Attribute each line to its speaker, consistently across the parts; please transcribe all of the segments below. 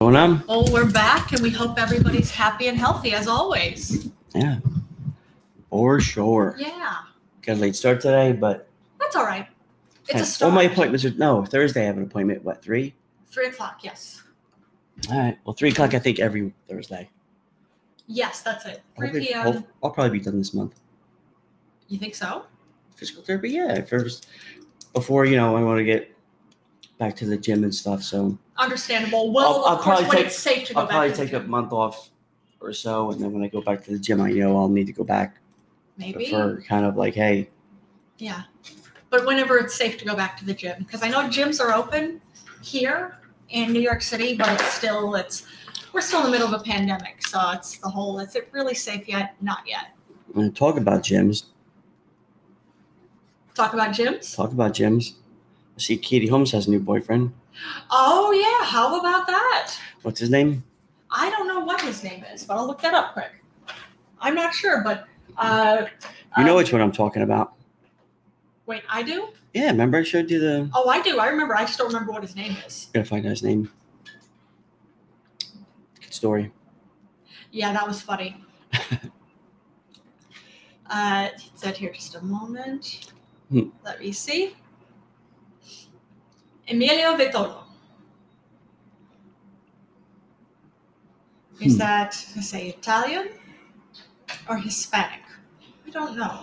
Speaker 1: going on?
Speaker 2: Well, we're back and we hope everybody's happy and healthy as always.
Speaker 1: Yeah, for sure.
Speaker 2: Yeah,
Speaker 1: Got a late start today, but
Speaker 2: that's all right. It's a
Speaker 1: all
Speaker 2: start.
Speaker 1: my appointments are no Thursday. I have an appointment. What three?
Speaker 2: Three o'clock, yes.
Speaker 1: All right. Well, three o'clock. I think every Thursday.
Speaker 2: Yes, that's it. 3
Speaker 1: Hopefully-
Speaker 2: p.m.
Speaker 1: hope- I'll probably be done this month.
Speaker 2: You think so?
Speaker 1: Physical therapy. Yeah, first before you know I want to get back to the gym and stuff. So
Speaker 2: Understandable. Well,
Speaker 1: I'll- I'll
Speaker 2: of course,
Speaker 1: probably
Speaker 2: when
Speaker 1: take-
Speaker 2: it's safe to go
Speaker 1: I'll
Speaker 2: back.
Speaker 1: probably
Speaker 2: in the
Speaker 1: take a
Speaker 2: gym.
Speaker 1: month off or so, and then when I go back to the gym, I know I'll need to go back
Speaker 2: Maybe.
Speaker 1: for kind of like hey,
Speaker 2: Yeah. But whenever it's safe to go back to the gym, because I know gyms are open here in New York City, but it's still, it's, we're still in the middle of a pandemic. So it's the whole, is it really safe yet? Not yet.
Speaker 1: I'm gonna talk about gyms.
Speaker 2: Talk about gyms.
Speaker 1: Talk about gyms. I see Katie Holmes has a new boyfriend.
Speaker 2: Oh, yeah. How about that?
Speaker 1: What's his name?
Speaker 2: I don't know what his name is, but I'll look that up quick. I'm not sure, but uh,
Speaker 1: You know
Speaker 2: um,
Speaker 1: which one I'm talking about.
Speaker 2: Wait, I do.
Speaker 1: Yeah, remember I showed you the.
Speaker 2: Oh, I do. I remember. I just don't remember what his name is.
Speaker 1: Gotta find out his name. Good story.
Speaker 2: Yeah, that was funny. uh, it said here just a moment.
Speaker 1: Hmm.
Speaker 2: Let me see. Emilio Vitolo. Is
Speaker 1: Hmm.
Speaker 2: that let's say Italian or Hispanic? I don't know.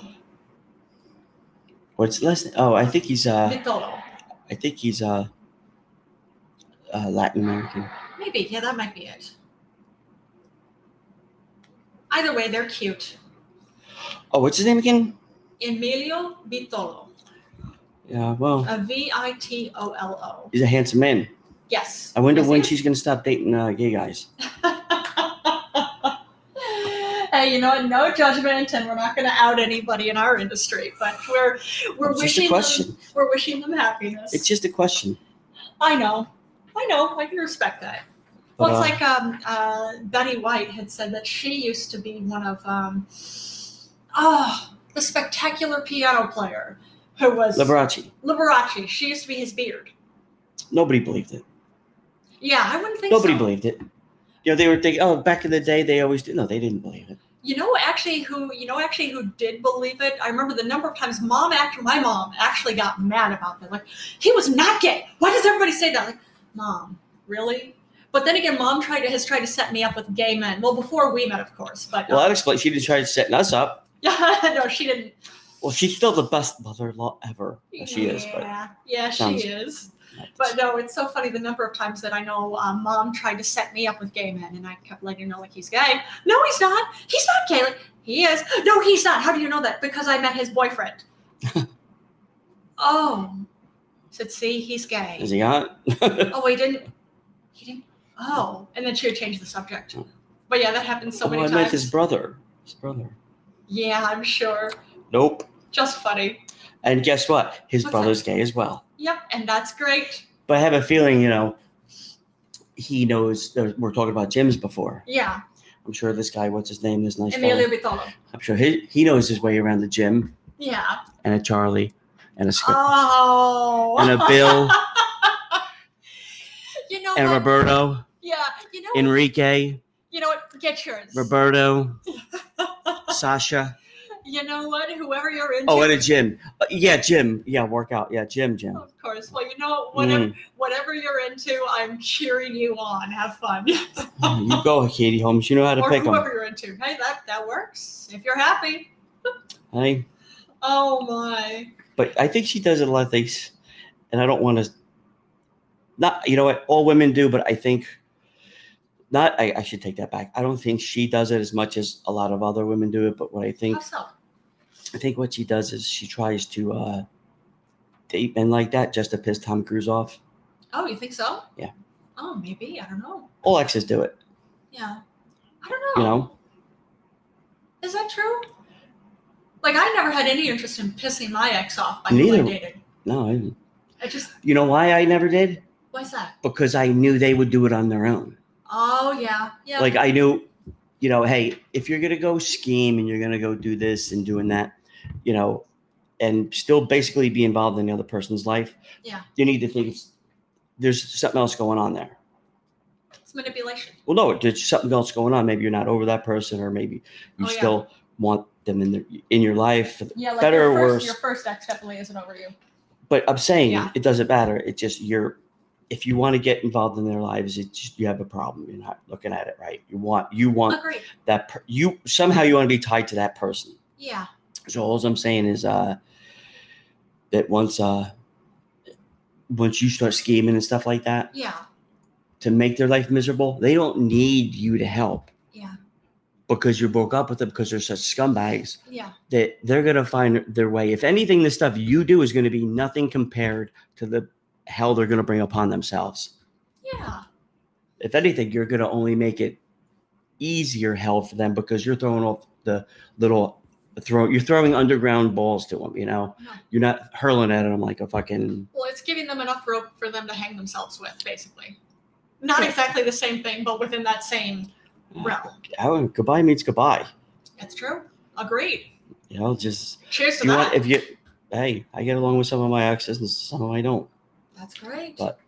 Speaker 1: What's the last? Oh, I think he's uh,
Speaker 2: Vitolo.
Speaker 1: I think he's uh, uh Latin American.
Speaker 2: Maybe, yeah, that might be it. Either way, they're cute.
Speaker 1: Oh, what's his name again?
Speaker 2: Emilio Vitolo,
Speaker 1: Yeah, well,
Speaker 2: a V I T O L O.
Speaker 1: he's a handsome man.
Speaker 2: Yes.
Speaker 1: I wonder
Speaker 2: Yes,
Speaker 1: when
Speaker 2: yes.
Speaker 1: she's gonna stop dating uh, gay guys.
Speaker 2: hey, you know what? No judgment, and we're not going to out anybody in our industry, but we're we're
Speaker 1: It's just
Speaker 2: wishing
Speaker 1: a question.
Speaker 2: them we're wishing them happiness.
Speaker 1: It's just a question.
Speaker 2: I know, I know, I can respect that.
Speaker 1: But,
Speaker 2: well,
Speaker 1: uh,
Speaker 2: it's like um, uh, Betty White had said that she used to be one of um, oh, the spectacular piano player who was
Speaker 1: Liberace.
Speaker 2: Liberace. She used to be his beard.
Speaker 1: Nobody believed it.
Speaker 2: Yeah, I wouldn't think
Speaker 1: Nobody
Speaker 2: so.
Speaker 1: believed it. You know, they were thinking, oh, back in the day, they always did. No, they didn't believe it.
Speaker 2: You know, actually, who you know, actually, who did believe it? I remember the number of times mom, act my mom, actually got mad about that. Like, he was not gay. Why does everybody say that? Like, mom, really? But then again, mom tried to has tried to set me up with gay men. Well, before we met, of course. But uh,
Speaker 1: Well, that explains. She didn't try setting us up.
Speaker 2: no, she didn't.
Speaker 1: Well, she's still the best mother-in-law ever. Well, she is, but
Speaker 2: yeah, yeah,
Speaker 1: sounds-
Speaker 2: she is. But no, it's so funny the number of times that I know um, mom tried to set me up with gay men, and I kept letting her know like he's gay. No, he's not. He's not gay. Like, he is. No, he's not. How do you know that? Because I met his boyfriend. oh, said, see, he's
Speaker 1: is
Speaker 2: gay.
Speaker 1: he hot?
Speaker 2: Oh, he didn't. He didn't. Oh, and then she would change the subject. But yeah, that happens so
Speaker 1: well,
Speaker 2: many
Speaker 1: I
Speaker 2: times.
Speaker 1: met Oh. his brother. His brother.
Speaker 2: yeah, I'm sure.
Speaker 1: Nope.
Speaker 2: Just funny.
Speaker 1: And guess what? His
Speaker 2: What's
Speaker 1: brother's gay as well.
Speaker 2: Yep, and that's great.
Speaker 1: But I have a feeling, you know, he knows. that We're talking about gyms before.
Speaker 2: Yeah,
Speaker 1: I'm sure this guy, what's his name, this nice
Speaker 2: Emilio
Speaker 1: fellow.
Speaker 2: Vitolo.
Speaker 1: I'm sure he, he knows his way around the gym
Speaker 2: Yeah.
Speaker 1: and a Charlie and a Skip
Speaker 2: Oh.
Speaker 1: and a Bill
Speaker 2: you know
Speaker 1: and
Speaker 2: what?
Speaker 1: Roberto,
Speaker 2: Yeah. You know. what?
Speaker 1: Enrique,
Speaker 2: you know what? Get yours.
Speaker 1: Roberto, Sasha.
Speaker 2: You know what? Whoever you're into.
Speaker 1: Oh, and a gym. Uh, yeah, gym. Yeah, workout. Yeah, gym, gym.
Speaker 2: of course. Well, you know whatever
Speaker 1: Mm.
Speaker 2: whatever you're into, I'm cheering you on. Have fun.
Speaker 1: Oh, you go, Katie Holmes. You know how to
Speaker 2: or
Speaker 1: pick them.
Speaker 2: whoever you're into. Hey, that that works. If you're happy.
Speaker 1: Hey,
Speaker 2: Oh my.
Speaker 1: but I think she does a lot of things, and I don't want to. Not you know what all women do, but I think not. I, I should take that back. I don't think she does it as much as a lot of other women do it. But what I think,
Speaker 2: How so?
Speaker 1: I think what she does is she tries to uh date men like that just to piss Tom Cruise off.
Speaker 2: Oh, you think so?
Speaker 1: Yeah.
Speaker 2: Oh, maybe. I don't know.
Speaker 1: All exes do it,
Speaker 2: Yeah. I don't know.
Speaker 1: you know.
Speaker 2: Is that true? Like I never had any interest in pissing my ex off by
Speaker 1: Neither-
Speaker 2: who I dated.
Speaker 1: No, I,
Speaker 2: I just
Speaker 1: you know why I never did
Speaker 2: why's that?
Speaker 1: because I knew they would do it on their own.
Speaker 2: Oh yeah, yeah.
Speaker 1: like I knew, you know, hey, if you're gonna go scheme and you're gonna go do this and doing that, you know, and still basically be involved in the other person's life,
Speaker 2: Yeah.
Speaker 1: you need to think it's, there's something else going on there.
Speaker 2: It's manipulation.
Speaker 1: Well, no, there's something else going on. Maybe you're not over that person, or maybe you
Speaker 2: Oh, yeah.
Speaker 1: still want them in their, in your life.
Speaker 2: Yeah, like
Speaker 1: Better
Speaker 2: your
Speaker 1: or
Speaker 2: first,
Speaker 1: worse?
Speaker 2: Your first ex definitely isn't over you.
Speaker 1: But I'm saying
Speaker 2: Yeah.
Speaker 1: it doesn't matter. It just you're if you want to get involved in their lives, it's just, you have a problem. You're not looking at it right. You want you want
Speaker 2: Agreed.
Speaker 1: that per- you somehow you want to be tied to that person.
Speaker 2: Yeah.
Speaker 1: So all I'm saying is uh that once uh once you start scheming and stuff like that
Speaker 2: Yeah.
Speaker 1: to make their life miserable, they don't need you to help
Speaker 2: Yeah.
Speaker 1: because you broke up with them because they're such scumbags
Speaker 2: Yeah.
Speaker 1: that they're gonna find their way. If anything, the stuff you do is gonna be nothing compared to the hell they're gonna bring upon themselves.
Speaker 2: Yeah.
Speaker 1: If anything, you're gonna only make it easier hell for them because you're throwing off the little throw. You're throwing underground balls to them. You know,
Speaker 2: No.
Speaker 1: you're not hurling at them like a fucking.
Speaker 2: Well, it's giving them enough rope for them to hang themselves with, basically. Not exactly the same thing, but within that same realm.
Speaker 1: Oh, goodbye means goodbye.
Speaker 2: That's true. Agreed.
Speaker 1: You know, just
Speaker 2: Cheers to
Speaker 1: you
Speaker 2: that.
Speaker 1: want if you. Hey, I get along with some of my exes and some of I don't.
Speaker 2: That's great.
Speaker 1: But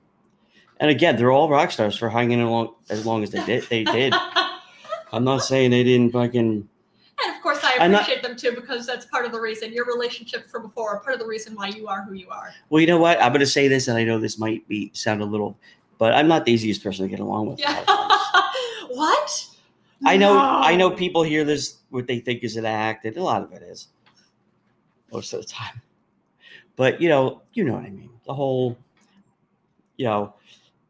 Speaker 1: And again, they're all rock stars for hanging along as long as they did. They did.
Speaker 2: and
Speaker 1: I'm not saying they didn't fucking.
Speaker 2: of course, I
Speaker 1: And I-
Speaker 2: appreciate them too because that's part of the reason your relationship from before, part of the reason why you are who you are.
Speaker 1: Well, you know what? I'm gonna say this, and I know this might be sound a little, but I'm not the easiest person to get along with. a
Speaker 2: Yeah.
Speaker 1: lot of times.
Speaker 2: what?
Speaker 1: I know.
Speaker 2: No.
Speaker 1: I know people hear this what they think is an act, and a lot of it is, most of the time. But you know, you know what I mean. The whole, you know,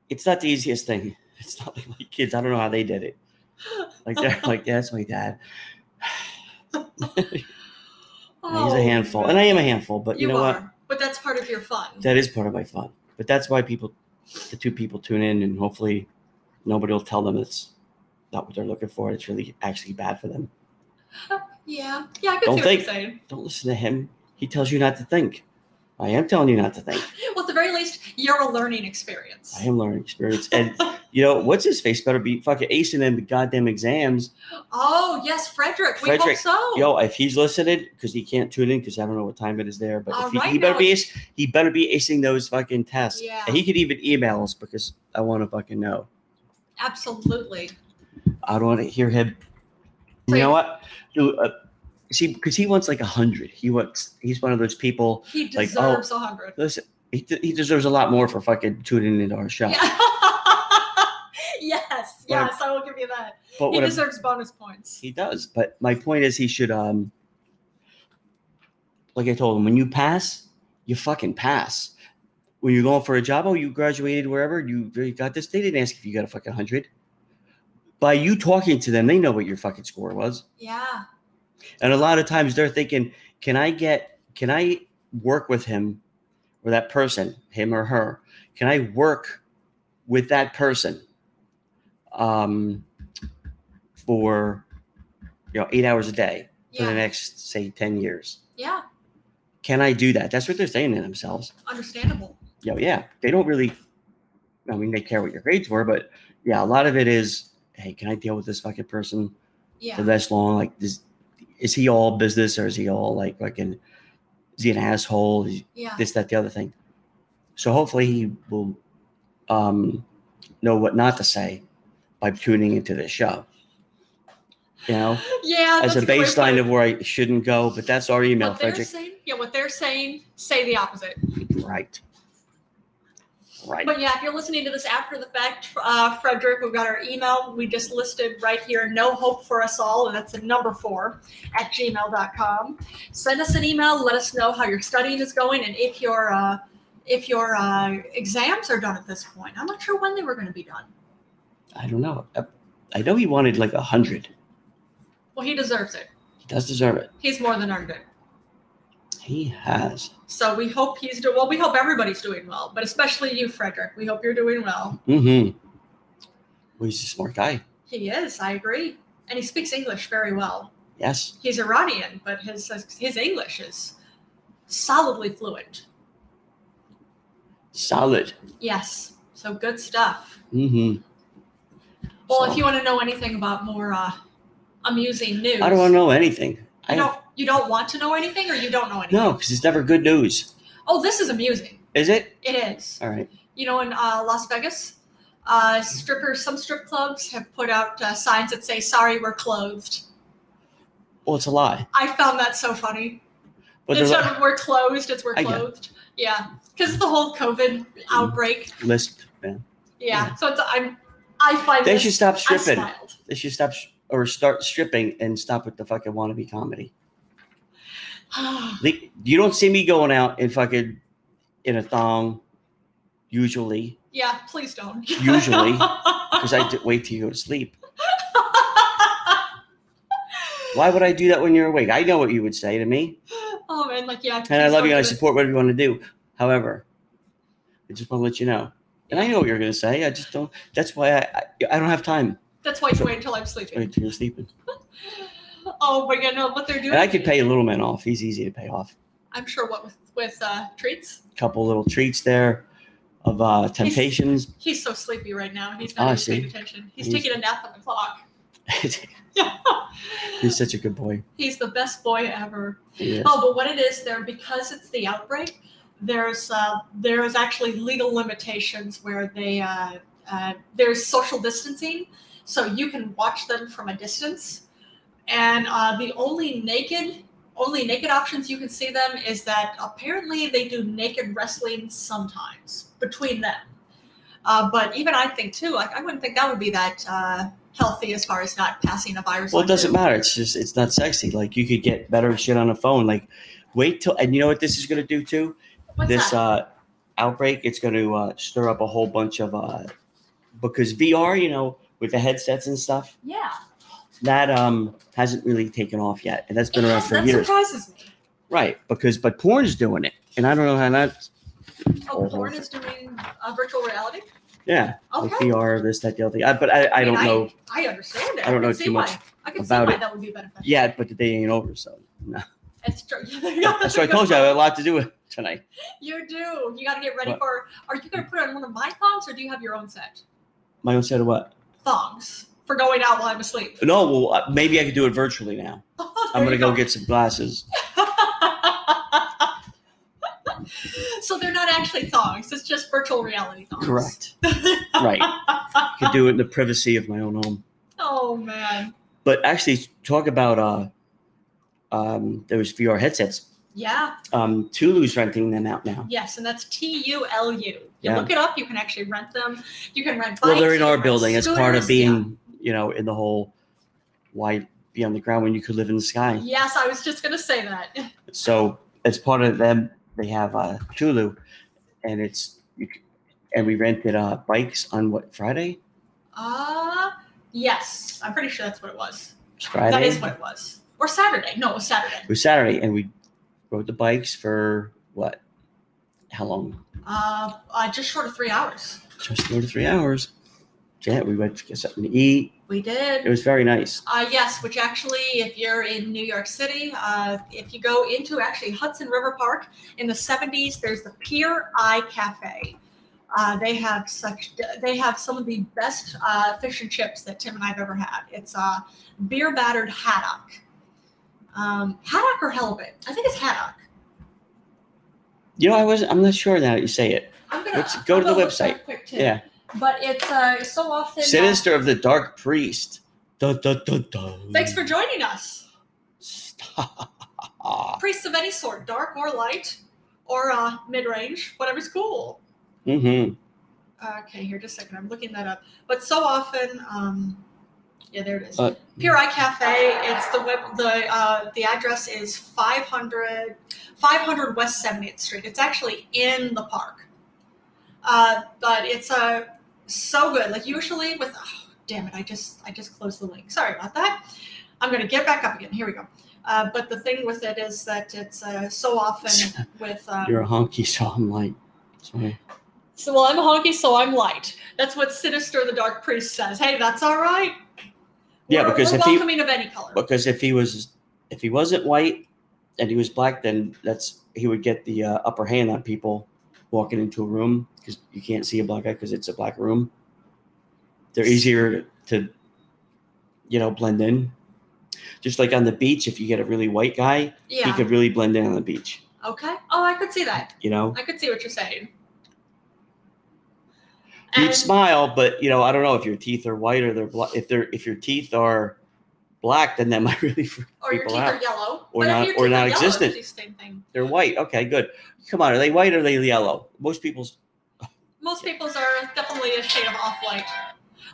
Speaker 1: it's not the easiest thing. It's not like my kids. I don't know how they did it. Like they're like, yeah, that's my dad. And he's
Speaker 2: Oh,
Speaker 1: a handful, and I am a handful. But you,
Speaker 2: you
Speaker 1: know
Speaker 2: are.
Speaker 1: what?
Speaker 2: But that's part of your fun.
Speaker 1: That is part of my fun. But that's why people, the two people tune in, and hopefully nobody will tell them it's not what they're looking for. It's really actually bad for them.
Speaker 2: yeah. Yeah, I can
Speaker 1: Don't
Speaker 2: see what
Speaker 1: think.
Speaker 2: you're saying.
Speaker 1: Don't listen to him. He tells you not to think. I am telling you not to think.
Speaker 2: Well, at the very least, you're a learning experience.
Speaker 1: I am learning experience. And you know, what's his face better be fucking acing them goddamn exams.
Speaker 2: Oh, yes, Frederick. We
Speaker 1: Frederick,
Speaker 2: hope so.
Speaker 1: Yo, if he's listening, because he can't tune in because I don't know what time it is there, but
Speaker 2: Uh,
Speaker 1: if he,
Speaker 2: right
Speaker 1: he better
Speaker 2: now
Speaker 1: be ace, he better be acing those fucking tests.
Speaker 2: Yeah.
Speaker 1: And he could even email us because I want to fucking know.
Speaker 2: Absolutely.
Speaker 1: I don't want to hear him. You
Speaker 2: Right.
Speaker 1: know what? Do, uh, see, because he wants like a hundred. He wants. He's one of those people.
Speaker 2: He
Speaker 1: Like,
Speaker 2: deserves
Speaker 1: oh,
Speaker 2: a hundred.
Speaker 1: Listen, he, de- he deserves a lot more for fucking tuning into our show.
Speaker 2: Yeah. yes,
Speaker 1: What a-
Speaker 2: yes, I will give you that.
Speaker 1: But
Speaker 2: He
Speaker 1: what I'm-
Speaker 2: deserves bonus points.
Speaker 1: He does, but my point is he should um like I told him, when you pass, you fucking pass. When you're going for a job, oh, you graduated wherever, you, you got this. They didn't ask if you got a fucking hundred. By you talking to them, they know what your fucking score was.
Speaker 2: Yeah.
Speaker 1: And a lot of times they're thinking, can I get, can I work with him or that person, him or her? Can I work with that person um, for, you know, eight hours a day for
Speaker 2: Yeah.
Speaker 1: the next, say, 10 years?
Speaker 2: yeah.
Speaker 1: Can I do that? That's what they're saying to themselves.
Speaker 2: Understandable.
Speaker 1: You know, yeah, they don't really, I mean, they care what your grades were, but yeah, a lot of it is, hey, can I deal with this fucking person?
Speaker 2: Yeah.
Speaker 1: for this long? Like, is, is he all business or is he all like fucking? Is he an asshole? Is
Speaker 2: yeah.
Speaker 1: this, that, the other thing. So hopefully he will um, know what not to say by tuning into this show. You know,
Speaker 2: yeah.
Speaker 1: as a
Speaker 2: that's good way to put
Speaker 1: baseline
Speaker 2: it.
Speaker 1: of where I shouldn't go, but that's our email,
Speaker 2: what they're
Speaker 1: Frederick.
Speaker 2: saying. Yeah, what they're saying, say the opposite.
Speaker 1: Right. Right.
Speaker 2: But yeah, if you're listening to this after the fact, uh, Frederick, we've got our email. We just listed right here, no hope for us all, and that's the number four at gmail.com. Send us an email. Let us know how your studying is going and if your uh, if your uh, exams are done at this point. I'm not sure when they were going to be done.
Speaker 1: I don't know. I- I know he wanted like a hundred.
Speaker 2: Well, he deserves it.
Speaker 1: He does deserve it.
Speaker 2: He's more than earned it.
Speaker 1: He has.
Speaker 2: So we hope he's doing well. We hope everybody's doing well, but especially you, Frederick. We hope you're doing well.
Speaker 1: Mm-hmm. Well, he's a smart guy.
Speaker 2: He is. I agree, and he speaks English very well.
Speaker 1: Yes.
Speaker 2: he's Iranian, but his his English is solidly fluent.
Speaker 1: Solid.
Speaker 2: Yes, so good stuff.
Speaker 1: Mm-hmm.
Speaker 2: Well, if you want to know anything about more uh, amusing news,
Speaker 1: I don't want to know anything. I
Speaker 2: You
Speaker 1: don't.
Speaker 2: don't, you don't want to know anything, or you don't know anything.
Speaker 1: No, because it's never good news.
Speaker 2: Oh, this is amusing.
Speaker 1: Is it?
Speaker 2: It is.
Speaker 1: All right.
Speaker 2: You know, in uh, Las Vegas, Uh, strippers, some strip clubs have put out uh, signs that say, sorry, we're clothed.
Speaker 1: Well, it's a lie.
Speaker 2: I found that so funny.
Speaker 1: But
Speaker 2: it's
Speaker 1: there's
Speaker 2: not
Speaker 1: a
Speaker 2: we're closed, it's we're
Speaker 1: I get it.
Speaker 2: clothed. Yeah. Because the whole COVID outbreak.
Speaker 1: lisp, man.
Speaker 2: Yeah.
Speaker 1: Mm-hmm.
Speaker 2: So it's, I'm, I find
Speaker 1: They
Speaker 2: this-
Speaker 1: should stop
Speaker 2: I
Speaker 1: stripping.
Speaker 2: smiled.
Speaker 1: They should stop sh- or start stripping and stop with the fucking wannabe comedy. Le- You don't see me going out and fucking in a thong, usually,
Speaker 2: yeah, please don't.
Speaker 1: Usually, because I d- wait till you go to sleep. Why would I do that when you're awake? I know what you would say to me,
Speaker 2: oh man, like yeah.
Speaker 1: and I
Speaker 2: please
Speaker 1: love you and
Speaker 2: don't
Speaker 1: I
Speaker 2: do it.
Speaker 1: support whatever you want to do. However, I just want to let you know, and I know what you're going to say. I just don't. That's why I I, I don't have time
Speaker 2: That's why you wait until I'm
Speaker 1: to wait
Speaker 2: sleeping.
Speaker 1: till you're sleeping.
Speaker 2: Oh my god, no, what they're doing.
Speaker 1: And I could pay a little man off. He's easy to pay off.
Speaker 2: I'm sure what with with uh, treats.
Speaker 1: couple little treats there of uh, Temptations.
Speaker 2: He's so sleepy right now. He's
Speaker 1: Oh, I
Speaker 2: not
Speaker 1: see.
Speaker 2: even paying attention. He's,
Speaker 1: He's-
Speaker 2: taking a nap on the clock.
Speaker 1: He's such a good boy.
Speaker 2: He's the best boy ever.
Speaker 1: He is.
Speaker 2: Oh, but what it is there because it's the outbreak. There's uh, there's actually legal limitations where they uh, uh, there's social distancing, so you can watch them from a distance. And uh, the only naked only naked options you can see them is that apparently they do naked wrestling sometimes between them. Uh, but even I think too, like I wouldn't think that would be that uh, healthy as far as not passing a virus.
Speaker 1: Well,
Speaker 2: on
Speaker 1: it
Speaker 2: to-
Speaker 1: doesn't matter. It's just it's not sexy. Like you could get better shit on a phone. Like wait till and you know what this is gonna do too.
Speaker 2: What's
Speaker 1: this
Speaker 2: that?
Speaker 1: uh outbreak, it's gonna uh, stir up a whole bunch of uh because VR, you know, with the headsets and stuff,
Speaker 2: yeah,
Speaker 1: that um hasn't really taken off yet, and that's been
Speaker 2: It
Speaker 1: around
Speaker 2: has-
Speaker 1: for
Speaker 2: that
Speaker 1: years,
Speaker 2: surprises me.
Speaker 1: right? Because but porn's doing it, and I don't know how that's
Speaker 2: Oh,
Speaker 1: Or
Speaker 2: porn
Speaker 1: horse.
Speaker 2: is doing uh, virtual reality.
Speaker 1: yeah, Uh-huh. like
Speaker 2: Okay,
Speaker 1: VR, this that the other thing. I, but I, I
Speaker 2: mean,
Speaker 1: don't know
Speaker 2: I understand it.
Speaker 1: I don't know
Speaker 2: can
Speaker 1: too
Speaker 2: see
Speaker 1: much
Speaker 2: why. I can
Speaker 1: about
Speaker 2: see why
Speaker 1: it.
Speaker 2: that would be beneficial.
Speaker 1: yet. But the day ain't over, so no.
Speaker 2: It's true. Yeah, there you go.
Speaker 1: That's what I told you. I have a lot to do with tonight.
Speaker 2: You do. You got to get ready
Speaker 1: What?
Speaker 2: for. Are you going to put on one of my thongs, or do you have your own set
Speaker 1: My own set of what?
Speaker 2: thongs for going out while I'm asleep?
Speaker 1: No, well, uh, maybe I could do it virtually now. I'm
Speaker 2: Oh, There
Speaker 1: gonna
Speaker 2: you
Speaker 1: go get some glasses.
Speaker 2: so they're not actually thongs. It's just virtual reality thongs.
Speaker 1: Correct. right. Could do it in the privacy of my own home.
Speaker 2: Oh man.
Speaker 1: But actually, talk about uh, um, those VR headsets.
Speaker 2: Yeah.
Speaker 1: Um, Tulu's renting them out now.
Speaker 2: Yes, and that's T U L U. You
Speaker 1: Yeah.
Speaker 2: look it up. You can actually rent them. You can rent. Bikes,
Speaker 1: Well, they're in
Speaker 2: you
Speaker 1: our
Speaker 2: can rent
Speaker 1: building as part of
Speaker 2: scooters, yeah.
Speaker 1: being, you know, in the whole why be on the ground when you could live in the sky.
Speaker 2: Yes, I was just gonna say that.
Speaker 1: So as part of them, they have uh, Tulu, and it's you, c- and we rented uh, bikes on what Friday?
Speaker 2: Uh yes, I'm pretty sure that's what it was.
Speaker 1: It's Friday.
Speaker 2: That is what it was. Or Saturday. No, it was Saturday.
Speaker 1: It was Saturday, and we rode the bikes for what? How long?
Speaker 2: Uh, uh just short of three hours.
Speaker 1: Just over three hours. Yeah, we went to get something to eat.
Speaker 2: We
Speaker 1: It
Speaker 2: did.
Speaker 1: was very nice.
Speaker 2: Uh, yes, which actually, if you're in New York City, uh, if you go into actually Hudson River Park in the 70s, there's the Pier Eye Cafe. Uh, they have such they have some of the best uh, fish and chips that Tim and I've ever had. It's uh, beer battered haddock, um, haddock or halibut. I think it's haddock.
Speaker 1: You know, I wasn't. I'm not sure now that you say it.
Speaker 2: I'm gonna
Speaker 1: Let's go to
Speaker 2: I'm
Speaker 1: the
Speaker 2: gonna look that
Speaker 1: website.
Speaker 2: up Quick too.
Speaker 1: Yeah,
Speaker 2: but it's uh, it's so often. uh,
Speaker 1: Sinister of the Dark Priest. Dun, dun, dun, dun.
Speaker 2: thanks for joining us,
Speaker 1: Stop.
Speaker 2: priests of any sort, dark or light, or uh, mid range, whatever's cool.
Speaker 1: Mm-hmm.
Speaker 2: Uh, Okay, here, just a second. I'm looking that up. But so often, um, yeah, there it is.
Speaker 1: Uh,
Speaker 2: Pure Eye Cafe. It's the web. The uh, the address is 500, 500 West 70th Street. It's actually in the park. Uh, but it's uh, so good. Like usually with. Oh, damn it! I just I just closed the link. Sorry about that. I'm gonna get back up again. Here we go. Uh, but the thing with it is that it's uh, so often with. Um,
Speaker 1: You're a honky, so I'm like, sorry.
Speaker 2: so, well, I'm a honky, so I'm light. That's what Sinister the Dark Priest says. Hey, that's all right.
Speaker 1: Yeah,
Speaker 2: We're-
Speaker 1: because
Speaker 2: we're
Speaker 1: if he-
Speaker 2: welcoming of any color.
Speaker 1: Because if he was, if he wasn't white, and he was black, then that's he would get the uh, upper hand on people walking into a room because you can't see a black guy because it's a black room. They're easier to, you know, blend in. Just like on the beach, if you get a really white guy, he
Speaker 2: yeah.
Speaker 1: could really blend in on the beach.
Speaker 2: Okay. Oh, I could see that.
Speaker 1: You know,
Speaker 2: I could see what you're saying.
Speaker 1: You'd
Speaker 2: And
Speaker 1: smile, but you know, I don't know if your teeth are white or they're black. If they're if your teeth are black, then that might really freak
Speaker 2: or your
Speaker 1: people
Speaker 2: teeth are
Speaker 1: out.
Speaker 2: yellow.
Speaker 1: Or
Speaker 2: but
Speaker 1: not- or
Speaker 2: if your teeth are yellow,
Speaker 1: non-existent.
Speaker 2: it's the same thing.
Speaker 1: They're white. Okay, good. Come on, are they white or are they yellow? Most people's
Speaker 2: Most people's are definitely a shade of off white.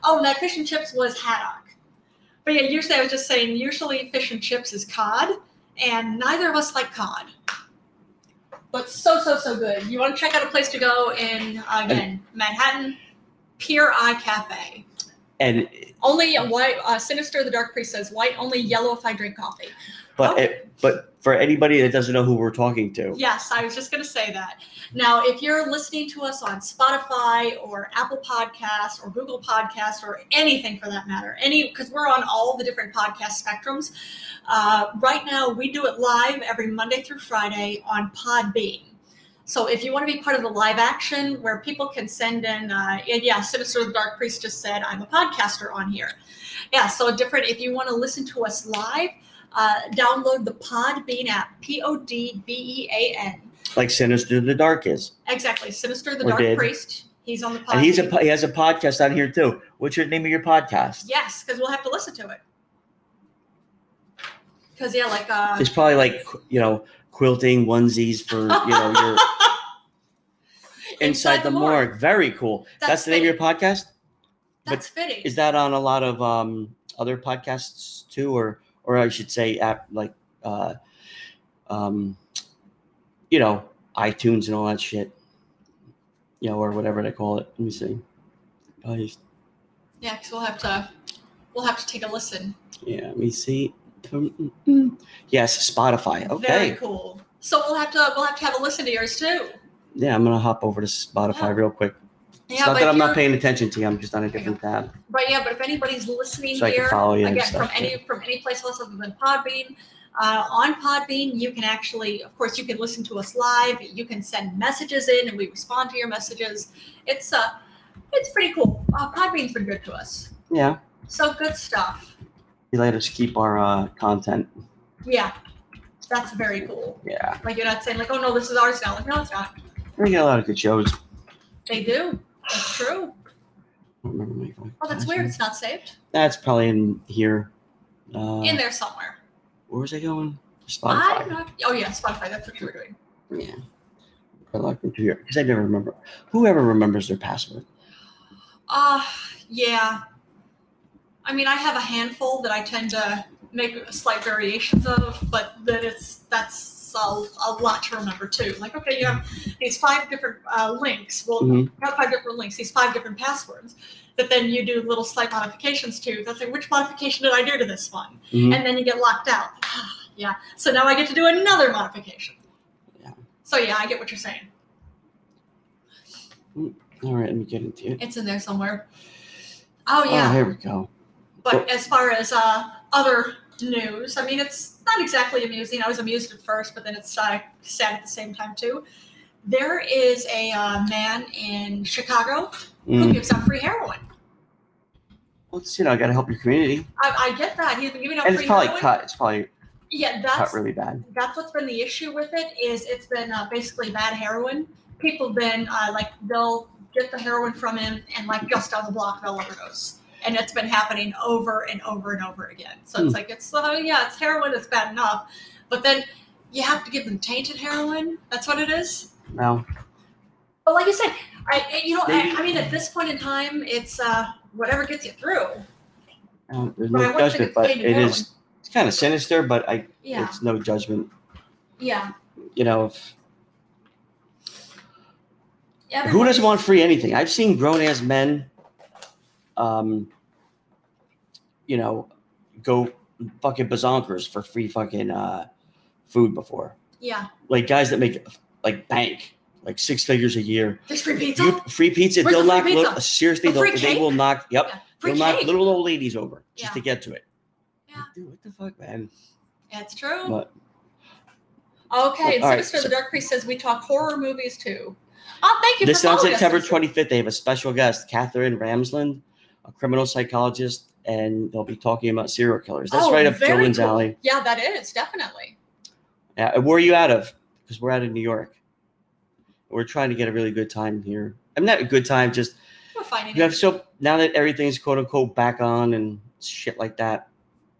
Speaker 2: Oh, and that fish and chips was haddock. But yeah, usually I was just saying, usually fish and chips is cod, and neither of us like cod. But so, so, so good. You want to check out a place to go in, uh, again, Manhattan, Pier Eye Cafe.
Speaker 1: and
Speaker 2: Only a white, uh, Sinister the Dark Priest says, white, only yellow if I drink coffee.
Speaker 1: but
Speaker 2: Okay.
Speaker 1: it, but for anybody that doesn't know who we're talking to,
Speaker 2: Yes, I was just going to say that. Now, if you're listening to us on Spotify or Apple Podcasts or Google Podcasts or anything for that matter, any because we're on all the different podcast spectrums. Uh, right now, we do it live every Monday through Friday on Podbean. So if you want to be part of the live action where people can send in, uh, and yeah, Sinister the Dark Priest just said, I'm a podcaster on here. Yeah, so different. If you want to listen to us live, uh, download the Podbean app, P O D B E A N.
Speaker 1: like Sinister the Dark is,
Speaker 2: Exactly. Sinister the
Speaker 1: Or
Speaker 2: Dark
Speaker 1: did.
Speaker 2: Priest. He's on the Podbean.
Speaker 1: and he's a po- he has a podcast on here too. What's your name of your podcast?
Speaker 2: Yes, because we'll have to listen to it. Because, yeah, like, uh,
Speaker 1: It's probably like you know quilting onesies for you know your inside, the, morgue. Very cool. That's,
Speaker 2: That's
Speaker 1: the name of your podcast. but
Speaker 2: that's fitting.
Speaker 1: Is that on a lot of um, other podcasts too, or or I should say app like uh, um, you know iTunes and all that shit, you know, or whatever they call it. Let me see. Oh, yes.
Speaker 2: yeah, because we'll have to. We'll have to take a listen.
Speaker 1: yeah, let me see. Mm-mm-mm. Yes, Spotify. Okay.
Speaker 2: Very cool. So we'll have to we'll have to have a listen to yours too.
Speaker 1: Yeah, I'm gonna hop over to Spotify
Speaker 2: Yeah.
Speaker 1: real quick. It's
Speaker 2: Yeah,
Speaker 1: not
Speaker 2: but
Speaker 1: that
Speaker 2: if
Speaker 1: I'm
Speaker 2: you're-
Speaker 1: not paying attention to you. I'm just on a different tab.
Speaker 2: But yeah, but if anybody's listening
Speaker 1: So I can
Speaker 2: here,
Speaker 1: follow you and
Speaker 2: again from
Speaker 1: stuff,
Speaker 2: any from any place else other than Podbean, uh, on Podbean you can actually, of course, you can listen to us live. You can send messages in, and we respond to your messages. It's uh, it's pretty cool. Uh, Podbean's been good to us.
Speaker 1: Yeah,
Speaker 2: So good stuff.
Speaker 1: you let us keep our uh, content.
Speaker 2: Yeah, that's very cool.
Speaker 1: Yeah,
Speaker 2: Like you're not saying like, oh no, this is ours now. Like no, it's not.
Speaker 1: we get a lot of good shows.
Speaker 2: They do. That's true.
Speaker 1: I don't remember my fucking
Speaker 2: Oh, that's
Speaker 1: last
Speaker 2: weird.
Speaker 1: name.
Speaker 2: It's not saved
Speaker 1: That's probably in here. Uh,
Speaker 2: in there somewhere.
Speaker 1: where was I going?
Speaker 2: I'm
Speaker 1: Spotify.
Speaker 2: not. Oh yeah, Spotify. That's what you were doing.
Speaker 1: Yeah. I locked into here because I never remember. Whoever remembers their password.
Speaker 2: Uh, yeah. I mean, I have a handful that I tend to make slight variations of, but then it's that's a, a lot to remember too. Like, okay, you have these five different uh, links. Well,
Speaker 1: Mhm.
Speaker 2: not five different links. These five different passwords that then you do little slight modifications to. That's like, which modification did I do to this one?
Speaker 1: Mhm.
Speaker 2: and then you get locked out. yeah. So now I get to do another modification.
Speaker 1: Yeah.
Speaker 2: So yeah, I get what you're saying.
Speaker 1: All right, let me get into it.
Speaker 2: It's in there somewhere. Oh
Speaker 1: Oh,
Speaker 2: yeah.
Speaker 1: here we go.
Speaker 2: But as far as uh, other news, I mean, it's not exactly amusing. I was amused at first, but then it's uh, sad at the same time too. There is a uh, man in Chicago who
Speaker 1: Mm.
Speaker 2: gives out free heroin.
Speaker 1: Well, it's, you know, I gotta help your community,
Speaker 2: I, I get that he's been giving out
Speaker 1: and it's
Speaker 2: free
Speaker 1: probably
Speaker 2: heroin.
Speaker 1: cut. It's probably
Speaker 2: Yeah,
Speaker 1: cut
Speaker 2: that's
Speaker 1: really bad.
Speaker 2: that's what's been the issue with it is it's been uh, basically bad heroin. People been uh, like they'll get the heroin from him and like just down the block they'll overdose, and it's been happening over and over and over again. So
Speaker 1: Hmm.
Speaker 2: it's like it's uh, yeah, it's heroin, it's bad enough, but then you have to give them tainted heroin. That's what it is.
Speaker 1: Now,
Speaker 2: But like you said, I I- you know I,
Speaker 1: Maybe-
Speaker 2: I mean at this point in time it's uh whatever gets you through.
Speaker 1: um, there's
Speaker 2: But I
Speaker 1: no
Speaker 2: wonder if
Speaker 1: judgment,
Speaker 2: it's
Speaker 1: but
Speaker 2: made
Speaker 1: it
Speaker 2: known.
Speaker 1: is. It's kind of sinister, but I.
Speaker 2: Yeah,
Speaker 1: It's no judgment.
Speaker 2: yeah.
Speaker 1: You know, if, who
Speaker 2: Everybody-
Speaker 1: doesn't want free anything? I've seen grown ass men, um, you know, go fucking bazonkers for free fucking uh, food before.
Speaker 2: Yeah,
Speaker 1: Like guys that make like bank, like six figures a year.
Speaker 2: there's free pizza,
Speaker 1: You, free pizza.
Speaker 2: Where's
Speaker 1: they'll
Speaker 2: the
Speaker 1: knock
Speaker 2: free
Speaker 1: little-
Speaker 2: pizza?
Speaker 1: seriously.
Speaker 2: A free
Speaker 1: They'll, they
Speaker 2: cake?
Speaker 1: will knock. Yep.
Speaker 2: Yeah, free
Speaker 1: They'll knock
Speaker 2: cake.
Speaker 1: little old ladies over just
Speaker 2: Yeah.
Speaker 1: to get to it.
Speaker 2: Yeah.
Speaker 1: Dude, what the fuck, man?
Speaker 2: That's true.
Speaker 1: But-
Speaker 2: Okay, and
Speaker 1: All right,
Speaker 2: Sinister
Speaker 1: so-
Speaker 2: the Dark Priest says we talk horror movies too. Oh, thank you.
Speaker 1: This
Speaker 2: for
Speaker 1: sounds
Speaker 2: following
Speaker 1: like
Speaker 2: us,
Speaker 1: September
Speaker 2: Sinister.
Speaker 1: 25th. They have a special guest, Catherine Ramsland, a criminal psychologist, and they'll be talking about serial killers. That's
Speaker 2: Oh,
Speaker 1: right up
Speaker 2: very
Speaker 1: Joan's
Speaker 2: cool.
Speaker 1: alley.
Speaker 2: Yeah, that is definitely.
Speaker 1: Uh, where are you out of? Because we're out of New York. We're trying to get a really good time here. I'm mean, not a good time, just
Speaker 2: Well, fighting.
Speaker 1: You have so now that everything's quote unquote back on and shit like that.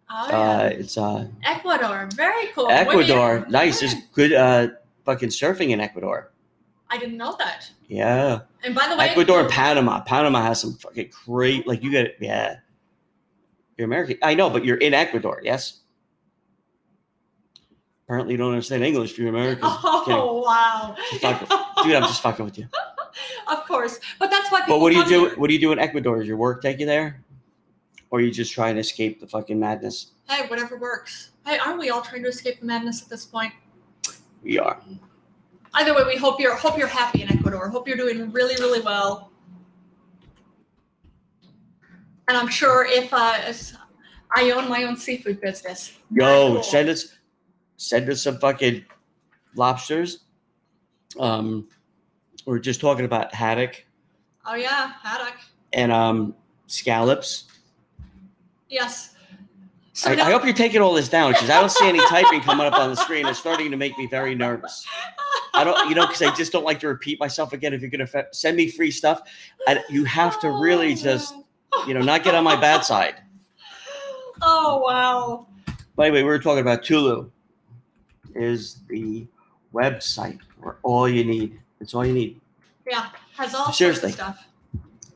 Speaker 2: oh,
Speaker 1: Uh,
Speaker 2: yeah.
Speaker 1: it's uh,
Speaker 2: Ecuador, very cool. What do you-
Speaker 1: Ecuador. Nice. There's
Speaker 2: Women-
Speaker 1: good uh, fucking surfing in Ecuador.
Speaker 2: I didn't know that.
Speaker 1: Yeah.
Speaker 2: And by the way,
Speaker 1: Ecuador and Panama. Panama has some fucking great, like you get, yeah. You're American. I know, but you're in Ecuador, yes? Apparently you don't understand English if you're American. Kidding.
Speaker 2: Oh wow,
Speaker 1: Just fucking- Dude, I'm just fucking with you.
Speaker 2: of course, but that's why.
Speaker 1: But
Speaker 2: people
Speaker 1: what do you
Speaker 2: come
Speaker 1: do?
Speaker 2: here.
Speaker 1: What do you do in Ecuador? Does your work take you there? Or you just try and escape the fucking madness?
Speaker 2: Hey, whatever works. Hey, aren't we all trying to escape the madness at this point?
Speaker 1: We are.
Speaker 2: Either way, we hope you're hope you're happy in Ecuador. Hope you're doing really really well. And I'm sure if uh, as- I own my own seafood business, Oh,
Speaker 1: Yo,
Speaker 2: Cool.
Speaker 1: send us send us some fucking lobsters. Um we we're just talking about haddock
Speaker 2: oh yeah, haddock.
Speaker 1: and um scallops.
Speaker 2: Yes. So
Speaker 1: I,
Speaker 2: now-
Speaker 1: I hope you're taking all this down because I don't see any typing coming up on the screen. It's starting to make me very nervous. I don't, you know, because I just don't like to repeat myself again. If you're gonna fe- send me free stuff, I, you have to really just, you know, not get on my bad side.
Speaker 2: Oh wow.
Speaker 1: By the way, we were talking about Tulu. Is the website for all you need? It's all you need.
Speaker 2: Yeah, has all
Speaker 1: Seriously.
Speaker 2: sorts of stuff.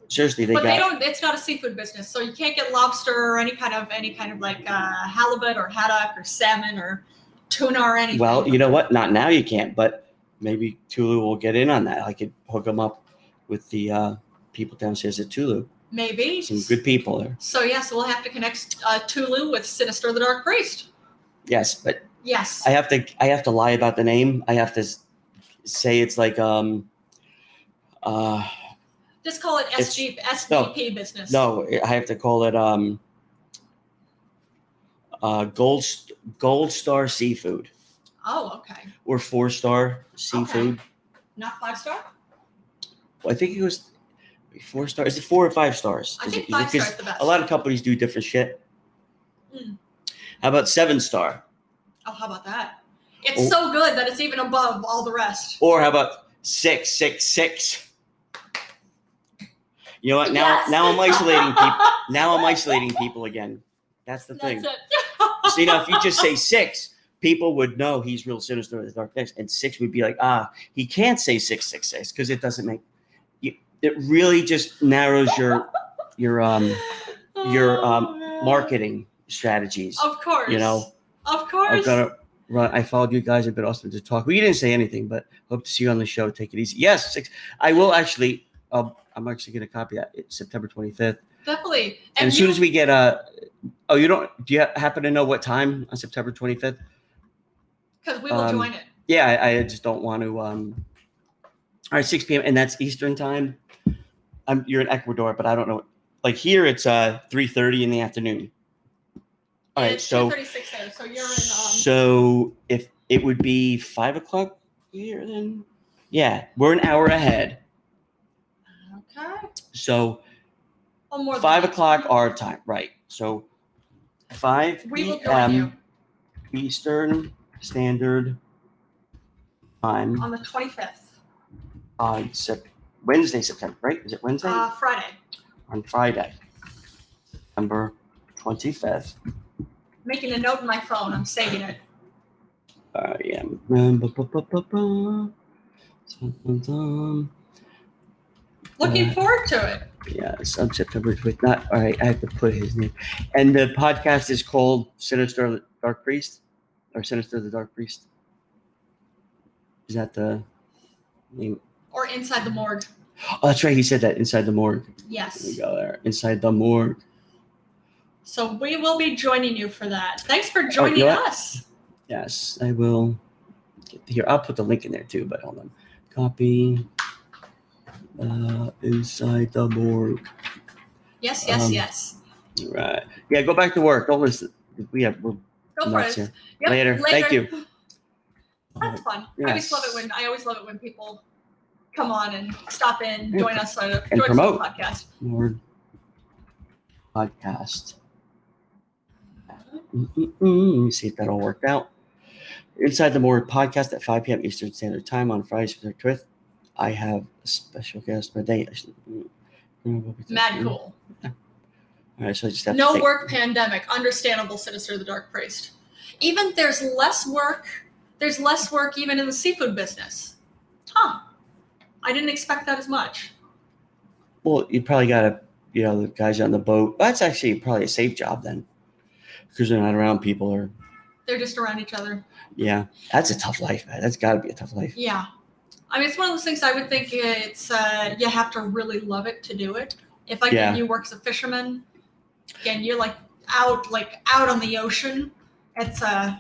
Speaker 1: Seriously, they
Speaker 2: but they
Speaker 1: got
Speaker 2: don't. It's not a seafood business, so you can't get lobster or any kind of any kind of like uh, halibut or haddock or salmon or tuna or anything.
Speaker 1: well. You know what? Not now you can't, but maybe Tulu will get in on that. I could hook them up with the uh, people downstairs at Tulu.
Speaker 2: maybe
Speaker 1: Some good people there.
Speaker 2: So yes, we'll have to connect uh, Tulu with Sinister the Dark Priest.
Speaker 1: Yes, but
Speaker 2: Yes.
Speaker 1: I have to I have to lie about the name. I have to s- say it's like um uh
Speaker 2: Just call it
Speaker 1: It's-
Speaker 2: SG, SVP business.
Speaker 1: no, I have to call it um uh gold S- gold star seafood
Speaker 2: Oh, okay.
Speaker 1: or four star seafood.
Speaker 2: Not five star.
Speaker 1: I think it was four stars. Is it four or five stars?
Speaker 2: I
Speaker 1: Is
Speaker 2: think
Speaker 1: it-
Speaker 2: five
Speaker 1: because
Speaker 2: stars the best.
Speaker 1: A lot of companies do different shit.
Speaker 2: Mm.
Speaker 1: How about seven star?
Speaker 2: Oh, how about that? It's
Speaker 1: Oh.
Speaker 2: so good that it's even above all the rest.
Speaker 1: Or how about six, six, six? You know what? Now,
Speaker 2: Yes.
Speaker 1: now I'm isolating people. Now I'm isolating people again. That's the
Speaker 2: That's
Speaker 1: thing.
Speaker 2: it.
Speaker 1: So you know, if you just say six, people would know he's real sinister in the dark next, and six would be like, ah, he can't say six six six because it doesn't make. You, it really just narrows your your um your, um,
Speaker 2: Oh, man.
Speaker 1: marketing strategies.
Speaker 2: Of course.
Speaker 1: You know,
Speaker 2: Of course.
Speaker 1: I've got to run. I followed you guys. I've been awesome to talk. Well, you didn't say anything, but hope to see you on the show. Take it easy. Yes, six. I will actually. Um, I'm actually going to copy that. It's September 25th.
Speaker 2: Definitely.
Speaker 1: And as soon as we get uh oh, you don't do you ha- happen to know what time on September 25th?
Speaker 2: because we will
Speaker 1: um,
Speaker 2: join it.
Speaker 1: Yeah, I, I just don't want to. Um, all right, 6 p.m. and that's Eastern time. I'm you're in Ecuador, but I don't know. Like here, it's uh 3:30 in the afternoon. All right,
Speaker 2: And it's
Speaker 1: so
Speaker 2: 2:36 there. So you're in. Um,
Speaker 1: so if it would be five o'clock here, then yeah, we're an hour ahead.
Speaker 2: okay.
Speaker 1: So
Speaker 2: Well, more than
Speaker 1: five
Speaker 2: that.
Speaker 1: o'clock our time, right? So five
Speaker 2: We will join
Speaker 1: p.m. Eastern Standard
Speaker 2: you
Speaker 1: Time
Speaker 2: on the 25th,
Speaker 1: on Sep- Wednesday, September, right? Is it Wednesday?
Speaker 2: uh, Friday.
Speaker 1: on Friday, September 25th.
Speaker 2: Making a note in my phone. I'm saving it.
Speaker 1: I am. um, bu- bu- bu- bu- bu- dum, dum, dum.
Speaker 2: Looking
Speaker 1: Uh,
Speaker 2: forward to it.
Speaker 1: Yes, on September 25th. Not, all right, I have to put his name. And the podcast is called Sinister the Dark Priest or Sinister the Dark Priest. Is that the name?
Speaker 2: Or inside the morgue.
Speaker 1: Oh, that's right. He said that inside the morgue. There we
Speaker 2: Yes.
Speaker 1: go there. Inside the morgue.
Speaker 2: So we will be joining you for that. Thanks for joining
Speaker 1: Oh, know what?
Speaker 2: us.
Speaker 1: Yes, I will. Get here, I'll put the link in there too, but hold on. Copy. Uh, inside the morgue.
Speaker 2: Yes, yes,
Speaker 1: Um,
Speaker 2: yes.
Speaker 1: All right. Yeah, go back to work. Don't listen. We have we're
Speaker 2: Go for
Speaker 1: nuts
Speaker 2: it.
Speaker 1: here.
Speaker 2: Yep,
Speaker 1: Later. Thank you.
Speaker 2: That's fun. I always
Speaker 1: Yes.
Speaker 2: love it when I always love it when people come on and stop in,
Speaker 1: Yeah.
Speaker 2: join us on
Speaker 1: And
Speaker 2: join us on the
Speaker 1: promote.
Speaker 2: podcast.
Speaker 1: Lord podcast. Mm-mm-mm. Let me see if that all worked out. Inside the Morgue podcast at 5 p.m. Eastern mm, Standard Time on Friday, September 12th. I have a special guest today.
Speaker 2: Mad cool.
Speaker 1: All right, so I just have to
Speaker 2: No
Speaker 1: take-
Speaker 2: work pandemic. Understandable, Sinister the Dark Priest. Even there's less work. There's less work even in the seafood business. Huh. I didn't expect that as much.
Speaker 1: Well, you probably got to, you know, the guys on the boat. That's actually probably a safe job then, because they're not around people or
Speaker 2: They're just around each other.
Speaker 1: yeah. That's a tough life, man. That's got to be a tough life.
Speaker 2: Yeah. I mean, it's one of those things I would think it's, uh, you have to really love it to do it. If I
Speaker 1: Yeah.
Speaker 2: can, you work as a fisherman and you're like out, like out on the ocean, it's, uh,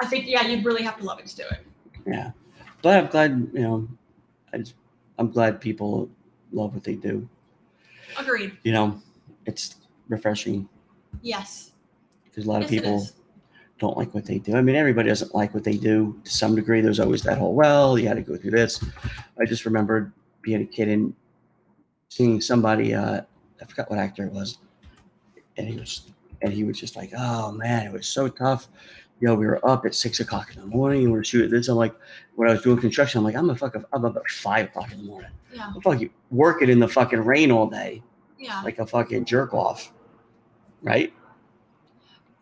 Speaker 2: I think, yeah, you'd really have to love it to do it.
Speaker 1: Yeah, but I'm glad, you know, I just, I'm glad people love what they do.
Speaker 2: Agreed.
Speaker 1: You know, it's refreshing
Speaker 2: Yes.
Speaker 1: because a lot of
Speaker 2: yes, it
Speaker 1: people
Speaker 2: is.
Speaker 1: don't like what they do. I mean, everybody doesn't like what they do to some degree. There's always that whole well, you had to go through this. I just remembered being a kid and seeing somebody. Uh, I forgot what actor it was, and he was and he was just like, "Oh man, it was so tough." You know, we were up at six o'clock in the morning. We were shooting this. I'm like, when I was doing construction, I'm like, I'm a fuck. I'm up at five o'clock in the morning.
Speaker 2: Yeah.
Speaker 1: I'm fucking working in the fucking rain all day,
Speaker 2: Yeah.
Speaker 1: like a fucking jerk off, right?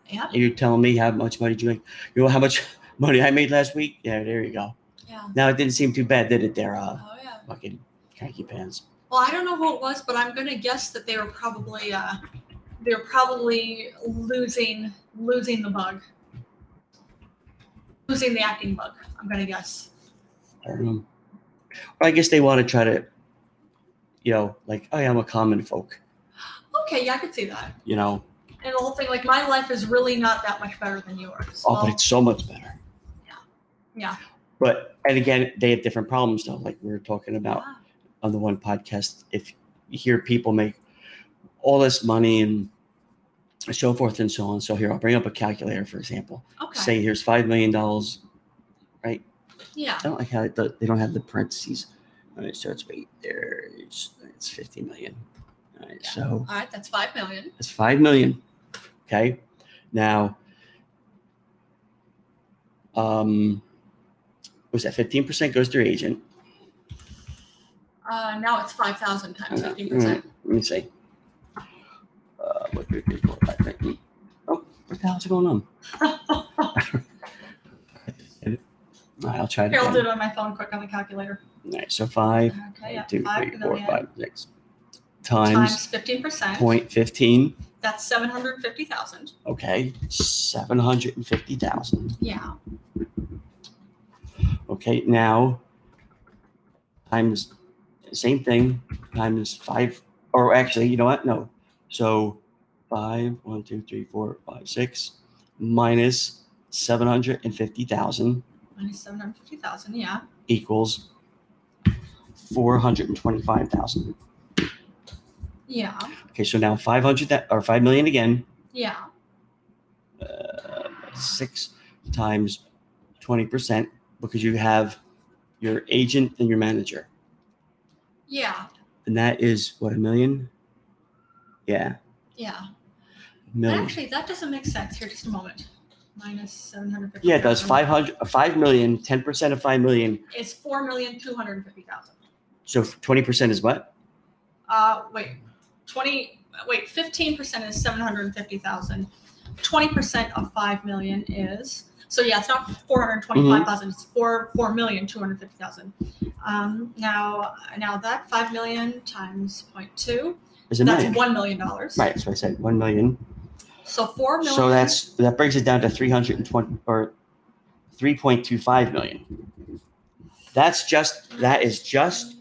Speaker 2: Yeah.
Speaker 1: And you're telling me how much money did you make? You know how much money I made last week? Yeah, there you go.
Speaker 2: Yeah.
Speaker 1: Now it didn't seem too bad, did it? There, uh,
Speaker 2: Oh, yeah.
Speaker 1: fucking khaki pants.
Speaker 2: Well, I don't know who it was, but I'm gonna guess that they were probably uh, they were probably losing losing the bug, losing the acting bug. I'm gonna guess.
Speaker 1: I don't know. Or I guess they want to try to, you know, like I am a common folk.
Speaker 2: Okay, yeah, I could see that.
Speaker 1: You know,
Speaker 2: And the whole thing, like my life is really not that much better than yours.
Speaker 1: oh,
Speaker 2: Well,
Speaker 1: but it's so much better.
Speaker 2: Yeah. Yeah.
Speaker 1: But and again, they have different problems though. Like we were talking about
Speaker 2: yeah.
Speaker 1: on the one podcast, if you hear people make all this money and so forth and so on. So here, I'll bring up a calculator for example.
Speaker 2: okay,
Speaker 1: say here's five million dollars.
Speaker 2: yeah,
Speaker 1: I don't like how it do- they don't have the parentheses. All right, so it's wait, there's it's fifty million. All right,
Speaker 2: Yeah.
Speaker 1: so
Speaker 2: all right, that's five million.
Speaker 1: that's five million. Okay, now, um, was that fifteen percent goes through agent?
Speaker 2: Uh, now it's five thousand times
Speaker 1: Uh,
Speaker 2: fifteen percent.
Speaker 1: Let me see. Uh, what three, three, four, five, six, eight. Oh, what the hell's going on? All right, I'll try it
Speaker 2: Here, I'll do
Speaker 1: again.
Speaker 2: it on my phone quick on the calculator.
Speaker 1: All right, so five.
Speaker 2: Okay, Oh, yeah,
Speaker 1: Two,
Speaker 2: five
Speaker 1: three, four,
Speaker 2: million
Speaker 1: five, six.
Speaker 2: times
Speaker 1: Times
Speaker 2: fifteen percent.
Speaker 1: point fifteen,
Speaker 2: That's seven hundred fifty thousand.
Speaker 1: okay, seven hundred and fifty thousand.
Speaker 2: Yeah.
Speaker 1: Okay, now times same thing times five, or actually, you know what? No, so five, one, two, three, four, five, six, minus seven hundred and fifty thousand
Speaker 2: Minus 750,000, yeah.
Speaker 1: equals four hundred and twenty-five thousand.
Speaker 2: Yeah.
Speaker 1: Okay, so now five hundred that or five million again.
Speaker 2: Yeah.
Speaker 1: uh, six times 20% because you have your agent and your manager.
Speaker 2: Yeah.
Speaker 1: And that is what, a million? Yeah,
Speaker 2: Yeah.
Speaker 1: million.
Speaker 2: Actually, that doesn't make sense. Here, just a moment. Minus 750.
Speaker 1: yeah, it does 500, uh, 5 million, 10% of 5 million.
Speaker 2: It's 4,250,000.
Speaker 1: So 20% is what?
Speaker 2: Uh, wait. 20, wait, 15% is 750,000. 20% of 5 million is. So yeah, it's not
Speaker 1: Mm-hmm.
Speaker 2: 425,000. It's 4 4,250,000. Um, now now that 5 million times 0.2,
Speaker 1: Is a
Speaker 2: that's
Speaker 1: million.
Speaker 2: 1 million dollars.
Speaker 1: right, so I said 1 million.
Speaker 2: So 4 million
Speaker 1: So that's that brings it down to 320 or 3.25 million. That's just, that is just,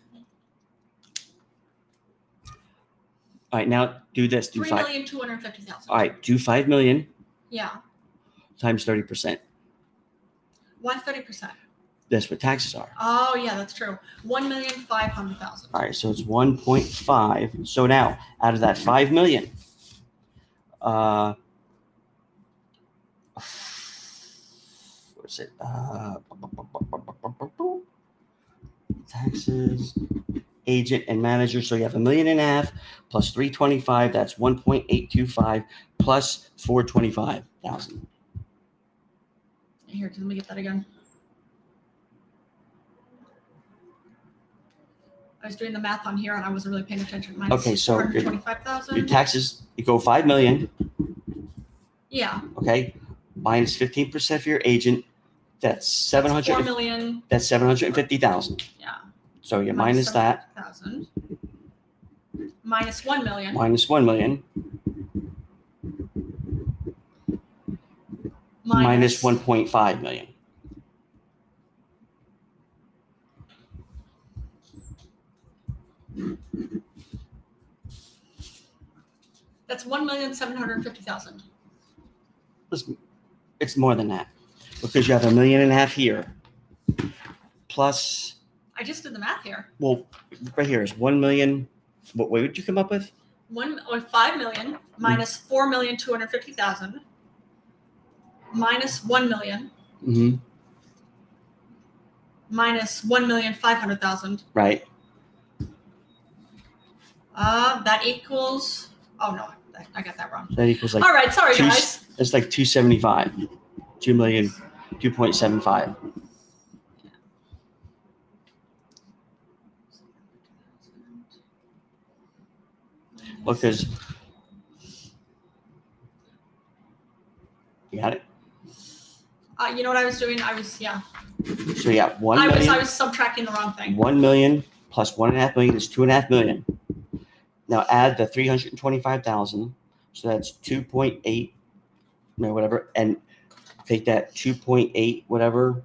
Speaker 1: all right, now do this, do
Speaker 2: Three
Speaker 1: 5.
Speaker 2: million two hundred fifty thousand.
Speaker 1: All right, do 5 million
Speaker 2: Yeah.
Speaker 1: times 30%.
Speaker 2: Why thirty percent?
Speaker 1: That's what taxes are.
Speaker 2: Oh yeah, that's true. One million five hundred thousand.
Speaker 1: All right, so it's 1.5. So now, out of that 5 million, uh, what's it? Uh, taxes, agent, and manager. So you have a million and a half plus 325. That's 1.825 plus 425,000.
Speaker 2: Here, let me get that again. I was doing the math on here and I wasn't really paying attention. Minus
Speaker 1: Okay, so your- Your
Speaker 2: 125,000.
Speaker 1: taxes, you go five million,
Speaker 2: yeah.
Speaker 1: okay, minus fifteen percent for your agent. That's seven
Speaker 2: Four
Speaker 1: hundred.
Speaker 2: million
Speaker 1: That's seven hundred and fifty thousand.
Speaker 2: Yeah.
Speaker 1: So you
Speaker 2: Minus
Speaker 1: minus that,
Speaker 2: thousand. Minus one million.
Speaker 1: minus one million, minus one point five million.
Speaker 2: That's one million seven hundred fifty thousand.
Speaker 1: It's more than that because you have a million and a half here. Plus,
Speaker 2: I just did the math here.
Speaker 1: well, right here is one million. What, what would you come up with?
Speaker 2: One on five million minus four million two hundred fifty thousand minus one million
Speaker 1: Mm-hmm.
Speaker 2: minus one million five hundred thousand.
Speaker 1: Right.
Speaker 2: Uh, that equals. Oh no, I, I got that wrong.
Speaker 1: That equals like
Speaker 2: All right, sorry
Speaker 1: two,
Speaker 2: guys.
Speaker 1: s- That's like 275, 2 million, 2.75. Because you got it.
Speaker 2: Uh, you know what I was doing? I was yeah.
Speaker 1: So you got one
Speaker 2: I was I
Speaker 1: million,
Speaker 2: was subtracting the wrong thing.
Speaker 1: one million plus one and a half million is two and a half million. Now add the 325,000. So that's 2.8, no, whatever. And take that 2.8, whatever,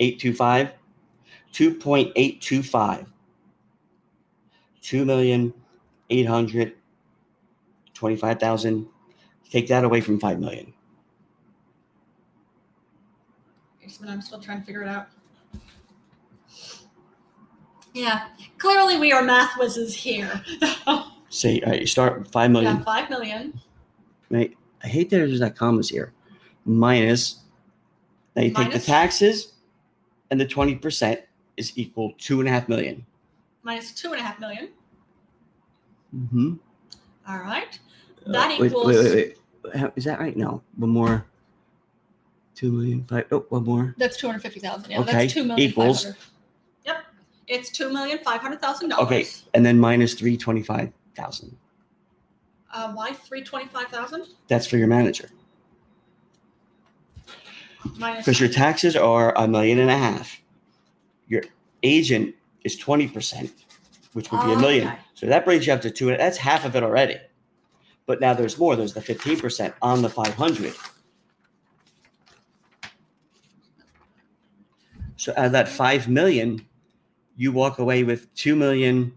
Speaker 1: 825, 2.825, 2 million, 825,000. Take that away from 5 million.
Speaker 2: Just a minute, I'm still trying to figure it out. Yeah, clearly we are math whizzes here.
Speaker 1: Say, all right, you start with five
Speaker 2: We
Speaker 1: million.
Speaker 2: got five million
Speaker 1: Right? I hate that there's not commas here. Minus. Now you take
Speaker 2: Minus?
Speaker 1: the taxes, and the twenty percent is equal two and a half million.
Speaker 2: minus two and a half million.
Speaker 1: Mm-hmm.
Speaker 2: All right, that
Speaker 1: Uh, wait,
Speaker 2: equals.
Speaker 1: Wait, wait, wait. How- Is that right? No, one more. Two million five. Oh, one more.
Speaker 2: That's two hundred fifty thousand. Yeah,
Speaker 1: Okay,
Speaker 2: that's two million.
Speaker 1: equals-
Speaker 2: 500. Yep, it's two million five hundred thousand
Speaker 1: Okay,
Speaker 2: dollars.
Speaker 1: and then minus three twenty-five thousand.
Speaker 2: Uh, why three twenty-five thousand
Speaker 1: That's for your manager
Speaker 2: minus?
Speaker 1: because your taxes are a million and a half. Your agent is twenty percent, which would be a million.
Speaker 2: Okay.
Speaker 1: So that brings you up to two. That's half of it already. But now there's more. There's the fifteen percent on the five hundred. So out of that five million, you walk away with two million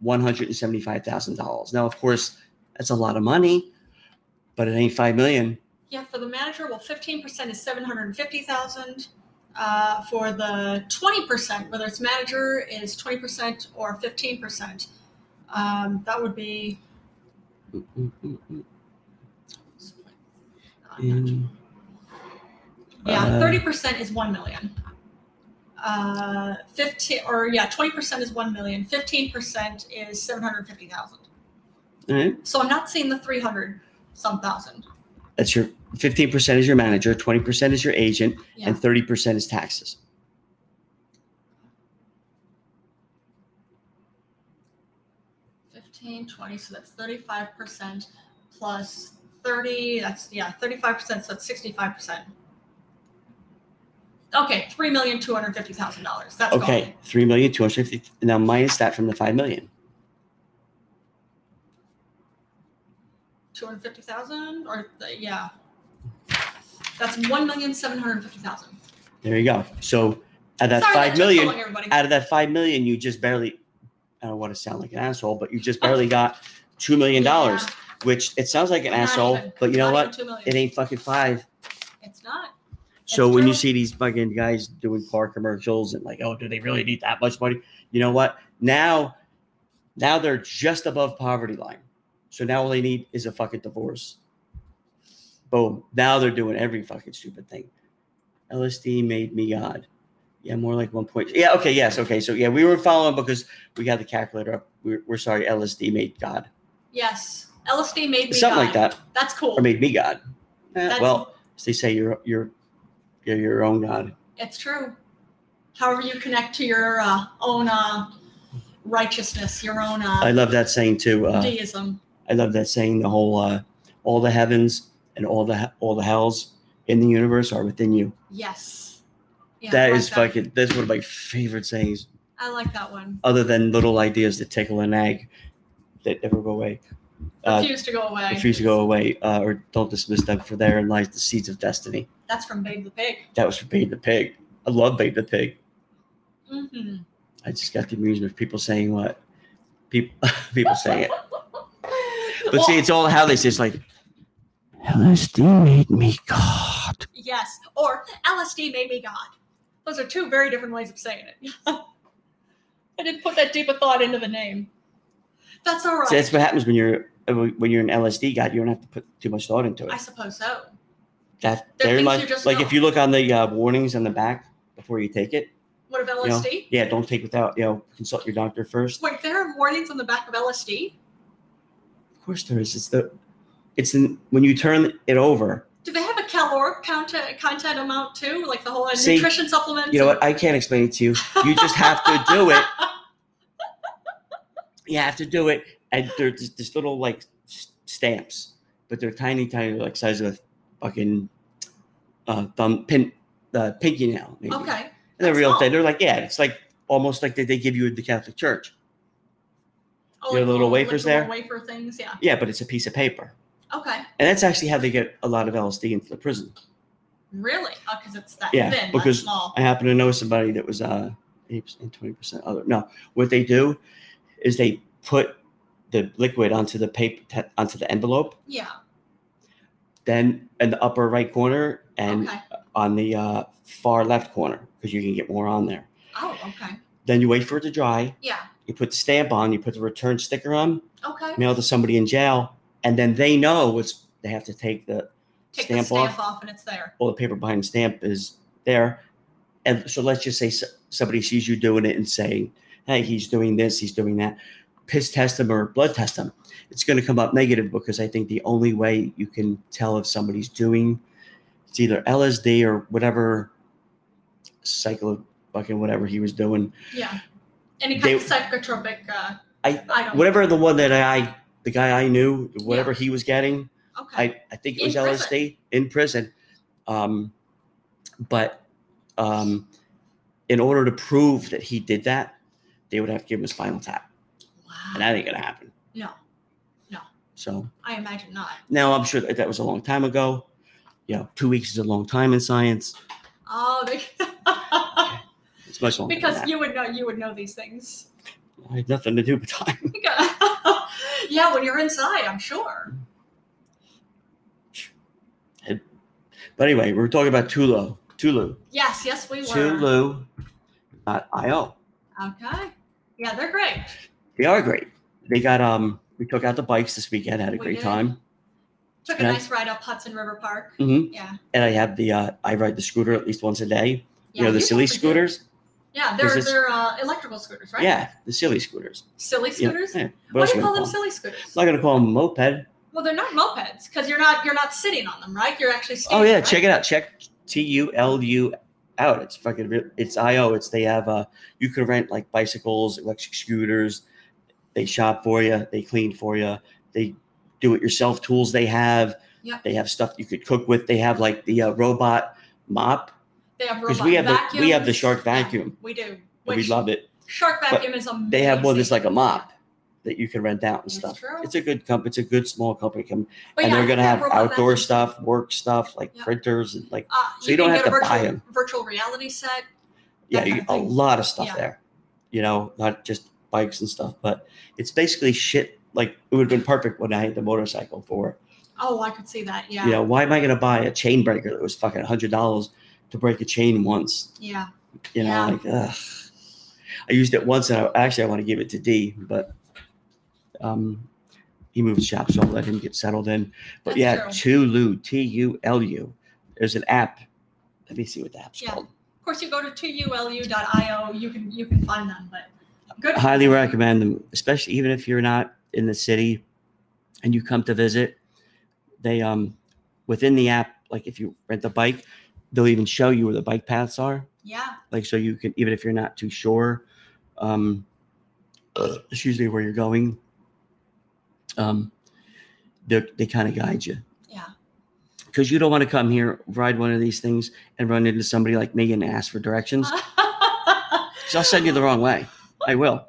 Speaker 1: one hundred and seventy-five thousand dollars. Now, of course, that's a lot of money, but it ain't five million.
Speaker 2: Yeah, for the manager, well, fifteen percent is seven hundred and fifty thousand. Uh, for the twenty percent, whether it's manager is twenty percent or fifteen percent, um, that would be. Yeah,
Speaker 1: Mm-hmm. Uh,
Speaker 2: thirty percent is one million. Uh, fifteen or yeah, twenty percent is one million. Fifteen percent is seven hundred fifty thousand.
Speaker 1: All right.
Speaker 2: So I'm not seeing the three hundred some thousand.
Speaker 1: That's your fifteen percent is your manager, twenty percent is your agent,
Speaker 2: Yeah.
Speaker 1: and thirty percent is taxes.
Speaker 2: Fifteen, twenty, so that's thirty-five percent plus thirty, that's, yeah, thirty-five percent, so that's sixty-five percent. Okay, three million, two hundred fifty thousand dollars, that's gone.
Speaker 1: Okay, three million two hundred fifty. Now minus that from the five million.
Speaker 2: Two hundred fifty thousand, or, the- yeah. That's one million, seven hundred fifty thousand.
Speaker 1: There you go. So out of that
Speaker 2: Sorry,
Speaker 1: five
Speaker 2: took so
Speaker 1: million,
Speaker 2: long, everybody.
Speaker 1: out of that five million, you just barely. I don't want to sound like an asshole, but you just barely got two million dollars,
Speaker 2: Yeah,
Speaker 1: which it sounds like an
Speaker 2: Not
Speaker 1: asshole,
Speaker 2: even-
Speaker 1: but you know
Speaker 2: not even
Speaker 1: what?
Speaker 2: two million.
Speaker 1: It ain't fucking five.
Speaker 2: It's not,
Speaker 1: So
Speaker 2: It's
Speaker 1: when you
Speaker 2: true.
Speaker 1: see these fucking guys doing car commercials and like, oh, do they really need that much money? You know what? Now, now they're just above poverty line. So now all they need is a fucking divorce. Boom. Now they're doing every fucking stupid thing. LSD made me God. Yeah, more like one point. Yeah, okay, yes, okay. So yeah, we were following because we had the calculator up. We're, we're sorry, LSD made God
Speaker 2: yes, LSD made me
Speaker 1: something like
Speaker 2: die.
Speaker 1: that,
Speaker 2: That's cool,
Speaker 1: or made me God. Eh,
Speaker 2: That's-
Speaker 1: well, as they say, you're you're you're your own God.
Speaker 2: it's true. However you connect to your, uh, own, uh, righteousness, your own
Speaker 1: I
Speaker 2: uh,
Speaker 1: love that saying too. Uh,
Speaker 2: deism.
Speaker 1: I love that saying. The whole uh, all the heavens and all the he- all the hells in the universe are within you.
Speaker 2: Yes. Yeah, I
Speaker 1: That
Speaker 2: like
Speaker 1: is fucking. That's one of my favorite sayings.
Speaker 2: I like that one.
Speaker 1: Other than little ideas that tickle and nag, that never go away. Uh,
Speaker 2: Refuse to go away.
Speaker 1: refuse to go away, uh, or don't dismiss them. For therein lies the seeds of destiny.
Speaker 2: That's from Babe the Pig.
Speaker 1: That was for Babe the Pig. I love Babe the Pig.
Speaker 2: hmm
Speaker 1: I just got the amusement of people saying what people people saying it. But see, it's all how they say. It's like LSD made me God.
Speaker 2: yes, or LSD made me God. Those are two very different ways of saying it. I didn't put that deep a thought into the name. That's all right.
Speaker 1: See, that's what happens when you're uh, when you're an LSD guy. You don't have to put too much thought into
Speaker 2: I
Speaker 1: it.
Speaker 2: suppose so.
Speaker 1: That
Speaker 2: There are
Speaker 1: there
Speaker 2: things
Speaker 1: might
Speaker 2: you just
Speaker 1: like
Speaker 2: know.
Speaker 1: if you look on the uh, warnings on the back before you take it.
Speaker 2: What of
Speaker 1: You know,
Speaker 2: LSD?
Speaker 1: yeah, don't take without you know consult your doctor first.
Speaker 2: Wait, there are warnings on the back of LSD?
Speaker 1: Of course there is. It's the it's in, when you turn it over.
Speaker 2: Do they have a caloric content, content amount too? Like the whole uh,
Speaker 1: See,
Speaker 2: nutrition supplements?
Speaker 1: You know what? I can't explain it to you. You just have to do it. You have to do it, and they're just this little like s- stamps, but they're tiny, tiny, like size of a fucking uh, thumb pin, uh, pinky nail. Maybe.
Speaker 2: Okay.
Speaker 1: And they're
Speaker 2: That's
Speaker 1: real
Speaker 2: all.
Speaker 1: thin. They're like, yeah, it's like almost like they, they give you at the Catholic Church.
Speaker 2: Oh,
Speaker 1: Your
Speaker 2: like
Speaker 1: little
Speaker 2: like
Speaker 1: wafers
Speaker 2: the little
Speaker 1: there?
Speaker 2: Wafer things, yeah.
Speaker 1: Yeah, but it's a piece of paper.
Speaker 2: Okay.
Speaker 1: And that's actually how they get a lot of LSD into the prison.
Speaker 2: Really? Because it's that
Speaker 1: Yeah,
Speaker 2: thin,
Speaker 1: because
Speaker 2: that small.
Speaker 1: I happen to know somebody that was uh, 8%, 20% other. No, what they do is they put the liquid onto the paper, te- onto the envelope,
Speaker 2: yeah.
Speaker 1: then in the upper right corner and
Speaker 2: okay.
Speaker 1: on the uh, far left corner, because you can get more on there.
Speaker 2: Oh, okay.
Speaker 1: Then you wait for it to dry.
Speaker 2: Yeah.
Speaker 1: You put the stamp on, you put the return sticker on,
Speaker 2: Okay.
Speaker 1: mail to somebody in jail, and then they know what's they have to take the
Speaker 2: Take
Speaker 1: stamp,
Speaker 2: the
Speaker 1: off.
Speaker 2: stamp off. and it's there.
Speaker 1: All the paper behind the stamp is there, and so let's just say s- somebody sees you doing it and saying, "Hey, he's doing this, he's doing that." Piss test them or blood test them. It's going to come up negative because I think the only way you can tell if somebody's doing it's either LSD or whatever psycho fucking whatever he was doing.
Speaker 2: Yeah. Any kind
Speaker 1: They-
Speaker 2: of psychotropic. Uh,
Speaker 1: I-
Speaker 2: I don't.
Speaker 1: Whatever the one that I the guy I knew, whatever he was getting,
Speaker 2: Okay.
Speaker 1: I, I think it
Speaker 2: In
Speaker 1: was
Speaker 2: prison.
Speaker 1: LSD in prison. Um, but um, in order to prove that he did that, they would have to give him a spinal tap. And
Speaker 2: wow.
Speaker 1: that ain't going to happen.
Speaker 2: No. No.
Speaker 1: So
Speaker 2: I imagine not.
Speaker 1: now I'm sure that, that was a long time ago. You know, two weeks is a long time in science.
Speaker 2: Oh, they,
Speaker 1: It's much longer.
Speaker 2: because
Speaker 1: than that.
Speaker 2: you would know. You would know these things.
Speaker 1: I had nothing to do with time.
Speaker 2: yeah, when you're inside, I'm sure.
Speaker 1: But anyway, we were talking about Tulu. Tulu.
Speaker 2: Yes, yes, we were.
Speaker 1: Tulu. Not IO.
Speaker 2: Okay. Yeah, they're great.
Speaker 1: They are great. They got, um, we took out the bikes this weekend, had a
Speaker 2: We
Speaker 1: great
Speaker 2: did.
Speaker 1: time.
Speaker 2: Took a
Speaker 1: Yeah.
Speaker 2: nice ride up Hudson River Park.
Speaker 1: hmm
Speaker 2: Yeah.
Speaker 1: and I have the uh, I ride the scooter at least once a day.
Speaker 2: yeah
Speaker 1: you know the silly
Speaker 2: definitely did.
Speaker 1: scooters.
Speaker 2: Yeah,
Speaker 1: Is
Speaker 2: they're
Speaker 1: this-
Speaker 2: they're uh, electrical scooters, right?
Speaker 1: Yeah, the silly scooters.
Speaker 2: Silly
Speaker 1: You know,
Speaker 2: scooters.
Speaker 1: yeah. What
Speaker 2: Why
Speaker 1: else am
Speaker 2: do
Speaker 1: I gonna
Speaker 2: you call them
Speaker 1: call them?
Speaker 2: silly scooters?
Speaker 1: I'm not gonna call them moped.
Speaker 2: well, they're not mopeds because you're not you're not sitting on them, right? You're actually skating.
Speaker 1: Oh yeah,
Speaker 2: right?
Speaker 1: check it out. Check T U L U out. It's fucking. Real, it's I O. It's they have. Uh, you can rent like bicycles, electric scooters. They shop for you. They clean for you. They do it yourself tools. They have.
Speaker 2: Yeah.
Speaker 1: They have stuff you could cook with. They have like the uh, robot mop
Speaker 2: They have
Speaker 1: because
Speaker 2: robot
Speaker 1: we have the
Speaker 2: vacuums.
Speaker 1: we have the shark
Speaker 2: Yeah,
Speaker 1: vacuum.
Speaker 2: we do.
Speaker 1: and
Speaker 2: Which
Speaker 1: we love it.
Speaker 2: shark
Speaker 1: but
Speaker 2: vacuum is amazing.
Speaker 1: they have one that's like a mop that you can rent out and
Speaker 2: That's
Speaker 1: stuff.
Speaker 2: true.
Speaker 1: It's a good company. It's a good small company, com-
Speaker 2: But
Speaker 1: and
Speaker 2: yeah,
Speaker 1: they're
Speaker 2: I
Speaker 1: gonna
Speaker 2: think that
Speaker 1: have
Speaker 2: robot
Speaker 1: outdoor
Speaker 2: vacuum-
Speaker 1: stuff, work stuff like
Speaker 2: Yeah.
Speaker 1: printers and like
Speaker 2: Uh,
Speaker 1: so you don't
Speaker 2: can
Speaker 1: have
Speaker 2: get a
Speaker 1: to buy
Speaker 2: virtual,
Speaker 1: 'em.
Speaker 2: Virtual reality set.
Speaker 1: yeah,
Speaker 2: kind
Speaker 1: you,
Speaker 2: of
Speaker 1: a
Speaker 2: thing.
Speaker 1: lot of stuff
Speaker 2: Yeah.
Speaker 1: there. You know, not just bikes and stuff, but it's basically shit. Like it would have been perfect when I had the motorcycle for.
Speaker 2: Oh, I could see that. Yeah.
Speaker 1: You know, why am I gonna buy a chain breaker that was fucking hundred dollars to break a chain once?
Speaker 2: Yeah.
Speaker 1: You know,
Speaker 2: Yeah.
Speaker 1: like ugh. I used it once, and I, actually I want to give it to D, but um, he moved shops, so I'll let him get settled in. But
Speaker 2: That's
Speaker 1: yeah,
Speaker 2: true.
Speaker 1: Tulu, T U L U. There's an app. Let me see what the app's
Speaker 2: Yeah.
Speaker 1: called.
Speaker 2: Of course, you go to 2ulu.io. You can you can find them, but good.
Speaker 1: I highly recommend them, especially even if you're not in the city and you come to visit. They um within the app, like if you rent the bike, they'll even show you where the bike paths are.
Speaker 2: Yeah.
Speaker 1: like so you can even if you're not too sure um excuse me, where you're going, um, they they kind of guide you.
Speaker 2: Yeah.
Speaker 1: Because you don't want to come here, ride one of these things, and run into somebody like me and ask for directions. So I'll send you the wrong way. I will.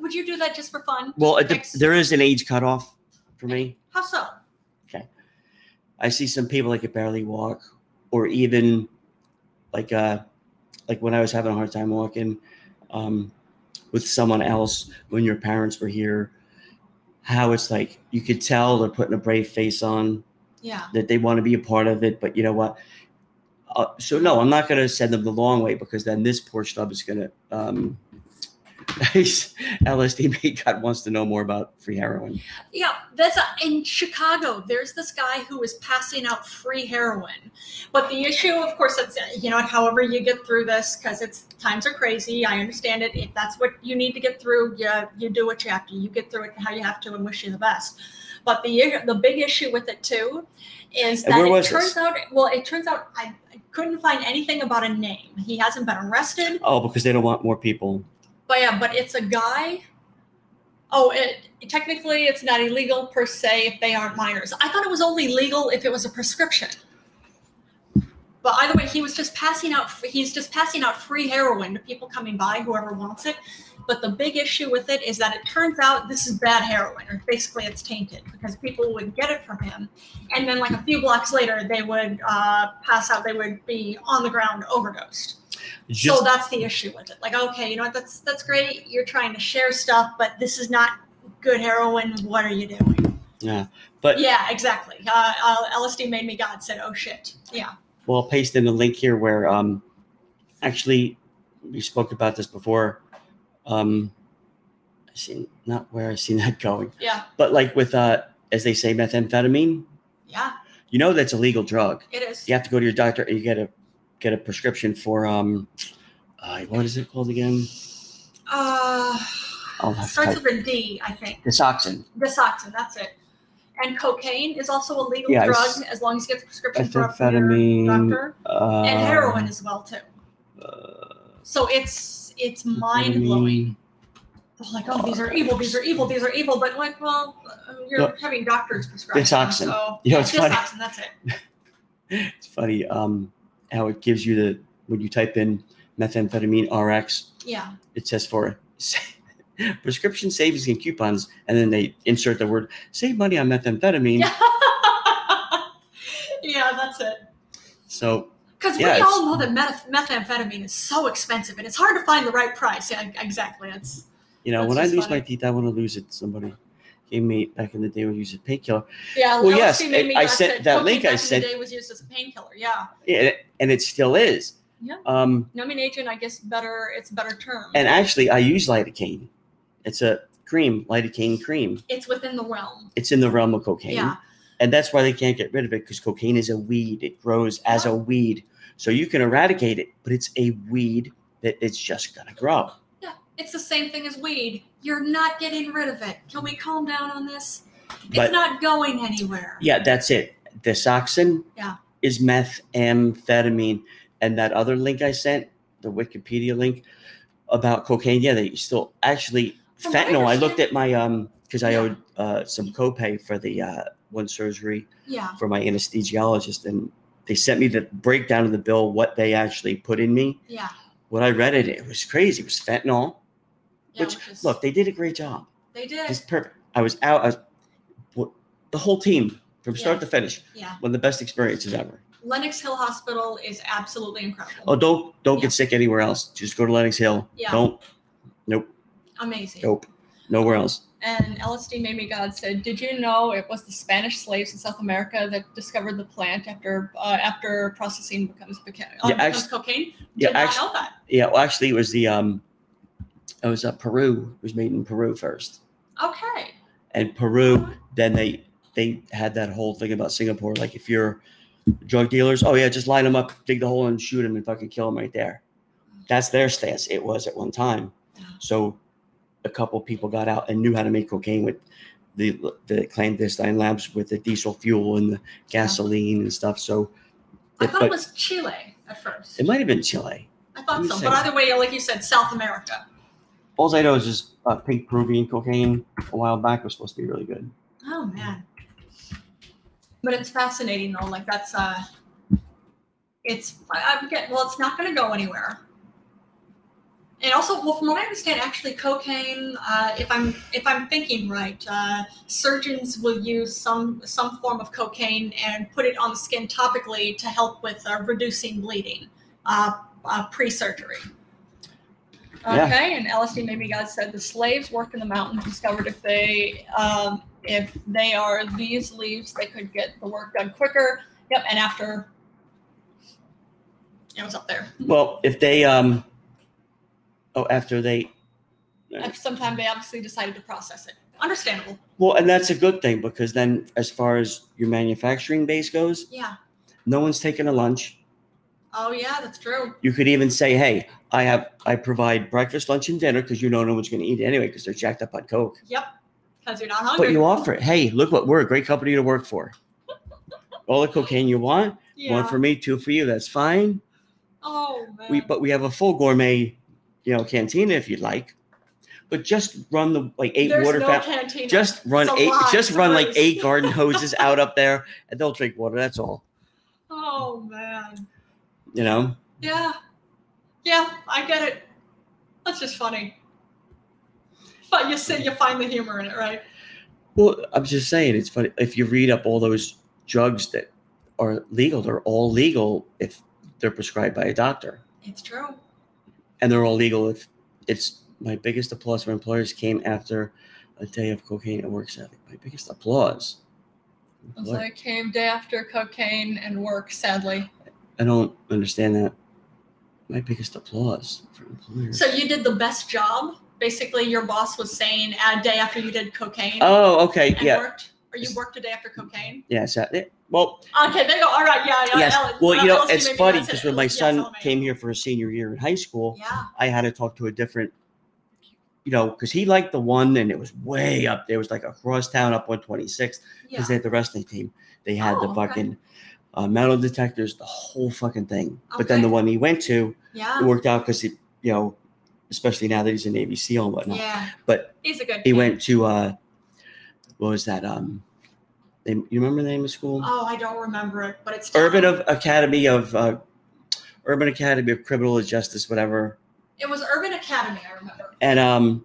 Speaker 2: Would you do that just for fun?
Speaker 1: Well, it
Speaker 2: Just for
Speaker 1: de-
Speaker 2: kicks?
Speaker 1: there is an age cutoff for me.
Speaker 2: how so?
Speaker 1: I see some people that could barely walk, or even like uh, like when I was having a hard time walking um, with someone else when your parents were here. How it's like you could tell they're putting a brave face on
Speaker 2: Yeah.
Speaker 1: that they want to be a part of it, but you know what? Uh, so no, I'm not going to send them the long way because then this poor stub is going to. Um, LSD God wants to know more about free heroin.
Speaker 2: Yeah, that's a, in Chicago. There's this guy who was passing out free heroin, but the issue, of course, it's you know, however you get through this, because it's times are crazy. I understand it. If that's what you need to get through, yeah, you do what you have to. You get through it how you have to, and wish you the best. But the i- the big issue with it too is
Speaker 1: And
Speaker 2: that
Speaker 1: where
Speaker 2: it
Speaker 1: was
Speaker 2: turns
Speaker 1: this?
Speaker 2: out. Well, it turns out I, I couldn't find anything about a name. He hasn't been arrested.
Speaker 1: Oh, because they don't want more people.
Speaker 2: But yeah, but it's a guy. Oh, it technically it's not illegal per se if they aren't minors. I thought it was only legal if it was a prescription. But either way, he was just passing out. He's just passing out free heroin to people coming by, whoever wants it. But the big issue with it is that it turns out this is bad heroin, or basically it's tainted because people would get it from him, and then like a few blocks later, they would uh, pass out. They would be on the ground, overdosed
Speaker 1: Just
Speaker 2: so that's the issue with it. Like, okay, you know what? That's that's great. You're trying to share stuff, but this is not good heroin. What are you doing?
Speaker 1: Yeah, but-
Speaker 2: yeah, exactly. Uh, uh, LSD made me God. Said, oh shit. Yeah.
Speaker 1: Well, I'll paste in a link here where um, actually we spoke about this before. Um, I seen not where I seen that going,
Speaker 2: Yeah.
Speaker 1: but like with uh, as they say, methamphetamine.
Speaker 2: Yeah.
Speaker 1: You know that's a legal drug.
Speaker 2: It is.
Speaker 1: You have to go to your doctor and you get a get a prescription for um, uh, what is it called again?
Speaker 2: Uh,
Speaker 1: I'll have to
Speaker 2: starts
Speaker 1: type-
Speaker 2: with a D, I think.
Speaker 1: Disoxin.
Speaker 2: Disoxin. That's it. And cocaine is also a legal
Speaker 1: Yeah,
Speaker 2: drug
Speaker 1: it's-
Speaker 2: as long as you get the prescription from your
Speaker 1: Methamphetamine.
Speaker 2: doctor.
Speaker 1: Uh,
Speaker 2: And heroin as well too.
Speaker 1: uh,
Speaker 2: So it's it's mind blowing. They're like, oh, these are evil, these are evil, these are evil. But like, well, uh, you're
Speaker 1: No.
Speaker 2: having doctors prescribe. them,
Speaker 1: Detoxin.
Speaker 2: So
Speaker 1: You know, it's funny.
Speaker 2: Detoxin, that's it.
Speaker 1: It's funny um, how it gives you the when you type in methamphetamine RX,
Speaker 2: Yeah.
Speaker 1: it says for prescription savings and coupons, and then they insert the word save money on methamphetamine.
Speaker 2: Yeah. yeah, that's it.
Speaker 1: So
Speaker 2: Because
Speaker 1: Yeah,
Speaker 2: we
Speaker 1: it's-
Speaker 2: all know that meth- methamphetamine is so expensive and it's hard to find the right price. Yeah, exactly. That's
Speaker 1: you know,
Speaker 2: That's
Speaker 1: when I
Speaker 2: just
Speaker 1: lose
Speaker 2: funny.
Speaker 1: my teeth, I want to lose it. Somebody gave me back in the day would use a painkiller.
Speaker 2: yeah.
Speaker 1: Well,
Speaker 2: LSD
Speaker 1: yes,
Speaker 2: made me
Speaker 1: I- I
Speaker 2: not
Speaker 1: sent
Speaker 2: to-
Speaker 1: that
Speaker 2: cocaine
Speaker 1: link I
Speaker 2: back in the
Speaker 1: sent-
Speaker 2: day was used as a painkiller. Yeah.
Speaker 1: Yeah, and it- and it still is.
Speaker 2: Yeah.
Speaker 1: Um,
Speaker 2: Numbing agent, I guess, better. It's a better term.
Speaker 1: and actually, I use lidocaine. It's a cream, lidocaine cream.
Speaker 2: it's within the realm.
Speaker 1: It's in the realm of cocaine.
Speaker 2: Yeah.
Speaker 1: And that's why they can't get rid of it because cocaine is a weed. It grows as a weed. So you can eradicate it, but it's a weed that it's just going to grow.
Speaker 2: Yeah, it's the same thing as weed. You're not getting rid of it. Can we calm down on this?
Speaker 1: But-
Speaker 2: it's not going anywhere.
Speaker 1: Yeah, that's it. Disoxin
Speaker 2: Yeah.
Speaker 1: is methamphetamine. And that other link I sent, the Wikipedia link about cocaine, yeah, they still actually
Speaker 2: From what
Speaker 1: fentanyl.
Speaker 2: I
Speaker 1: I
Speaker 2: understand-
Speaker 1: looked at my um because I
Speaker 2: Yeah.
Speaker 1: owed uh, some copay for the uh, one surgery
Speaker 2: Yeah.
Speaker 1: for my anesthesiologist, and they sent me the breakdown of the bill what they actually put in me.
Speaker 2: Yeah.
Speaker 1: When I read it, it was crazy. It was fentanyl,
Speaker 2: yeah,
Speaker 1: which,
Speaker 2: is-
Speaker 1: look, they did a great job.
Speaker 2: they did.
Speaker 1: Just perfect. I was out. I was, w- the whole team from start
Speaker 2: Yeah.
Speaker 1: to finish
Speaker 2: yeah.
Speaker 1: one of the best experiences ever.
Speaker 2: Lenox Hill Hospital is absolutely incredible.
Speaker 1: Oh, don't don't
Speaker 2: Yeah.
Speaker 1: get sick anywhere else. Just go to Lenox Hill.
Speaker 2: Yeah.
Speaker 1: Don't
Speaker 2: Amazing.
Speaker 1: nope. Nowhere else.
Speaker 2: And LSD Made Me God said, "Did you know it was the Spanish slaves in South America that discovered the plant after uh, after processing becomes, beca- uh,
Speaker 1: Yeah,
Speaker 2: becomes
Speaker 1: actu-
Speaker 2: cocaine? Did
Speaker 1: yeah,
Speaker 2: not
Speaker 1: actu-
Speaker 2: know that.
Speaker 1: Yeah. Well, actually, it was the um, it was uh, Peru. It was made in Peru first,
Speaker 2: Okay.
Speaker 1: and Peru. Then they they had that whole thing about Singapore. Like if you're drug dealers, oh yeah, just line them up, dig the hole, and shoot them, and fucking kill them right there. That's their stance. It was at one time. So a couple people got out and knew how to make cocaine with the the clandestine labs with the diesel fuel and the gasoline and stuff. So
Speaker 2: I
Speaker 1: it-
Speaker 2: thought
Speaker 1: but-
Speaker 2: it was Chile at first.
Speaker 1: It might have been Chile.
Speaker 2: I
Speaker 1: let
Speaker 2: thought
Speaker 1: me
Speaker 2: so,
Speaker 1: see.
Speaker 2: but either way, like you said, South America.
Speaker 1: All I know is just uh, pink Peruvian cocaine a while back was supposed to be really good.
Speaker 2: Oh man. But it's fascinating though. Like that's uh it's I- I'm getting well, it's not gonna go anywhere. And also, well, from what I understand, actually, cocaine. Uh, if I'm if I'm thinking right, uh, surgeons will use some some form of cocaine and put it on the skin topically to help with uh, reducing bleeding uh, uh, pre-surgery.
Speaker 1: Yeah.
Speaker 2: Okay, and LSD Maybe God said the slaves working the mountains discovered if they um, if they are these leaves, they could get the work done quicker. Yep, and after it was up there.
Speaker 1: Well, if they um, oh, after they,
Speaker 2: After some time, they obviously decided to process it. Understandable.
Speaker 1: well, and that's a good thing because then, as far as your manufacturing base goes,
Speaker 2: Yeah.
Speaker 1: no one's taking a lunch.
Speaker 2: Oh yeah, that's true.
Speaker 1: You could even say, "Hey, I have I provide breakfast, lunch, and dinner because you know no one's going to eat anyway because they're jacked up on coke."
Speaker 2: Yep, because you're not hungry.
Speaker 1: But you offer it. Hey, look what we're a great company to work for. All the cocaine you want,
Speaker 2: yeah.
Speaker 1: one for me, two for you. That's fine.
Speaker 2: oh man.
Speaker 1: We but we have a full gourmet, you know, cantina if you'd like. But just run the like eight
Speaker 2: There's
Speaker 1: water
Speaker 2: no
Speaker 1: fountains.
Speaker 2: cantina.
Speaker 1: Just run
Speaker 2: It's a
Speaker 1: eight.
Speaker 2: lie.
Speaker 1: Just
Speaker 2: It's a
Speaker 1: run like
Speaker 2: ruse.
Speaker 1: eight garden hoses out up there, and they'll drink water. That's all.
Speaker 2: Oh man.
Speaker 1: You know.
Speaker 2: Yeah. Yeah, I get it. That's just funny. But you see, you find the humor in it, right?
Speaker 1: Well, I'm just saying it's funny if you read up all those drugs that are legal. They're all legal if they're prescribed by a doctor,
Speaker 2: It's true.
Speaker 1: and they're all legal if it's my biggest applause for employers came after a day of cocaine and work ethic. My biggest applause.
Speaker 2: And so it came day after cocaine and work, sadly.
Speaker 1: I don't understand that. My biggest applause for employers.
Speaker 2: So you did the best job. Basically, your boss was saying a day after you did cocaine
Speaker 1: oh, okay,
Speaker 2: and
Speaker 1: yeah,
Speaker 2: worked, or you worked a day after cocaine.
Speaker 1: yeah. So, yeah, well,
Speaker 2: Okay, they go, all right, yeah, yeah.
Speaker 1: yes.
Speaker 2: Ellen-
Speaker 1: well, you know,
Speaker 2: Ellen's
Speaker 1: it's
Speaker 2: maybe
Speaker 1: funny
Speaker 2: that's it.
Speaker 1: because when my
Speaker 2: Yes,
Speaker 1: son
Speaker 2: Ellen.
Speaker 1: came here for his senior year in high school,
Speaker 2: Yeah.
Speaker 1: I had to talk to a different, you know, because he liked the one and it was way up there. It was like across town, up 126.
Speaker 2: Yeah.
Speaker 1: Because they had the wrestling team. They had
Speaker 2: Oh,
Speaker 1: the
Speaker 2: okay.
Speaker 1: fucking uh, metal detectors, the whole fucking thing. But then
Speaker 2: Okay. Oh.
Speaker 1: the one he went to, it
Speaker 2: Yeah.
Speaker 1: worked out because he, you know, especially now that he's a Navy SEAL and whatnot.
Speaker 2: Yeah.
Speaker 1: But
Speaker 2: He's a good
Speaker 1: he
Speaker 2: kid.
Speaker 1: went to uh what was that um they, you remember the name of school
Speaker 2: Oh, I don't remember it, but it's
Speaker 1: urban of academy of uh urban academy of criminal justice whatever
Speaker 2: It was Urban Academy, I remember.
Speaker 1: and um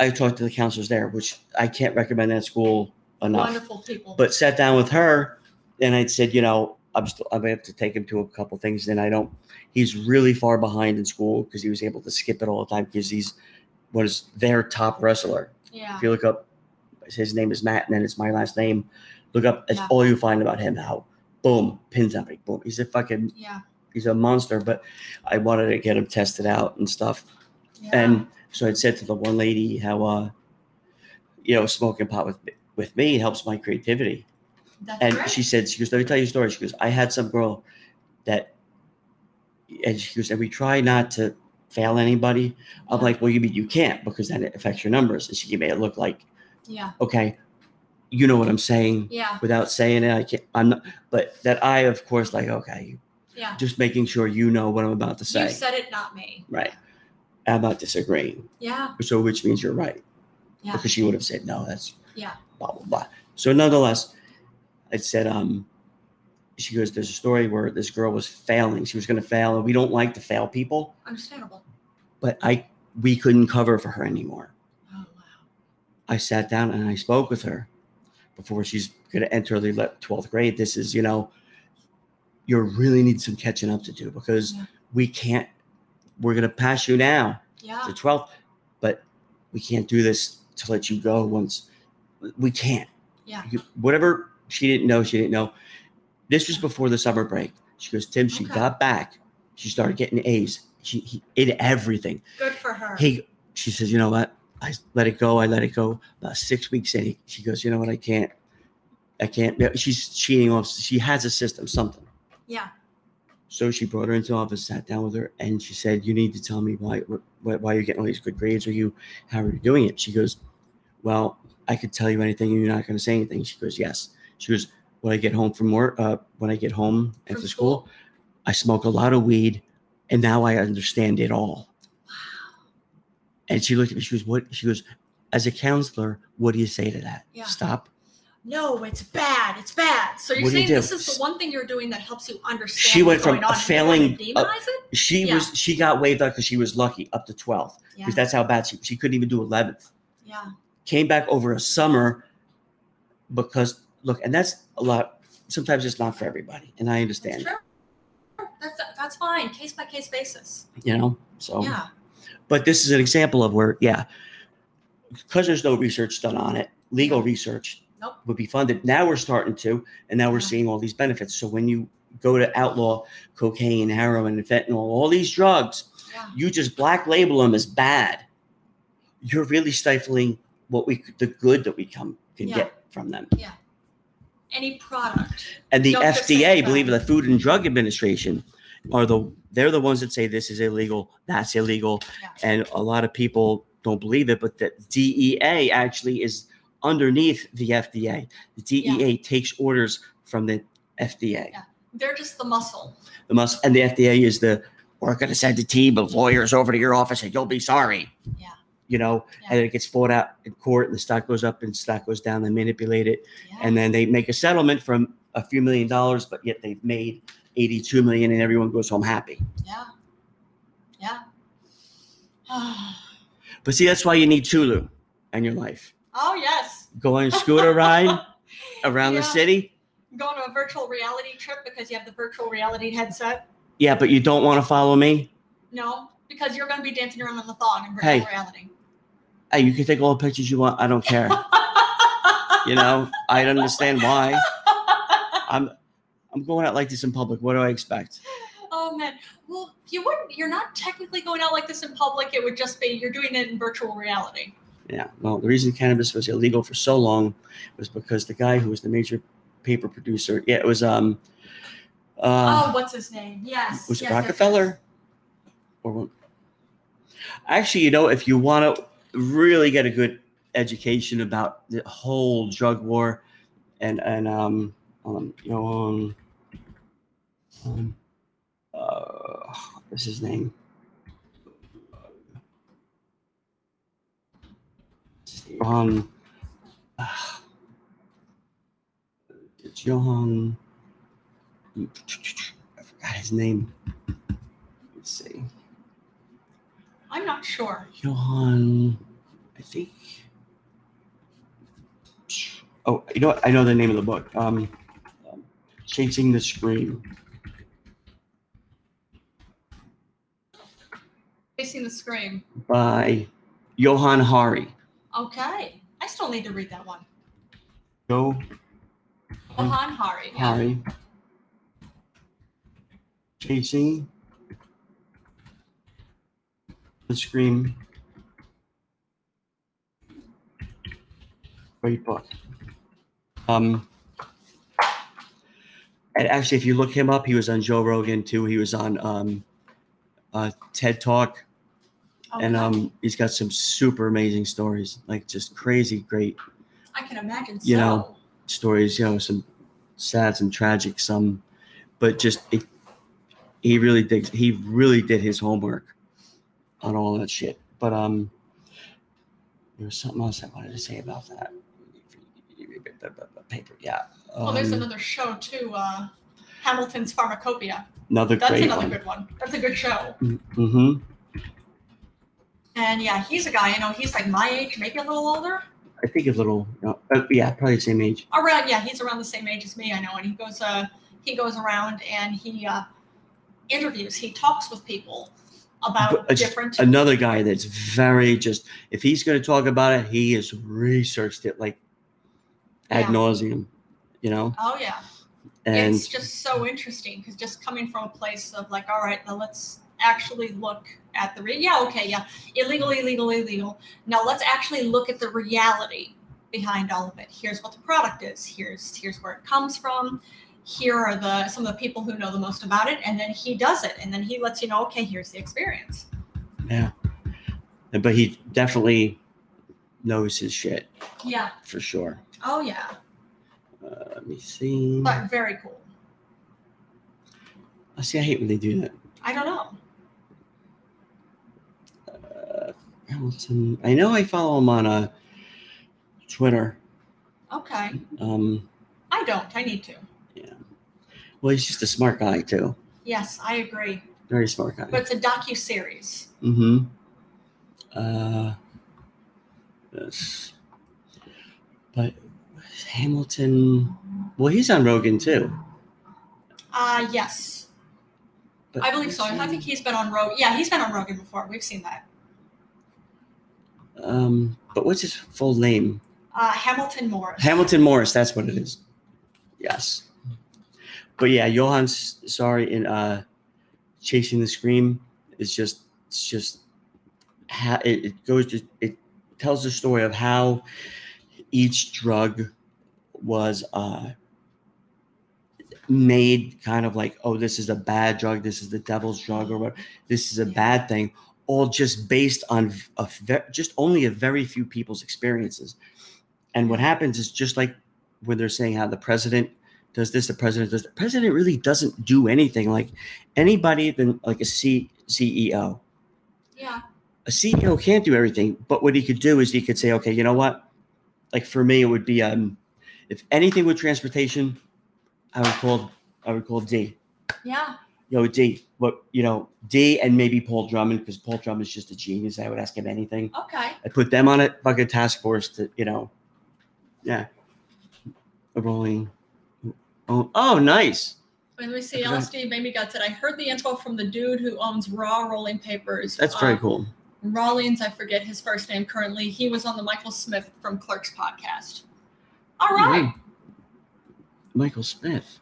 Speaker 1: i talked to the counselors there which i can't recommend that school enough
Speaker 2: Wonderful people.
Speaker 1: but sat down with her and i said you know i'm still i'm gonna have to take him to a couple things and i don't he's really far behind in school because he was able to skip it all the time because he's was their top wrestler
Speaker 2: yeah.
Speaker 1: If you look up, his name is Matt, and then it's my last name. Look up. That's
Speaker 2: Yeah.
Speaker 1: all you find about him. How, boom, pin somebody. Boom. He's a fucking.
Speaker 2: Yeah.
Speaker 1: He's a monster. But I wanted to get him tested out and stuff.
Speaker 2: Yeah.
Speaker 1: And so I said to the one lady how, uh, you know, smoking pot with with me helps my creativity.
Speaker 2: That's
Speaker 1: And
Speaker 2: right.
Speaker 1: she said, she goes, let me tell you a story. She goes, I had some girl that, and she goes, and we try not to fail anybody. I'm like, well, you mean you can't because then it affects your numbers. And she gave me it look like
Speaker 2: yeah.
Speaker 1: okay, you know what I'm saying
Speaker 2: Yeah.
Speaker 1: without saying it. I can't, I'm not, but that I, of course, like, okay,
Speaker 2: Yeah.
Speaker 1: just making sure you know what I'm about to say.
Speaker 2: You said it, not me.
Speaker 1: right. I'm not disagreeing.
Speaker 2: Yeah.
Speaker 1: So, which means you're right.
Speaker 2: Yeah.
Speaker 1: Because she would have said, no, that's
Speaker 2: Yeah.
Speaker 1: blah, blah, blah. So, nonetheless, I said, um, she goes, there's a story where this girl was failing. She was going to fail, and we don't like to fail people,
Speaker 2: Understandable.
Speaker 1: but I, we couldn't cover for her anymore.
Speaker 2: Oh, wow.
Speaker 1: I sat down and I spoke with her before she's going to enter the le- 12th grade. This is, you know, you really need some catching up to do because
Speaker 2: Yeah.
Speaker 1: we can't, we're going to pass you now
Speaker 2: Yeah.
Speaker 1: to 12th, but we can't do this to let you go once. We can't.
Speaker 2: Yeah.
Speaker 1: You- whatever she didn't know, she didn't know. This was before the summer break. She goes, Tim, she
Speaker 2: Okay.
Speaker 1: got back. She started getting A's. She he, in everything
Speaker 2: Good for her.
Speaker 1: he she says you know what i let it go i let it go about six weeks in he, she goes you know what i can't i can't yeah, she's cheating off she has a system something
Speaker 2: Yeah.
Speaker 1: so she brought her into office sat down with her and she said you need to tell me why why, why you're getting all these good grades are you how are you doing it she goes well i could tell you anything and you're not going to say anything she goes yes she goes when i get home from work uh, when i get home
Speaker 2: From
Speaker 1: after school i smoke a lot of weed and now i understand it all And she looked at me. She goes, "What?" She goes, "As a counselor, what do you say to that?
Speaker 2: Yeah.
Speaker 1: Stop."
Speaker 2: No, it's bad. It's bad. So you're
Speaker 1: What do you
Speaker 2: saying
Speaker 1: do?
Speaker 2: this is the one thing you're doing that helps you understand.
Speaker 1: She went
Speaker 2: what's
Speaker 1: from
Speaker 2: going on.
Speaker 1: a failing-
Speaker 2: You don't demonize it.
Speaker 1: She
Speaker 2: Yeah.
Speaker 1: was. She got waived out because she was lucky up to twelfth
Speaker 2: Yeah,
Speaker 1: because that's how bad she. She couldn't even do eleventh.
Speaker 2: yeah,
Speaker 1: Came back over a summer because look, and that's a lot. Sometimes it's not for everybody, and I
Speaker 2: that's
Speaker 1: understand.
Speaker 2: true. That's that's fine. Case by case basis.
Speaker 1: You know, so.
Speaker 2: Yeah,
Speaker 1: But this is an example of where, yeah, because there's no research done on it, legal research
Speaker 2: Nope.
Speaker 1: would be funded. Now we're starting to, and now we're
Speaker 2: Yeah.
Speaker 1: seeing all these benefits. So when you go to outlaw cocaine, heroin, and fentanyl, all these drugs,
Speaker 2: yeah,
Speaker 1: you just black label them as bad. You're really stifling what we the good that we come can
Speaker 2: Yeah.
Speaker 1: get from them.
Speaker 2: yeah. Any product.
Speaker 1: And the
Speaker 2: Don't just say
Speaker 1: FDA,
Speaker 2: bad.
Speaker 1: believe it, the Food and Drug Administration, are the they're the ones that say this is illegal, that's illegal,
Speaker 2: Yeah.
Speaker 1: and a lot of people don't believe it. But the DEA actually is underneath the FDA. The DEA takes orders from the FDA.
Speaker 2: They're just the muscle.
Speaker 1: The must and the FDA is the we're going to send a team of lawyers over to your office and you'll be sorry.
Speaker 2: Yeah.
Speaker 1: You know,
Speaker 2: Yeah.
Speaker 1: and then it gets fought out in court, and the stock goes up and stock goes down. They manipulate it
Speaker 2: Yeah.
Speaker 1: and then they make a settlement from a few million dollars, but yet they've made 82 million and everyone goes home happy.
Speaker 2: yeah. Yeah. Oh
Speaker 1: But see, that's why you need Tulu in your life.
Speaker 2: Oh, yes.
Speaker 1: Go on a scooter ride around the
Speaker 2: Yeah.
Speaker 1: city.
Speaker 2: Go on a virtual reality trip because you have the virtual reality headset.
Speaker 1: Yeah, but you don't want to follow me.
Speaker 2: No, because you're going to be dancing around in the fog in virtual
Speaker 1: Hey.
Speaker 2: reality.
Speaker 1: Hey, you can take all the pictures you want. I don't care. you know, I don't understand why. I'm I'm going out like this in public. What do I expect?
Speaker 2: Oh man. Well, you wouldn't. You're not technically going out like this in public. It would just be you're doing it in virtual reality.
Speaker 1: Yeah. Well, the reason cannabis was illegal for so long was because the guy who was the major paper producer, yeah, it was um uh,
Speaker 2: oh, what's his name? Yes.
Speaker 1: was it
Speaker 2: yes, yes,
Speaker 1: Rockefeller?
Speaker 2: yes.
Speaker 1: Or what? Actually, you know, if you want to really get a good education about the whole drug war, and and um, um you know um, um uh, what's his name? Johan. ah, it's Johan. I forgot his name. Let's see.
Speaker 2: I'm not sure.
Speaker 1: Johan, I think. Oh, you know what? I know the name of the book. Um, um, Chasing the Scream.
Speaker 2: Facing the scream.
Speaker 1: by Johan Hari.
Speaker 2: Okay. I still need to read that one.
Speaker 1: Joe Um,
Speaker 2: Mohan Hari. yeah.
Speaker 1: Hari. Chasing the Scream. Great book. Um, and actually, if you look him up, he was on Joe Rogan too. He was on um, uh, TED Talk
Speaker 2: Okay.
Speaker 1: and um he's got some super amazing stories like just crazy great
Speaker 2: I can imagine.
Speaker 1: you
Speaker 2: so.
Speaker 1: know, stories you know some sad some tragic some but just it, he really did he really did his homework on all that shit but um there was something else i wanted to say about that paper yeah
Speaker 2: well, Oh, there's
Speaker 1: um,
Speaker 2: another show too. Uh, Hamilton's Pharmacopoeia.
Speaker 1: another
Speaker 2: That's
Speaker 1: great
Speaker 2: another
Speaker 1: one
Speaker 2: good one. That's a good show.
Speaker 1: hmm
Speaker 2: And yeah, he's a guy. I know he's like my age, maybe a little older.
Speaker 1: i think a little you know, uh, yeah probably the same age
Speaker 2: around yeah he's around the same age as me i know and he goes uh he goes around and he uh interviews he talks with people about
Speaker 1: But uh, it's
Speaker 2: different
Speaker 1: another guy that's very just if he's going to talk about it he has researched it like ad
Speaker 2: Yeah.
Speaker 1: nauseum you know
Speaker 2: oh yeah
Speaker 1: and
Speaker 2: it's just so interesting because just coming from a place of like all right now let's actually look at the re- yeah okay yeah illegal illegal illegal now let's actually look at the reality behind all of it here's what the product is here's here's where it comes from here are the some of the people who know the most about it and then he does it and then he lets you know okay here's the experience
Speaker 1: yeah but he definitely knows his shit
Speaker 2: yeah
Speaker 1: for sure
Speaker 2: Oh yeah,
Speaker 1: uh, let me see
Speaker 2: but very cool.
Speaker 1: i see i hate when they do that
Speaker 2: I don't know.
Speaker 1: uh, Hamilton. I know I follow him on uh, Twitter.
Speaker 2: Okay.
Speaker 1: Um,
Speaker 2: I don't. I need to.
Speaker 1: well, he's just a smart guy too.
Speaker 2: Yes, I agree.
Speaker 1: Very smart guy.
Speaker 2: But it's a docu series.
Speaker 1: Mm-hmm. Uh, yes. But Hamilton. Well, he's on Rogan too.
Speaker 2: Uh yes.
Speaker 1: But
Speaker 2: I believe so. I think he's been on Rogan. Yeah, he's been on Rogan before. We've seen that.
Speaker 1: Um, but what's his full name?
Speaker 2: Uh, Hamilton Morris.
Speaker 1: Hamilton Morris. That's what it is. Yes. But yeah, Johan S- Sorry in uh, Chasing the Scream is just it's just how it, it goes to it tells the story of how each drug was uh, made kind of like oh this is a bad drug this is the devil's drug or what this is a
Speaker 2: Yeah.
Speaker 1: bad thing all just based on v- a ve- just only a very few people's experiences and what happens is just like when they're saying how the president does this the president does the president really doesn't do anything like anybody than like a C- ceo
Speaker 2: Yeah.
Speaker 1: a CEO can't do everything, but what he could do is he could say, okay, you know what? Like for me, it would be um, if anything with transportation, I would call I would call D.
Speaker 2: Yeah.
Speaker 1: Yo, D, what you know, D and maybe Paul Drummond, because Paul Drummond's just a genius. I would ask him anything.
Speaker 2: Okay.
Speaker 1: I put them on a fucking task force to, you know, yeah. Rolling. Oh, oh nice.
Speaker 2: When we see
Speaker 1: Okay.
Speaker 2: LSD, Baby God said, I heard the info from the dude who owns Raw Rolling Papers.
Speaker 1: That's very
Speaker 2: Um,
Speaker 1: cool.
Speaker 2: Rawlings, I forget his first name currently. He was on the Michael Smith from Clerks podcast. All
Speaker 1: Yeah.
Speaker 2: right.
Speaker 1: Michael Smith.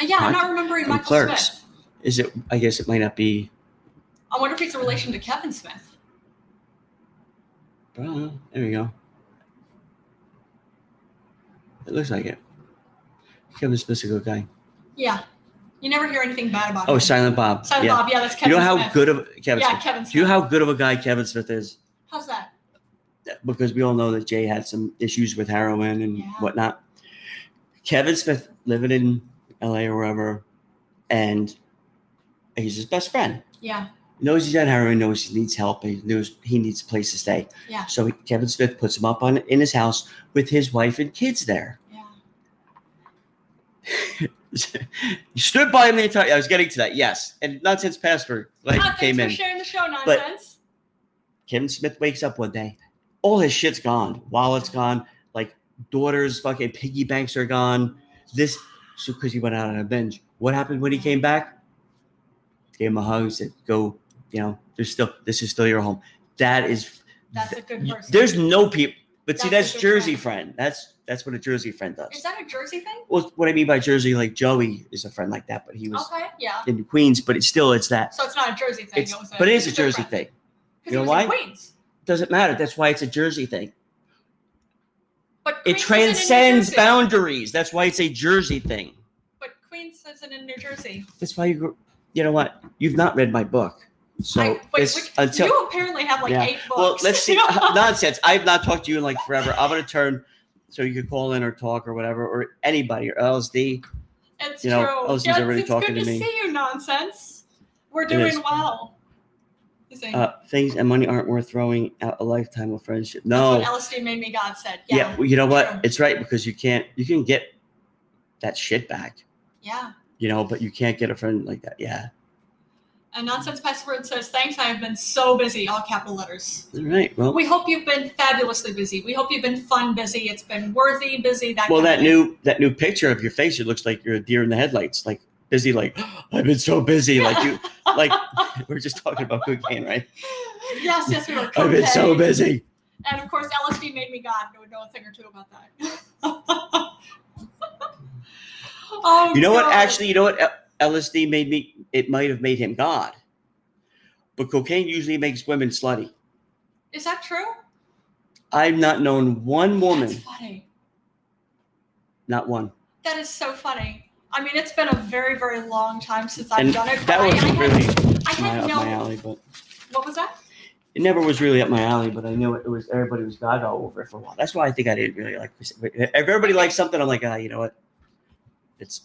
Speaker 2: Uh, Yeah,
Speaker 1: Pod-
Speaker 2: I'm not remembering
Speaker 1: from
Speaker 2: Michael
Speaker 1: Clerks.
Speaker 2: Smith.
Speaker 1: Is it I guess it might not be
Speaker 2: I wonder if he's a relation to Kevin Smith.
Speaker 1: Bro, there we go. It looks like it. Kevin Smith's a good guy.
Speaker 2: Yeah. You never hear anything bad about him.
Speaker 1: Oh, Silent Bob.
Speaker 2: Silent
Speaker 1: yeah.
Speaker 2: Bob. Yeah, that's
Speaker 1: You
Speaker 2: Kevin
Speaker 1: know how
Speaker 2: Smith.
Speaker 1: good of Kevin
Speaker 2: yeah,
Speaker 1: Smith.
Speaker 2: Kevin Smith.
Speaker 1: Do you know how good of a guy Kevin Smith is?
Speaker 2: How's that?
Speaker 1: Because we all know that Jay had some issues with heroin and
Speaker 2: Yeah.
Speaker 1: whatnot. Kevin Smith living in LA or wherever, and he's his best friend.
Speaker 2: Yeah.
Speaker 1: knows he's on heroin, knows he needs help, he knows he needs a place to stay.
Speaker 2: Yeah.
Speaker 1: So he- Kevin Smith puts him up on in his house with his wife and kids there.
Speaker 2: Yeah.
Speaker 1: you stood by him the entire. I was getting to that. Yes, and nonsense password like
Speaker 2: Ah,
Speaker 1: came
Speaker 2: thanks
Speaker 1: in.
Speaker 2: for sharing the show,
Speaker 1: But-
Speaker 2: nonsense.
Speaker 1: Kevin Smith wakes up one day, all his shit's gone. Wallet's gone. Like daughter's fucking piggy banks are gone. This so because he went out on a binge. What happened when he came back? Gave him a hug. Said, "Go, you know, there's still this is still your home." That is.
Speaker 2: that's a good
Speaker 1: Y-
Speaker 2: person.
Speaker 1: There's no people, but see,
Speaker 2: That's
Speaker 1: that's
Speaker 2: a good
Speaker 1: Jersey
Speaker 2: friend.
Speaker 1: friend. That's that's what a Jersey friend does.
Speaker 2: Is that a Jersey thing?
Speaker 1: well, what I mean by Jersey, like Joey is a friend like that, but he was
Speaker 2: Okay. Yeah.
Speaker 1: in Queens, but it's still it's that.
Speaker 2: So it's not a Jersey thing.
Speaker 1: It's
Speaker 2: it was
Speaker 1: but it is a
Speaker 2: it's different.
Speaker 1: Jersey thing.
Speaker 2: 'Cause he
Speaker 1: You know
Speaker 2: was in
Speaker 1: why?
Speaker 2: Queens.
Speaker 1: Doesn't matter. That's why it's a Jersey thing.
Speaker 2: But
Speaker 1: It
Speaker 2: Queens isn't in New
Speaker 1: transcends
Speaker 2: Jersey.
Speaker 1: boundaries. That's why it's a Jersey thing.
Speaker 2: But Queens isn't in New Jersey.
Speaker 1: That's why you gr- you know what? You've not read my book, so
Speaker 2: I, wait,
Speaker 1: it's
Speaker 2: which,
Speaker 1: until
Speaker 2: you apparently have like
Speaker 1: Yeah.
Speaker 2: eight books.
Speaker 1: Well, let's see.
Speaker 2: You know?
Speaker 1: Nonsense. I've not talked to you in like forever. I'm gonna turn so you could call in or talk or whatever or anybody or LSD.
Speaker 2: It's
Speaker 1: you know,
Speaker 2: true.
Speaker 1: Elsie's
Speaker 2: Yes,
Speaker 1: already
Speaker 2: it's
Speaker 1: talking
Speaker 2: good
Speaker 1: to me.
Speaker 2: see you, nonsense. We're
Speaker 1: It
Speaker 2: doing
Speaker 1: is.
Speaker 2: well. You see?
Speaker 1: Uh, things and money aren't worth throwing out a lifetime of friendship.
Speaker 2: That's
Speaker 1: No.
Speaker 2: what LSD made me God said.
Speaker 1: yeah.
Speaker 2: Yeah.
Speaker 1: well, you know what?
Speaker 2: true.
Speaker 1: It's right because you can't. You can get that shit back.
Speaker 2: Yeah.
Speaker 1: You know, but you can't get a friend like that. Yeah.
Speaker 2: And nonsense password says, "Thanks. I have been so busy." All capital letters.
Speaker 1: All right. Well.
Speaker 2: We hope you've been fabulously busy. We hope you've been fun busy. It's been worthy busy. That
Speaker 1: well,
Speaker 2: kind of
Speaker 1: that
Speaker 2: thing.
Speaker 1: new that new picture of your face. It looks like you're a deer in the headlights. Like busy. Like I've been so busy. Like you. like we're just talking about cocaine, right?
Speaker 2: yes, yes, we were.
Speaker 1: I've been so
Speaker 2: cocaine.
Speaker 1: busy.
Speaker 2: And of course, LSD made me God. I would know a thing or two about that. oh,
Speaker 1: You know what?
Speaker 2: God.
Speaker 1: Actually, you know what? L- LSD made me. It might have made him God. But cocaine usually makes women slutty.
Speaker 2: is that true?
Speaker 1: I've not known one
Speaker 2: That's
Speaker 1: woman,
Speaker 2: funny.
Speaker 1: not one.
Speaker 2: That is so funny. I mean, it's been a very, very long time since I've
Speaker 1: And
Speaker 2: done it.
Speaker 1: that
Speaker 2: but I- I,
Speaker 1: wasn't
Speaker 2: had-
Speaker 1: really
Speaker 2: I had,
Speaker 1: my, up
Speaker 2: no.
Speaker 1: my alley, but
Speaker 2: What was that?
Speaker 1: it never was really up my alley. But I knew it, it was everybody was God all over it for a while. That's why I think I didn't really like. If everybody likes something, I'm like, ah, you know what? It's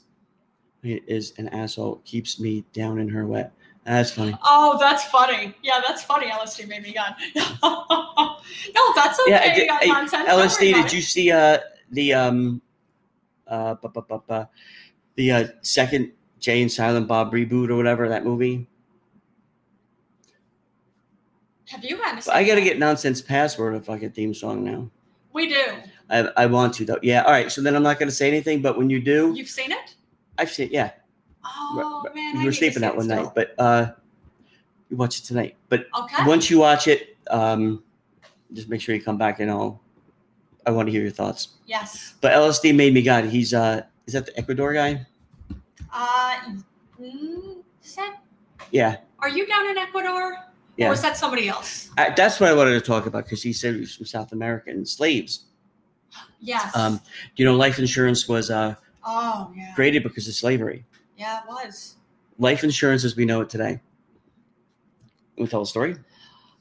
Speaker 1: it is an asshole. Keeps me down in her wet. That's funny.
Speaker 2: Oh, that's funny. Yeah, that's funny. LSD made me gone. no, that's okay.
Speaker 1: Yeah, I did-
Speaker 2: you got
Speaker 1: I-
Speaker 2: nonsense. Don't worry
Speaker 1: LSD,
Speaker 2: about
Speaker 1: did
Speaker 2: it.
Speaker 1: you see uh the um uh bu- bu- bu- bu- the uh, second Jay and Silent Bob reboot or whatever that movie?
Speaker 2: Have you had?
Speaker 1: I gotta get nonsense password a fucking theme song now.
Speaker 2: We do.
Speaker 1: I, I want to though. Yeah. All right. So then I'm not gonna say anything, but when you do,
Speaker 2: You've seen it?
Speaker 1: I've seen. Yeah,
Speaker 2: Oh man,
Speaker 1: you were
Speaker 2: I need to see
Speaker 1: sleeping that
Speaker 2: it
Speaker 1: one
Speaker 2: still.
Speaker 1: night, but uh, you watch it tonight. But
Speaker 2: Okay.
Speaker 1: once you watch it, um, just make sure you come back and I'll. I want to hear your thoughts.
Speaker 2: Yes.
Speaker 1: But LSD made me God. He's uh, is that the Ecuador guy?
Speaker 2: Uh, mm, is that?
Speaker 1: Yeah.
Speaker 2: Are you down in Ecuador?
Speaker 1: Yeah.
Speaker 2: Or is that somebody else?
Speaker 1: I, that's what I wanted to talk about because he said he was from South America and slaves.
Speaker 2: Yes.
Speaker 1: Um, you know, life insurance was uh,
Speaker 2: oh yeah.
Speaker 1: created because of slavery.
Speaker 2: Yeah, it was.
Speaker 1: Life insurance as we know it today. We tell a story.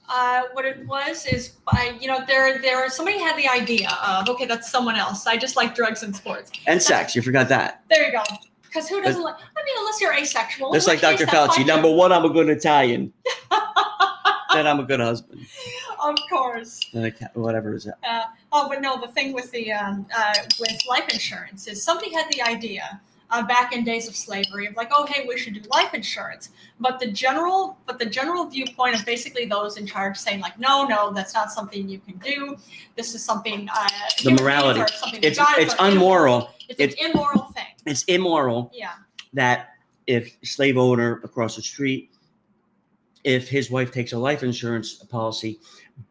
Speaker 2: Uh, what it was is, I, you know, there, there, somebody had the idea of, okay, that's someone else. I just like drugs and sports.
Speaker 1: And sex, you forgot that.
Speaker 2: There you go. Because who doesn't like? I mean, unless you're asexual. in
Speaker 1: That's like
Speaker 2: which case
Speaker 1: Dr.
Speaker 2: that's
Speaker 1: Fauci.
Speaker 2: fine.
Speaker 1: Number one, I'm a good Italian. then I'm a good husband.
Speaker 2: Of course.
Speaker 1: Then I can't- whatever is that.
Speaker 2: Oh, but no, the thing with the um, uh, with life insurance is somebody had the idea uh, back in days of slavery of like, oh, hey, we should do life insurance. But the general, but the general viewpoint of basically those in charge saying like, no, no, that's not something you can do. This is something. Uh,
Speaker 1: The
Speaker 2: human beings
Speaker 1: morality.
Speaker 2: are something
Speaker 1: It's
Speaker 2: God
Speaker 1: it's
Speaker 2: is our
Speaker 1: unmoral.
Speaker 2: It's an immoral thing.
Speaker 1: It's immoral
Speaker 2: Yeah.
Speaker 1: that if slave owner across the street, if his wife takes a life insurance policy,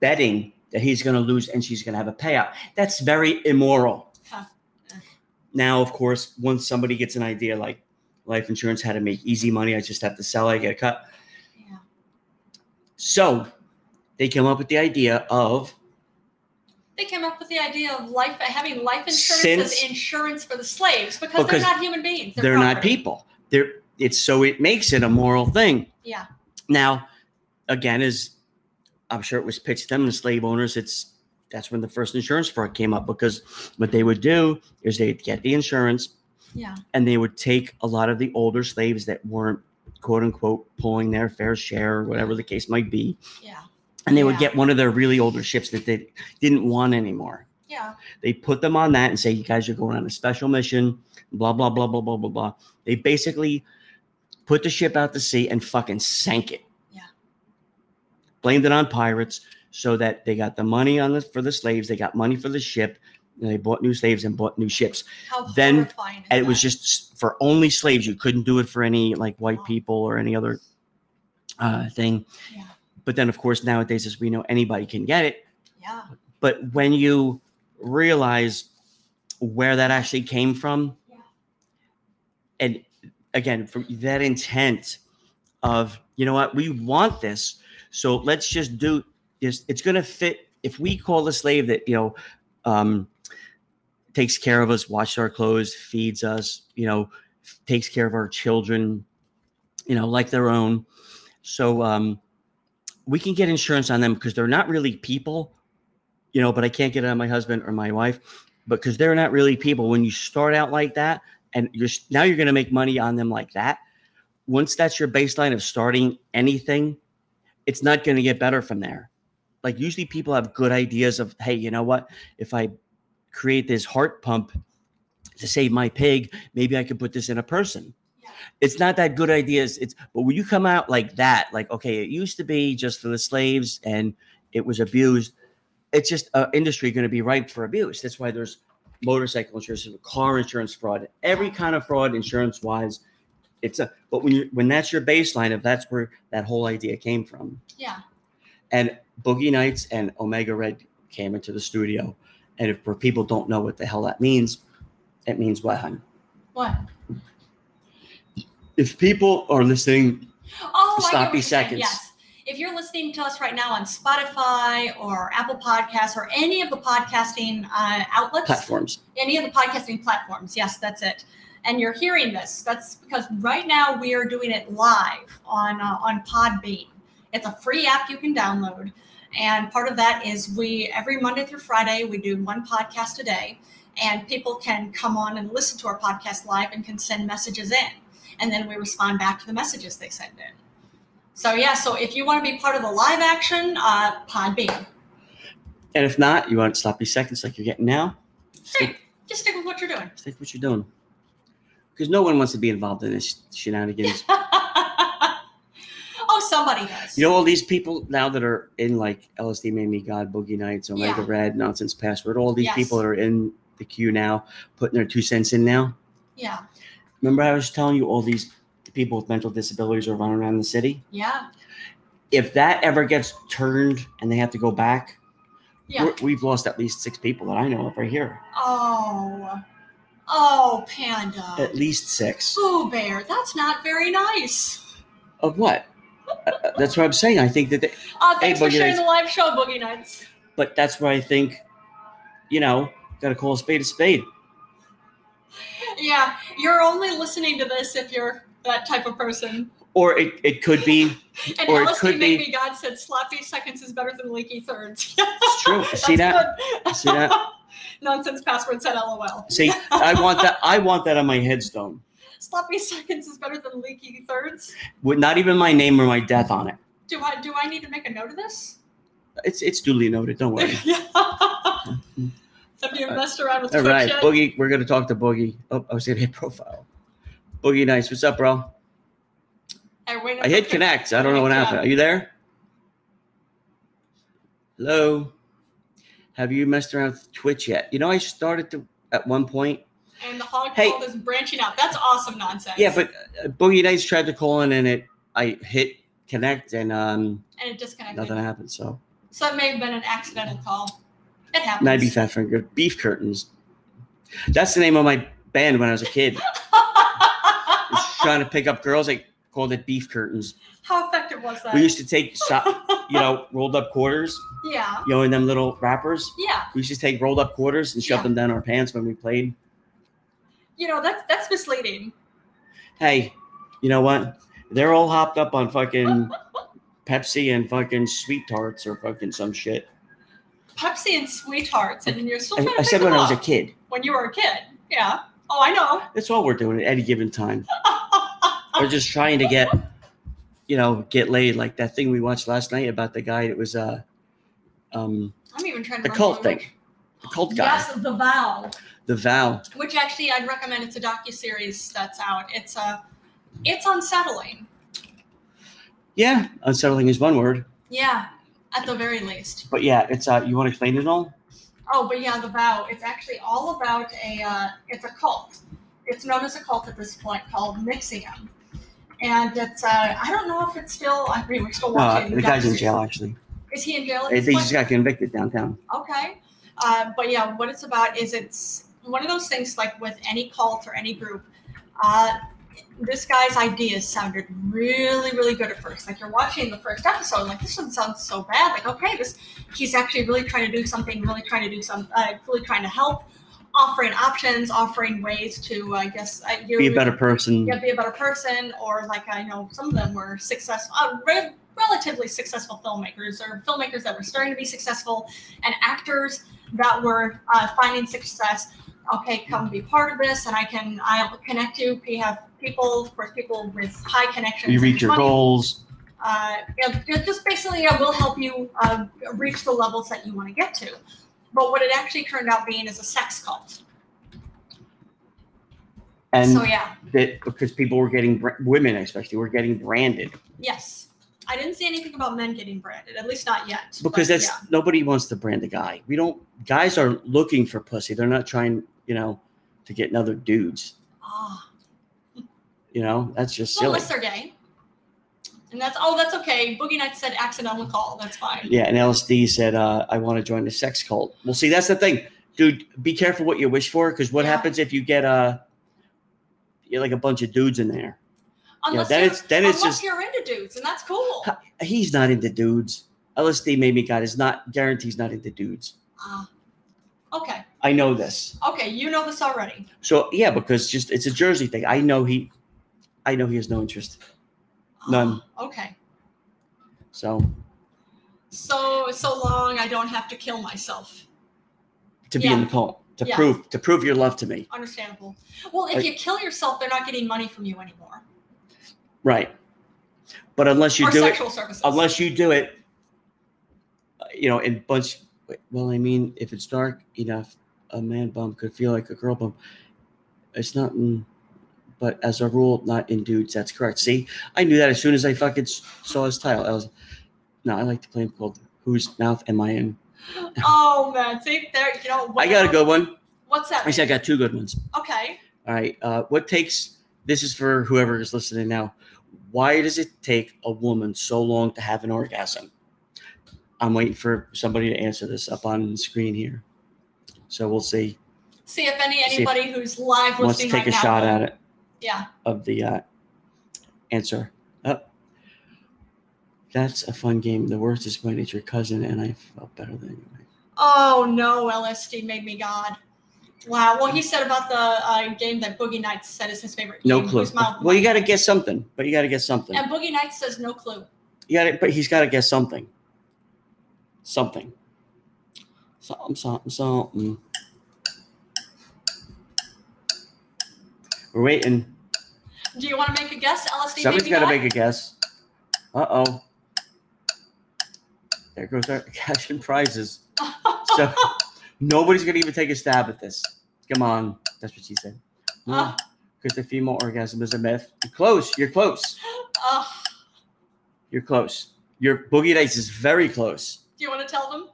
Speaker 1: betting that he's going to lose and she's going to have a payout, that's very immoral.
Speaker 2: Huh.
Speaker 1: Now, of course, once somebody gets an idea like life insurance, how to make easy money, I just have to sell, I get a cut.
Speaker 2: Yeah.
Speaker 1: So they came up with the idea of
Speaker 2: They came up with the idea of life having life insurance
Speaker 1: Since-
Speaker 2: as insurance for the slaves because,
Speaker 1: Because
Speaker 2: they're not human beings.
Speaker 1: they're not
Speaker 2: property.
Speaker 1: people. They're it's so it makes it a moral thing.
Speaker 2: Yeah.
Speaker 1: Now, again, as I'm sure it was pitched to them the slave owners, it's that's when the first insurance fraud came up because what they would do is they'd get the insurance
Speaker 2: Yeah.
Speaker 1: and they would take a lot of the older slaves that weren't quote unquote pulling their fair share or whatever the case might be.
Speaker 2: Yeah.
Speaker 1: And they would
Speaker 2: Yeah.
Speaker 1: get one of their really older ships that they didn't want anymore.
Speaker 2: Yeah.
Speaker 1: They put them on that and say, you guys are going on a special mission, blah, blah, blah, blah, blah, blah, blah. They basically put the ship out to sea and fucking sank it.
Speaker 2: Yeah.
Speaker 1: Blamed it on pirates so that they got the money on the for the slaves, they got money for the ship, and they bought new slaves and bought new ships.
Speaker 2: How
Speaker 1: Then-
Speaker 2: horrifying is
Speaker 1: And it was
Speaker 2: that?
Speaker 1: just s- for only slaves. You couldn't do it for any like white people or any other uh, thing.
Speaker 2: Yeah.
Speaker 1: But then, of course, nowadays, as we know, anybody can get it.
Speaker 2: yeah.
Speaker 1: But when you realize where that actually came from,
Speaker 2: Yeah.
Speaker 1: and again, for that intent of, you know what, we want this. So let's just do this. It's going to fit. If we call the slave that, you know, um, takes care of us, washes our clothes, feeds us, you know, f- takes care of our children, you know, like their own. So um, we can get insurance on them because they're not really people you know, but I can't get it on my husband or my wife because they're not really people. When you start out like that, and you're s- now you're going to make money on them like that. Once that's your baseline of starting anything, it's not going to get better from there. Like usually people have good ideas of, hey, you know what? If I create this heart pump to save my pig, maybe I could put this in a person.
Speaker 2: Yeah.
Speaker 1: It's not that good ideas. It's but when you come out like that, like okay, it used to be just for the slaves and it was abused it's just an industry going to be ripe for abuse. That's why there's motorcycle insurance, car insurance fraud, every kind of fraud, insurance wise. It's a but when you when that's your baseline, if that's where that whole idea came from,
Speaker 2: Yeah.
Speaker 1: and Boogie Nights and Omega Red came into the studio, and if for people don't know what the hell that means, it means what? Hun?
Speaker 2: What?
Speaker 1: If people are listening,
Speaker 2: Oh, I get
Speaker 1: Sloppy
Speaker 2: what you're saying.
Speaker 1: seconds.
Speaker 2: Yes. If you're listening to us right now on Spotify or Apple Podcasts or any of the podcasting uh, outlets,
Speaker 1: platforms,
Speaker 2: any of the podcasting platforms, yes, that's it. And you're hearing this. That's because right now we are doing it live on uh, on Podbean. It's a free app you can download, and part of that is we every Monday through Friday we do one podcast a day, and people can come on and listen to our podcast live and can send messages in, and then we respond back to the messages they send in. So yeah, so if you want to be part of the live action, uh, Podbean.
Speaker 1: And if not, you want sloppy seconds like you're getting now,
Speaker 2: Stick, just stick with what you're doing.
Speaker 1: stick with what you're doing. Because no one wants to be involved in this shenanigans.
Speaker 2: oh, somebody does.
Speaker 1: you know, all these people now that are in like LSD Made Me God, Boogie Nights, Omega
Speaker 2: Yeah.
Speaker 1: Red, Nonsense Password, all these
Speaker 2: Yes.
Speaker 1: people that are in the queue now, putting their two cents in now.
Speaker 2: yeah,
Speaker 1: Remember, I was telling you all these people with mental disabilities are running around the city?
Speaker 2: yeah,
Speaker 1: If that ever gets turned and they have to go back,
Speaker 2: yeah.
Speaker 1: we're- we've lost at least six people that I know of right here.
Speaker 2: oh, oh, panda.
Speaker 1: At least six.
Speaker 2: Boo Bear, that's not very nice.
Speaker 1: Of what? Uh, that's what I'm saying. I think that, they,
Speaker 2: Uh, thanks
Speaker 1: Hey,
Speaker 2: for
Speaker 1: Boogie
Speaker 2: sharing
Speaker 1: Nights.
Speaker 2: the live show, Boogie Nights.
Speaker 1: but that's where I think, you know, gotta call a spade a spade.
Speaker 2: Yeah, you're only listening to this if you're that type of person.
Speaker 1: Or it, it could be,
Speaker 2: And
Speaker 1: Or it
Speaker 2: LSD
Speaker 1: could
Speaker 2: Made
Speaker 1: be-
Speaker 2: Me God said sloppy seconds is better than leaky thirds.
Speaker 1: it's true. See that?
Speaker 2: Good.
Speaker 1: See that?
Speaker 2: Nonsense password said LOL.
Speaker 1: See, I want that. I want that on my headstone
Speaker 2: Sloppy seconds is better than leaky thirds.
Speaker 1: with not even my name or my death on it.
Speaker 2: Do I do I need to make a note of this?
Speaker 1: It's it's duly noted. Don't worry.
Speaker 2: Have you messed around with
Speaker 1: All
Speaker 2: Twitch
Speaker 1: right,
Speaker 2: yet?
Speaker 1: Boogie. We're gonna talk to Boogie. Oh, I was gonna hit profile. Boogie, nice. What's up, bro?
Speaker 2: I, waited
Speaker 1: I hit
Speaker 2: for-
Speaker 1: connect. I don't know what happened. Are you there? Hello. Have you messed around with Twitch yet? You know, I started to at one point.
Speaker 2: And the hog
Speaker 1: Hey.
Speaker 2: called is branching out. That's awesome nonsense.
Speaker 1: Yeah, but uh, Boogie Nights tried to call in and it I hit connect and um
Speaker 2: and it disconnected.
Speaker 1: nothing happened. So
Speaker 2: So it may have been an accidental call. It happens.
Speaker 1: not beef fat finger, beef curtains. That's the name of my band when I was a kid. I was trying to pick up girls, I called it beef curtains.
Speaker 2: How effective was that?
Speaker 1: We used to take so- you know rolled up quarters,
Speaker 2: yeah.
Speaker 1: you know, in them little wrappers.
Speaker 2: Yeah.
Speaker 1: We used to take rolled up quarters and shove
Speaker 2: Yeah.
Speaker 1: them down our pants when we played.
Speaker 2: You know, that's that's misleading.
Speaker 1: Hey, you know what? They're all hopped up on fucking Pepsi and fucking sweet tarts or fucking some shit.
Speaker 2: Pepsi and sweethearts, and you're still
Speaker 1: I,
Speaker 2: trying to
Speaker 1: I
Speaker 2: pick
Speaker 1: said
Speaker 2: them
Speaker 1: when I was a
Speaker 2: up
Speaker 1: kid.
Speaker 2: when you were a kid. Yeah. Oh, I know.
Speaker 1: That's all we're doing at any given time. we're just trying to get, you know, get laid. Like that thing we watched last night about the guy that was, uh, um,
Speaker 2: I'm even trying to
Speaker 1: the
Speaker 2: remember
Speaker 1: cult
Speaker 2: which-
Speaker 1: thing, the cult guy,
Speaker 2: Yes, the vow.
Speaker 1: the vow.
Speaker 2: Which actually, I'd recommend. It's a docu series that's out. It's a, it's unsettling.
Speaker 1: Yeah, unsettling is one word,
Speaker 2: Yeah, at the very least.
Speaker 1: but yeah, it's. Uh, you want to explain it all?
Speaker 2: Oh, but yeah, the vow. It's actually all about a. Uh, it's a cult. It's known as a cult at this point called Mixium, and it's. Uh, I don't know if it's still. I mean, we're still
Speaker 1: No,
Speaker 2: watching.
Speaker 1: Uh, the guy's in
Speaker 2: docuseries.
Speaker 1: jail actually.
Speaker 2: Is he in jail? At
Speaker 1: They
Speaker 2: this
Speaker 1: they
Speaker 2: point?
Speaker 1: just got convicted downtown.
Speaker 2: Okay. Uh, but yeah, what it's about is it's one of those things like with any cult or any group. Uh, this guy's ideas sounded really, really good at first. Like you're watching the first episode, like this one sounds so bad. Like okay, this he's actually really trying to do something, really trying to do some, uh, really trying to help, offering options, offering ways to, I guess, uh, you
Speaker 1: Be a better person.
Speaker 2: yeah, be a better person, or like I know some of them were successful, uh, re- relatively successful filmmakers, or filmmakers that were starting to be successful, and actors that were uh, finding success. Okay, come be part of this, and I can I'll connect you. We have people, of course, people with high connections.
Speaker 1: You reach your
Speaker 2: Money.
Speaker 1: goals.
Speaker 2: Uh, yeah, ju- just basically, yeah, we'll help you uh, reach the levels that you want to get to. But what it actually turned out being is a sex cult.
Speaker 1: And
Speaker 2: so yeah.
Speaker 1: that because people were getting bra- women, especially, were getting branded
Speaker 2: Yes. I didn't see anything about men getting branded, at least not yet. but
Speaker 1: because that's
Speaker 2: yeah.
Speaker 1: nobody wants to brand a guy. We don't. Guys are looking for pussy. They're not trying, you know, to get another dudes.
Speaker 2: Ah.
Speaker 1: You know, that's just
Speaker 2: well,
Speaker 1: silly.
Speaker 2: unless they're gay. And that's oh, that's okay. Boogie Nights said accidental call. That's fine.
Speaker 1: Yeah, and LSD said, uh, "I want to join the sex cult." Well, see, that's the thing, dude. Be careful what you wish for, because what
Speaker 2: Yeah.
Speaker 1: happens if you get uh, you like a bunch of dudes in there?
Speaker 2: Unless
Speaker 1: yeah, then
Speaker 2: you're,
Speaker 1: it's then it's
Speaker 2: unless
Speaker 1: just
Speaker 2: you're into dudes, and that's cool.
Speaker 1: Ha- he's not into dudes. LSD made me God is not guarantees not into dudes.
Speaker 2: Ah. okay.
Speaker 1: I know this.
Speaker 2: Okay, you know this already.
Speaker 1: So yeah, because just it's a Jersey thing. I know he, I know he has no interest. None.
Speaker 2: Ah, okay.
Speaker 1: So
Speaker 2: So so long I don't have to kill myself.
Speaker 1: to be in the cult to
Speaker 2: Yeah.
Speaker 1: prove to prove your love to me.
Speaker 2: Understandable. Well, if
Speaker 1: I-
Speaker 2: you kill yourself, they're not getting money from you anymore.
Speaker 1: Right. But unless you
Speaker 2: or
Speaker 1: do it,
Speaker 2: sexual services.
Speaker 1: unless you do it, uh, you know, in bunch. Well, I mean, if it's dark enough, a man bump could feel like a girl bump. It's not, in, but as a rule, not in dudes. That's correct. See, I knew that as soon as I fucking s- saw his title. I was, no, I like to play him called "Whose Mouth Am I In."
Speaker 2: oh man, see there. You know.
Speaker 1: I got a good one.
Speaker 2: What's that?
Speaker 1: Actually, I got two good ones.
Speaker 2: okay.
Speaker 1: All right. Uh, what takes this is for whoever is listening now. Why does it take a woman so long to have an orgasm? I'm waiting for somebody to answer this up on the screen here. So we'll see.
Speaker 2: See if any
Speaker 1: See if-
Speaker 2: anybody who's live
Speaker 1: Let's
Speaker 2: listening
Speaker 1: take
Speaker 2: right
Speaker 1: a
Speaker 2: now.
Speaker 1: shot at it
Speaker 2: Yeah.
Speaker 1: of the uh, answer. Oh, that's a fun game. The worst is when it's your cousin, and I felt better than you.
Speaker 2: Oh no, LSD made me God. Wow. Well, he said about the uh, game that Boogie Nights said is his favorite.
Speaker 1: No
Speaker 2: game,
Speaker 1: clue.
Speaker 2: Whose Mouth Am
Speaker 1: Well,
Speaker 2: I
Speaker 1: you got to guess something, but you got to guess something.
Speaker 2: And Boogie Nights says no clue.
Speaker 1: You got to but he's got to guess something. Something. Something, something, something. We're waiting.
Speaker 2: Do you want to make a guess? LSD
Speaker 1: Somebody's
Speaker 2: maybe
Speaker 1: got to
Speaker 2: not?
Speaker 1: make a guess. Uh oh. There goes our cash and prizes. So nobody's going to even take a stab at this. Come on. That's what she said.
Speaker 2: Ah.
Speaker 1: Because the female orgasm is a myth. You're close. You're close.
Speaker 2: Ugh.
Speaker 1: You're close. Your boogie dice is very close.
Speaker 2: do you want to tell them?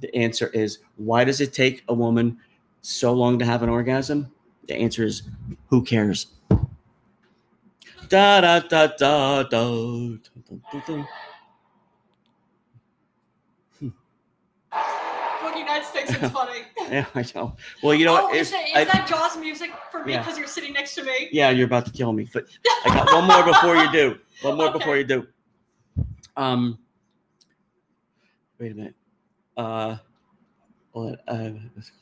Speaker 1: The answer is why does it take a woman so long to have an orgasm? The answer is who cares? Da da da da da. dun, dun, dun, dun.
Speaker 2: Boogie Nights thinks it's funny.
Speaker 1: Yeah, I know. Well, you know,
Speaker 2: oh,
Speaker 1: what,
Speaker 2: is,
Speaker 1: it's,
Speaker 2: it, is
Speaker 1: I-
Speaker 2: that Jaws music for me
Speaker 1: Yeah.
Speaker 2: because you're sitting next to me?
Speaker 1: yeah, you're about to kill me, but I got one more before you do. One more
Speaker 2: Okay.
Speaker 1: before you do. Um, wait a minute. Uh, well, uh,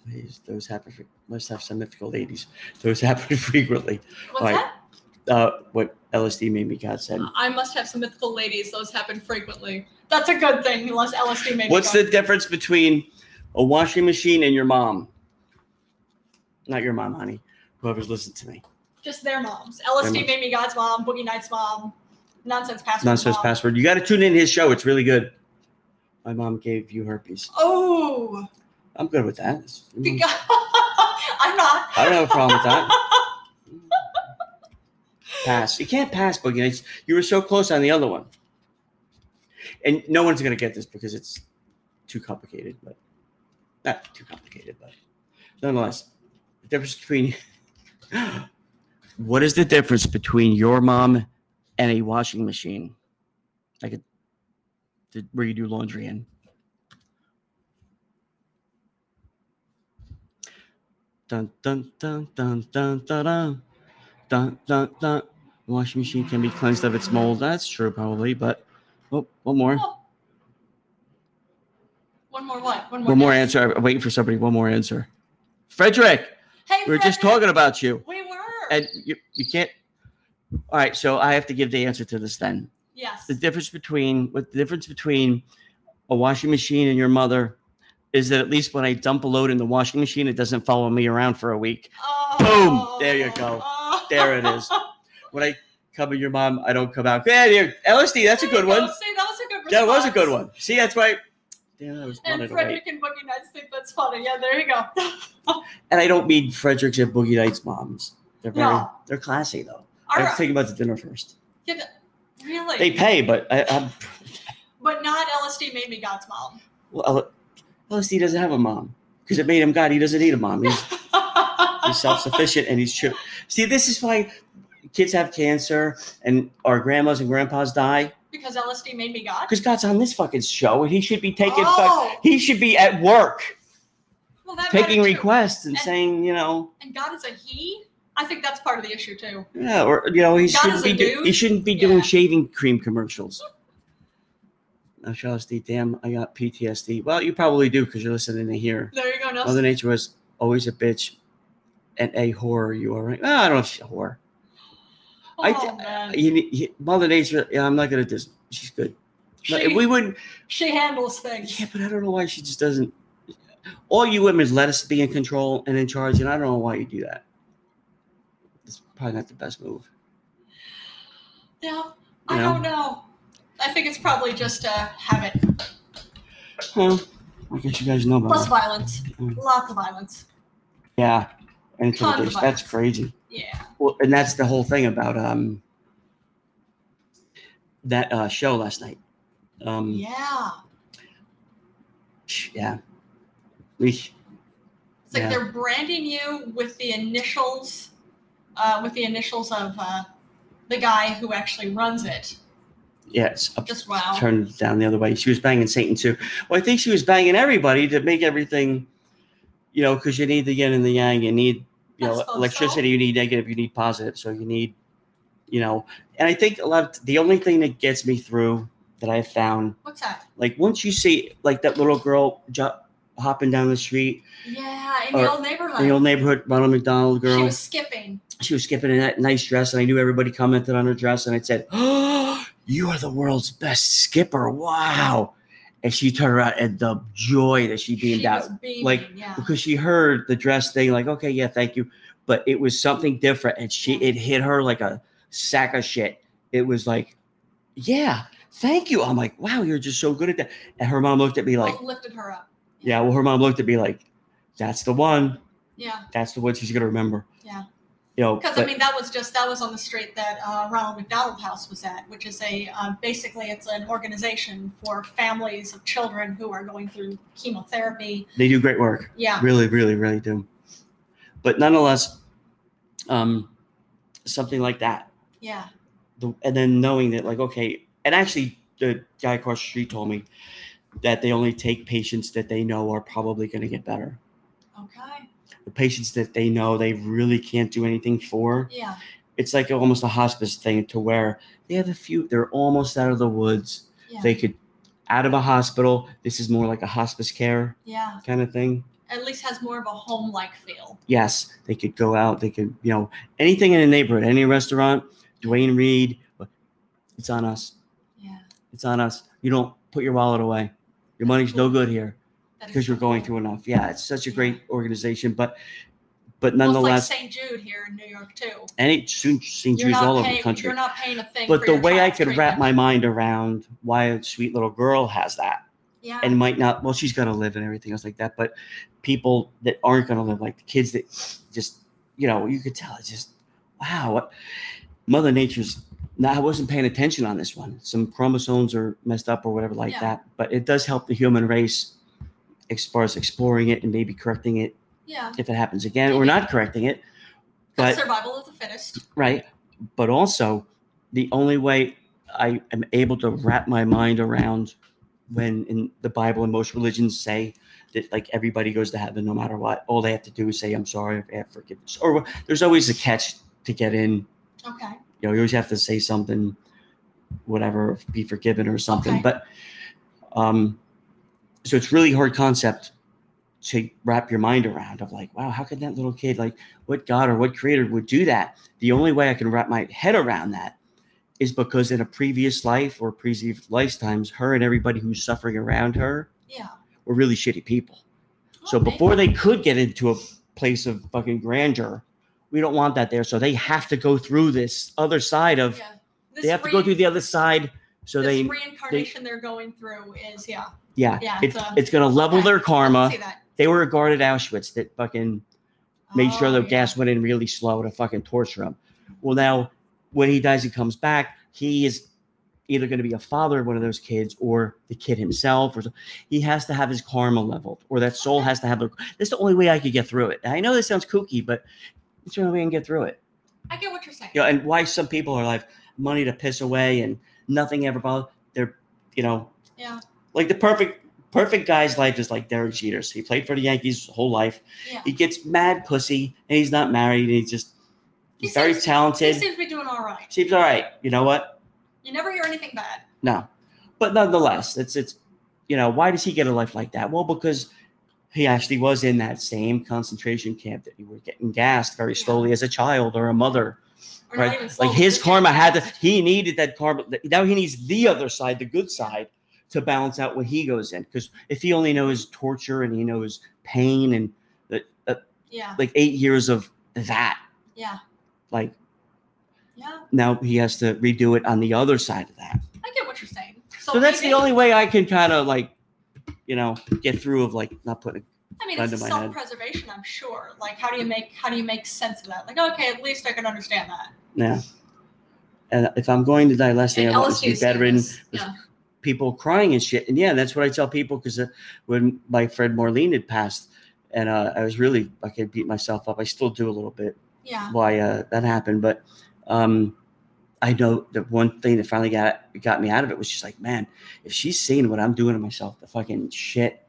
Speaker 1: please, those happen. fre- Must have some mythical ladies. Those happen frequently.
Speaker 2: What's
Speaker 1: Right.
Speaker 2: that?
Speaker 1: uh, what LSD made me God said.
Speaker 2: I must have some mythical ladies. Those happen frequently. That's a good thing, unless LSD made me
Speaker 1: What's
Speaker 2: go.
Speaker 1: the difference between a washing machine and your mom? Not your mom, honey. Whoever's listening to me.
Speaker 2: Just their moms.
Speaker 1: Their
Speaker 2: LSD
Speaker 1: moms.
Speaker 2: made me God's mom, Boogie Nights mom, Nonsense Password.
Speaker 1: Nonsense
Speaker 2: mom.
Speaker 1: password. You got to tune in his show. It's really good. My mom gave you herpes.
Speaker 2: Oh,
Speaker 1: I'm good with that. It's-
Speaker 2: because- I'm not.
Speaker 1: I don't have a problem with that. Pass. You can't pass, Boogie Nights. You were so close on the other one. And no one's going to get this because it's too complicated, but not too complicated, but nonetheless, the difference between what is the difference between your mom and a washing machine? Like a, the, where you do laundry in. Dun dun dun dun dun dun dun dun dun dun. Washing machine can be cleansed of its mold. That's true, probably. But oh, one more,
Speaker 2: Oh. One more what? One more.
Speaker 1: one more
Speaker 2: guess.
Speaker 1: answer. I'm waiting for somebody. One more answer. Frederick,
Speaker 2: Hey,
Speaker 1: we were just
Speaker 2: Frederick,
Speaker 1: talking about you,
Speaker 2: We were.
Speaker 1: and you you can't. All right, so I have to give the answer to this then.
Speaker 2: yes.
Speaker 1: The difference between what the difference between a washing machine and your mother is that at least when I dump a load in the washing machine, it doesn't follow me around for a week.
Speaker 2: Oh,
Speaker 1: Boom. There you go.
Speaker 2: oh.
Speaker 1: There it is. When I come at your mom, I don't come out. Yeah, there- LSD, that's a
Speaker 2: There
Speaker 1: good
Speaker 2: you go.
Speaker 1: one.
Speaker 2: See, that was a good response.
Speaker 1: That was a good one. See, that's why. Damn, I was
Speaker 2: And
Speaker 1: wanted away.
Speaker 2: Frederick and Boogie Nights think that's funny. Yeah, there you go.
Speaker 1: And I don't mean Frederick's and Boogie Nights moms. They're very,
Speaker 2: No.
Speaker 1: they're classy though.
Speaker 2: All
Speaker 1: I have to
Speaker 2: right.
Speaker 1: take them out to dinner first.
Speaker 2: Really?
Speaker 1: They pay, but I, I'm,
Speaker 2: But not LSD made me God's mom.
Speaker 1: well, LSD doesn't have a mom because it made him God. He doesn't need a mom. He's, he's self-sufficient and he's true. See, this is why kids have cancer and our grandmas and grandpas die
Speaker 2: because LSD made me God.
Speaker 1: because God's on this fucking show and he should be taking. fuck-
Speaker 2: oh,
Speaker 1: he should be at work
Speaker 2: well, that
Speaker 1: taking
Speaker 2: matters too.
Speaker 1: requests and
Speaker 2: And-
Speaker 1: saying, you know,
Speaker 2: And God is a he. I think that's part of the issue too.
Speaker 1: Yeah, or you know, he
Speaker 2: God
Speaker 1: shouldn't
Speaker 2: is
Speaker 1: be
Speaker 2: a
Speaker 1: do-
Speaker 2: dude?
Speaker 1: he shouldn't be doing
Speaker 2: Yeah.
Speaker 1: shaving cream commercials. Now, Shasti, damn, I got PTSD. Well, you probably do because you're listening to here.
Speaker 2: There you go, Nelson.
Speaker 1: Mother Nature was always a bitch and a whore. You are right. Ah, I don't know if she's a whore.
Speaker 2: oh,
Speaker 1: I thi-
Speaker 2: man.
Speaker 1: You, ne- you- Mother Nature, yeah, I'm not gonna dis. She's good. But
Speaker 2: she,
Speaker 1: we wouldn't.
Speaker 2: she handles things.
Speaker 1: Yeah, but I don't know why she just doesn't. All you women let us be in control and in charge, and I don't know why you do that. It's probably not the best move.
Speaker 2: Yeah. I don't know. I think it's probably just a habit.
Speaker 1: Well, I guess you guys know about
Speaker 2: Plus
Speaker 1: it.
Speaker 2: violence.
Speaker 1: Mm.
Speaker 2: Lots of violence.
Speaker 1: Yeah. And
Speaker 2: Tons of
Speaker 1: intimidation. That's
Speaker 2: violence.
Speaker 1: crazy.
Speaker 2: Yeah.
Speaker 1: Well, and that's the whole thing about um that uh, show last night. Um,
Speaker 2: Yeah.
Speaker 1: sh- yeah. Eesh.
Speaker 2: It's like
Speaker 1: Yeah.
Speaker 2: they're branding you with the initials, uh, with the initials of uh, the guy who actually runs it.
Speaker 1: Yeah, it's up,
Speaker 2: Just wow.
Speaker 1: turned down the other way. She was banging Satan too. Well, I think she was banging everybody to make everything, you know, because you need the yin and the yang. You need, you
Speaker 2: I
Speaker 1: know,
Speaker 2: suppose so.
Speaker 1: electricity. You need negative. You need positive. So you need, you know. And I think a lot. Of, the only thing that gets me through that I found,
Speaker 2: What's that?
Speaker 1: like once you see like that little girl jo- hopping down the street,
Speaker 2: Yeah, in the
Speaker 1: Or-
Speaker 2: old neighborhood.
Speaker 1: the old neighborhood Ronald McDonald girl.
Speaker 2: She was skipping.
Speaker 1: she was skipping in that nice dress, and I knew everybody commented on her dress, and I said, "Oh, you are the world's best skipper! Wow!" And she turned around, and the joy that she beamed
Speaker 2: She
Speaker 1: out
Speaker 2: was beaming.
Speaker 1: like-
Speaker 2: yeah.
Speaker 1: because she heard the dress thing, like, "Okay, yeah, thank you," but it was something different, and she it hit her like a sack of shit. It was like, "Yeah, thank you." I'm like, "Wow, you're just so good at that." And her mom looked at me like,
Speaker 2: Almost lifted her up.
Speaker 1: "Yeah." Well, her mom looked at me like, "That's the one.
Speaker 2: Yeah,
Speaker 1: That's the one she's gonna remember."
Speaker 2: Yeah.
Speaker 1: You know,
Speaker 2: because I
Speaker 1: but-
Speaker 2: mean that was just that was on the street that uh, Ronald McDonald House was at, which is a uh, basically it's an organization for families of children who are going through chemotherapy.
Speaker 1: they do great work.
Speaker 2: Yeah,
Speaker 1: really really really do but nonetheless um something like that
Speaker 2: yeah,
Speaker 1: the, and then knowing that like okay and actually the guy across the street told me that they only take patients that they know are probably going to get better
Speaker 2: okay,
Speaker 1: the patients that they know they really can't do anything for
Speaker 2: yeah,
Speaker 1: it's like almost a hospice thing to where they have a few they're almost out of the woods
Speaker 2: yeah,
Speaker 1: they could out of a hospital this is more like a hospice care
Speaker 2: yeah.
Speaker 1: kind of thing
Speaker 2: at least has more of a home like feel.
Speaker 1: yes, they could go out, they could, you know, anything in the neighborhood, any restaurant, Dwayne Reed, it's on us.
Speaker 2: Yeah.
Speaker 1: It's on us. You don't put your wallet away. Your money's no good here
Speaker 2: that is
Speaker 1: because you're
Speaker 2: so
Speaker 1: going
Speaker 2: cool.
Speaker 1: through enough. Yeah, it's such a great organization, but but
Speaker 2: Well, it's
Speaker 1: nonetheless,
Speaker 2: like St. Jude here in New York too.
Speaker 1: any St. St.
Speaker 2: You're
Speaker 1: Jude's
Speaker 2: not
Speaker 1: all over
Speaker 2: paying,
Speaker 1: the country.
Speaker 2: You're not paying a thing.
Speaker 1: But
Speaker 2: for
Speaker 1: the
Speaker 2: your
Speaker 1: way I
Speaker 2: child's
Speaker 1: could wrap
Speaker 2: treatment.
Speaker 1: my mind around why a sweet little girl has that
Speaker 2: yeah,
Speaker 1: and might not, well, she's going to live and everything else like that, but people that aren't going to live, like the kids that just, you know, you could tell it's just, wow, what, Mother Nature's. Now, I wasn't paying attention on this one. Some chromosomes are messed up or whatever like
Speaker 2: Yeah.
Speaker 1: that, but it does help the human race as far as exploring it and maybe correcting it
Speaker 2: yeah.
Speaker 1: if it happens again or not correcting it.
Speaker 2: That's
Speaker 1: But
Speaker 2: survival of the fittest.
Speaker 1: right? But also, the only way I am able to wrap my mind around when in the Bible and most religions say that like everybody goes to heaven no matter what, all they have to do is say, I'm sorry, I have forgiveness. Or there's always a catch to get in.
Speaker 2: Okay.
Speaker 1: You know, you always have to say something, whatever, be forgiven or something.
Speaker 2: Okay.
Speaker 1: But um, so it's really hard concept to wrap your mind around of like, wow, how could that little kid like what God or what creator would do that? The only way I can wrap my head around that is because in a previous life or previous lifetimes, her and everybody who's suffering around her
Speaker 2: Yeah.
Speaker 1: were really shitty people. So
Speaker 2: Okay.
Speaker 1: before they could get into a place of fucking grandeur, we don't want that there. So they have to go through this other side of
Speaker 2: Yeah. This
Speaker 1: they have to go
Speaker 2: re-
Speaker 1: through the other side. So
Speaker 2: this
Speaker 1: they
Speaker 2: reincarnation they, are going through is yeah.
Speaker 1: yeah,
Speaker 2: yeah,
Speaker 1: it's,
Speaker 2: it's a-
Speaker 1: it's gonna level
Speaker 2: okay.
Speaker 1: their
Speaker 2: I
Speaker 1: karma.
Speaker 2: can see that.
Speaker 1: They were a guard at Auschwitz that fucking made sure
Speaker 2: Oh,
Speaker 1: the
Speaker 2: yeah.
Speaker 1: gas went in really slow to fucking torture him. Well, now when he dies and comes back, he is either going to be a father of one of those kids or the kid himself, or so- he has to have his karma leveled, or that soul has to have. A, that's the only way I could get through it. I know this sounds kooky, but it's the only way I can get through it.
Speaker 2: I get what you're saying.
Speaker 1: You know, and why some people are like money to piss away and nothing ever bothers. They're, you know,
Speaker 2: Yeah.
Speaker 1: like the perfect perfect guy's life is like Derek Jeter's. He played for the Yankees his whole life
Speaker 2: yeah.
Speaker 1: he gets mad pussy and he's not married and he's just
Speaker 2: He
Speaker 1: he's very
Speaker 2: seems- He
Speaker 1: talented seems,
Speaker 2: seems to be doing all right.
Speaker 1: all right you know what
Speaker 2: You never hear anything bad.
Speaker 1: no but nonetheless it's it's you know why does he get a life like that well because he actually was in that same concentration camp that you were getting gassed very
Speaker 2: Yeah.
Speaker 1: slowly as a child or a mother
Speaker 2: Or not even
Speaker 1: right
Speaker 2: slow,
Speaker 1: like his
Speaker 2: just
Speaker 1: karma had to
Speaker 2: fast.
Speaker 1: he needed that karma now he needs the other side the good side to balance out what he goes in because if he only knows torture and he knows pain and
Speaker 2: Yeah.
Speaker 1: like eight years of that
Speaker 2: Yeah.
Speaker 1: like
Speaker 2: Yeah,
Speaker 1: Now he has to redo it on the other side of that.
Speaker 2: I get what you're saying. So,
Speaker 1: So that's
Speaker 2: maybe-
Speaker 1: the only way I can kind of like, you know, get through of like not putting.
Speaker 2: I mean,
Speaker 1: Gun
Speaker 2: it's
Speaker 1: to my head.
Speaker 2: self-preservation. I'm sure. Like, how do you make how do you make sense of that? Like, okay, at least I can understand that.
Speaker 1: Yeah. And if I'm going to die, last thing
Speaker 2: And
Speaker 1: I want is to be
Speaker 2: LSD
Speaker 1: bedridden
Speaker 2: students,
Speaker 1: with
Speaker 2: Yeah.
Speaker 1: people crying and shit. And yeah, that's what I tell people because uh, when my friend Marlene had passed, and uh, I was really I could beat myself up. I still do a little bit
Speaker 2: Yeah.
Speaker 1: why uh, that happened, but um, I know that one thing that finally got got me out of it was just like, man, if she's seeing what I'm doing to myself, the fucking shit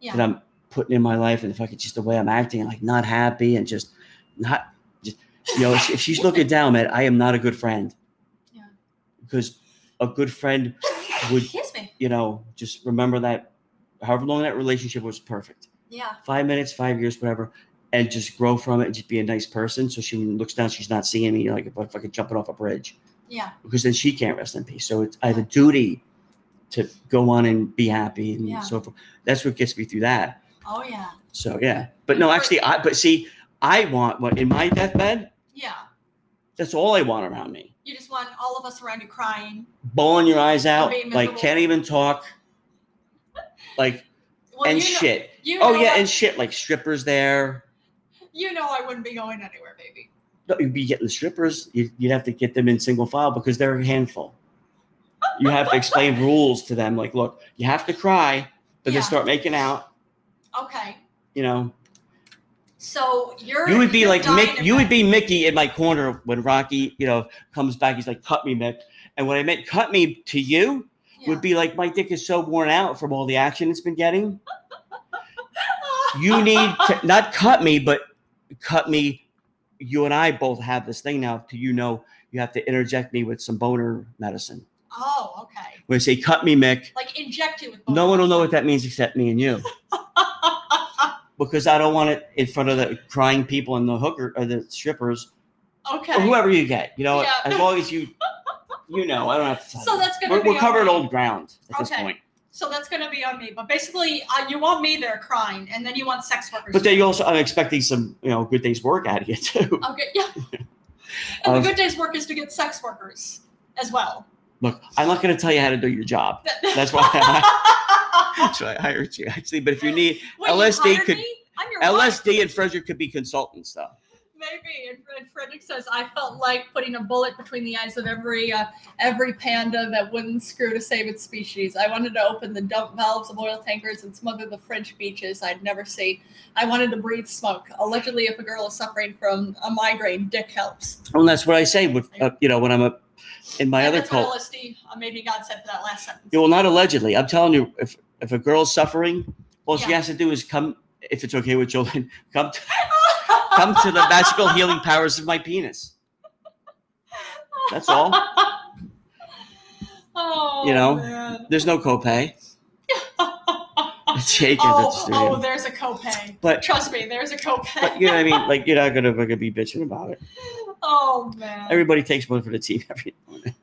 Speaker 2: Yeah.
Speaker 1: that I'm putting in my life, and the fucking just the way I'm acting, like not happy and just not, just you know, if she's looking down, man, I am not a good friend.
Speaker 2: Yeah.
Speaker 1: Because a good friend would
Speaker 2: Excuse me.
Speaker 1: you know, just remember that however long that relationship was perfect
Speaker 2: Yeah.
Speaker 1: five minutes, five years, whatever, and just grow from it and just be a nice person. So she looks down, she's not seeing me, you're like if I fucking jumping off a bridge
Speaker 2: Yeah.
Speaker 1: because then she can't rest in peace. So it's, I have a duty to go on and be happy and
Speaker 2: Yeah.
Speaker 1: so forth. That's what gets me through that.
Speaker 2: Oh yeah.
Speaker 1: So yeah, but no, actually, I but see, I want what in my deathbed.
Speaker 2: Yeah.
Speaker 1: That's all I want around me.
Speaker 2: You just want all of us around you crying.
Speaker 1: Bawling your eyes out,
Speaker 2: Be
Speaker 1: like
Speaker 2: miserable.
Speaker 1: can't even talk, like
Speaker 2: Well,
Speaker 1: and
Speaker 2: you know,
Speaker 1: shit.
Speaker 2: You know
Speaker 1: Oh yeah,
Speaker 2: I,
Speaker 1: and shit, like strippers there.
Speaker 2: you know I wouldn't be going anywhere, baby.
Speaker 1: No, you'd be getting the strippers. You'd, you'd have to get them in single file because they're a handful. You have to explain rules to them. Like, look, you have to cry, but
Speaker 2: Yeah.
Speaker 1: they start making out.
Speaker 2: Okay.
Speaker 1: You know,
Speaker 2: So you're
Speaker 1: you would be
Speaker 2: you're
Speaker 1: like
Speaker 2: dying
Speaker 1: Mick.
Speaker 2: to
Speaker 1: You would
Speaker 2: go.
Speaker 1: be Mickey in my corner when Rocky, you know, comes back. He's like, "Cut me, Mick." And when I meant "cut me" to you,
Speaker 2: Yeah.
Speaker 1: would be like, "My dick is so worn out from all the action it's been getting. You need to not cut me, but cut me." You and I both have this thing now. To you know, you have to interject me with some boner medicine.
Speaker 2: Oh, okay.
Speaker 1: when I say cut me, Mick,
Speaker 2: Like inject you with.
Speaker 1: no one will know what that means except me and you. Because I don't want it in front of the crying people and the hooker or the strippers
Speaker 2: okay.
Speaker 1: or whoever you get. You know,
Speaker 2: Yeah.
Speaker 1: as long as you, you know, I don't have to. Tell
Speaker 2: So
Speaker 1: you.
Speaker 2: that's gonna
Speaker 1: we're,
Speaker 2: be
Speaker 1: we're covered
Speaker 2: okay.
Speaker 1: old ground at this
Speaker 2: Okay.
Speaker 1: point.
Speaker 2: So that's gonna be on me. But basically, uh, you want me there crying, and then you want sex workers.
Speaker 1: But then you also, I'm expecting some, you know, good days work out of you too.
Speaker 2: Okay. Yeah. and
Speaker 1: Um,
Speaker 2: the good day's work is to get sex workers as well.
Speaker 1: Look, I'm not going to tell you how to do your job. That's why I,
Speaker 2: why.
Speaker 1: that's why I hired you actually. But if you need
Speaker 2: Wait, you
Speaker 1: LSD
Speaker 2: hired
Speaker 1: could-
Speaker 2: me? I'm your wife.
Speaker 1: LSD and Frederick could be consultants though.
Speaker 2: Maybe. And Fred Frederick says, I felt like putting a bullet between the eyes of every uh, every panda that wouldn't screw to save its species. I wanted to open the dump valves of oil tankers and smother the French beaches I'd never see. I wanted to breathe smoke. Allegedly, if a girl is suffering from a migraine, dick helps.
Speaker 1: And that's what I say with, uh, you know, when I'm a, in my
Speaker 2: And
Speaker 1: other
Speaker 2: that's what
Speaker 1: cult.
Speaker 2: LSD, uh, maybe God said for that last sentence.
Speaker 1: Yeah, well, not allegedly. I'm telling you, if if a girl's suffering, all she
Speaker 2: Yeah.
Speaker 1: has to do is come. If it's okay with children, come to, come to the magical healing powers of my penis. That's all.
Speaker 2: Oh,
Speaker 1: You know?
Speaker 2: man.
Speaker 1: There's no copay. It's taken at the
Speaker 2: Oh,
Speaker 1: studio.
Speaker 2: oh, there's a copay.
Speaker 1: But
Speaker 2: Trust me, there's a copay.
Speaker 1: but you know what I mean. Like you're not gonna fucking be bitching about it.
Speaker 2: Oh man.
Speaker 1: Everybody takes one for the team every morning.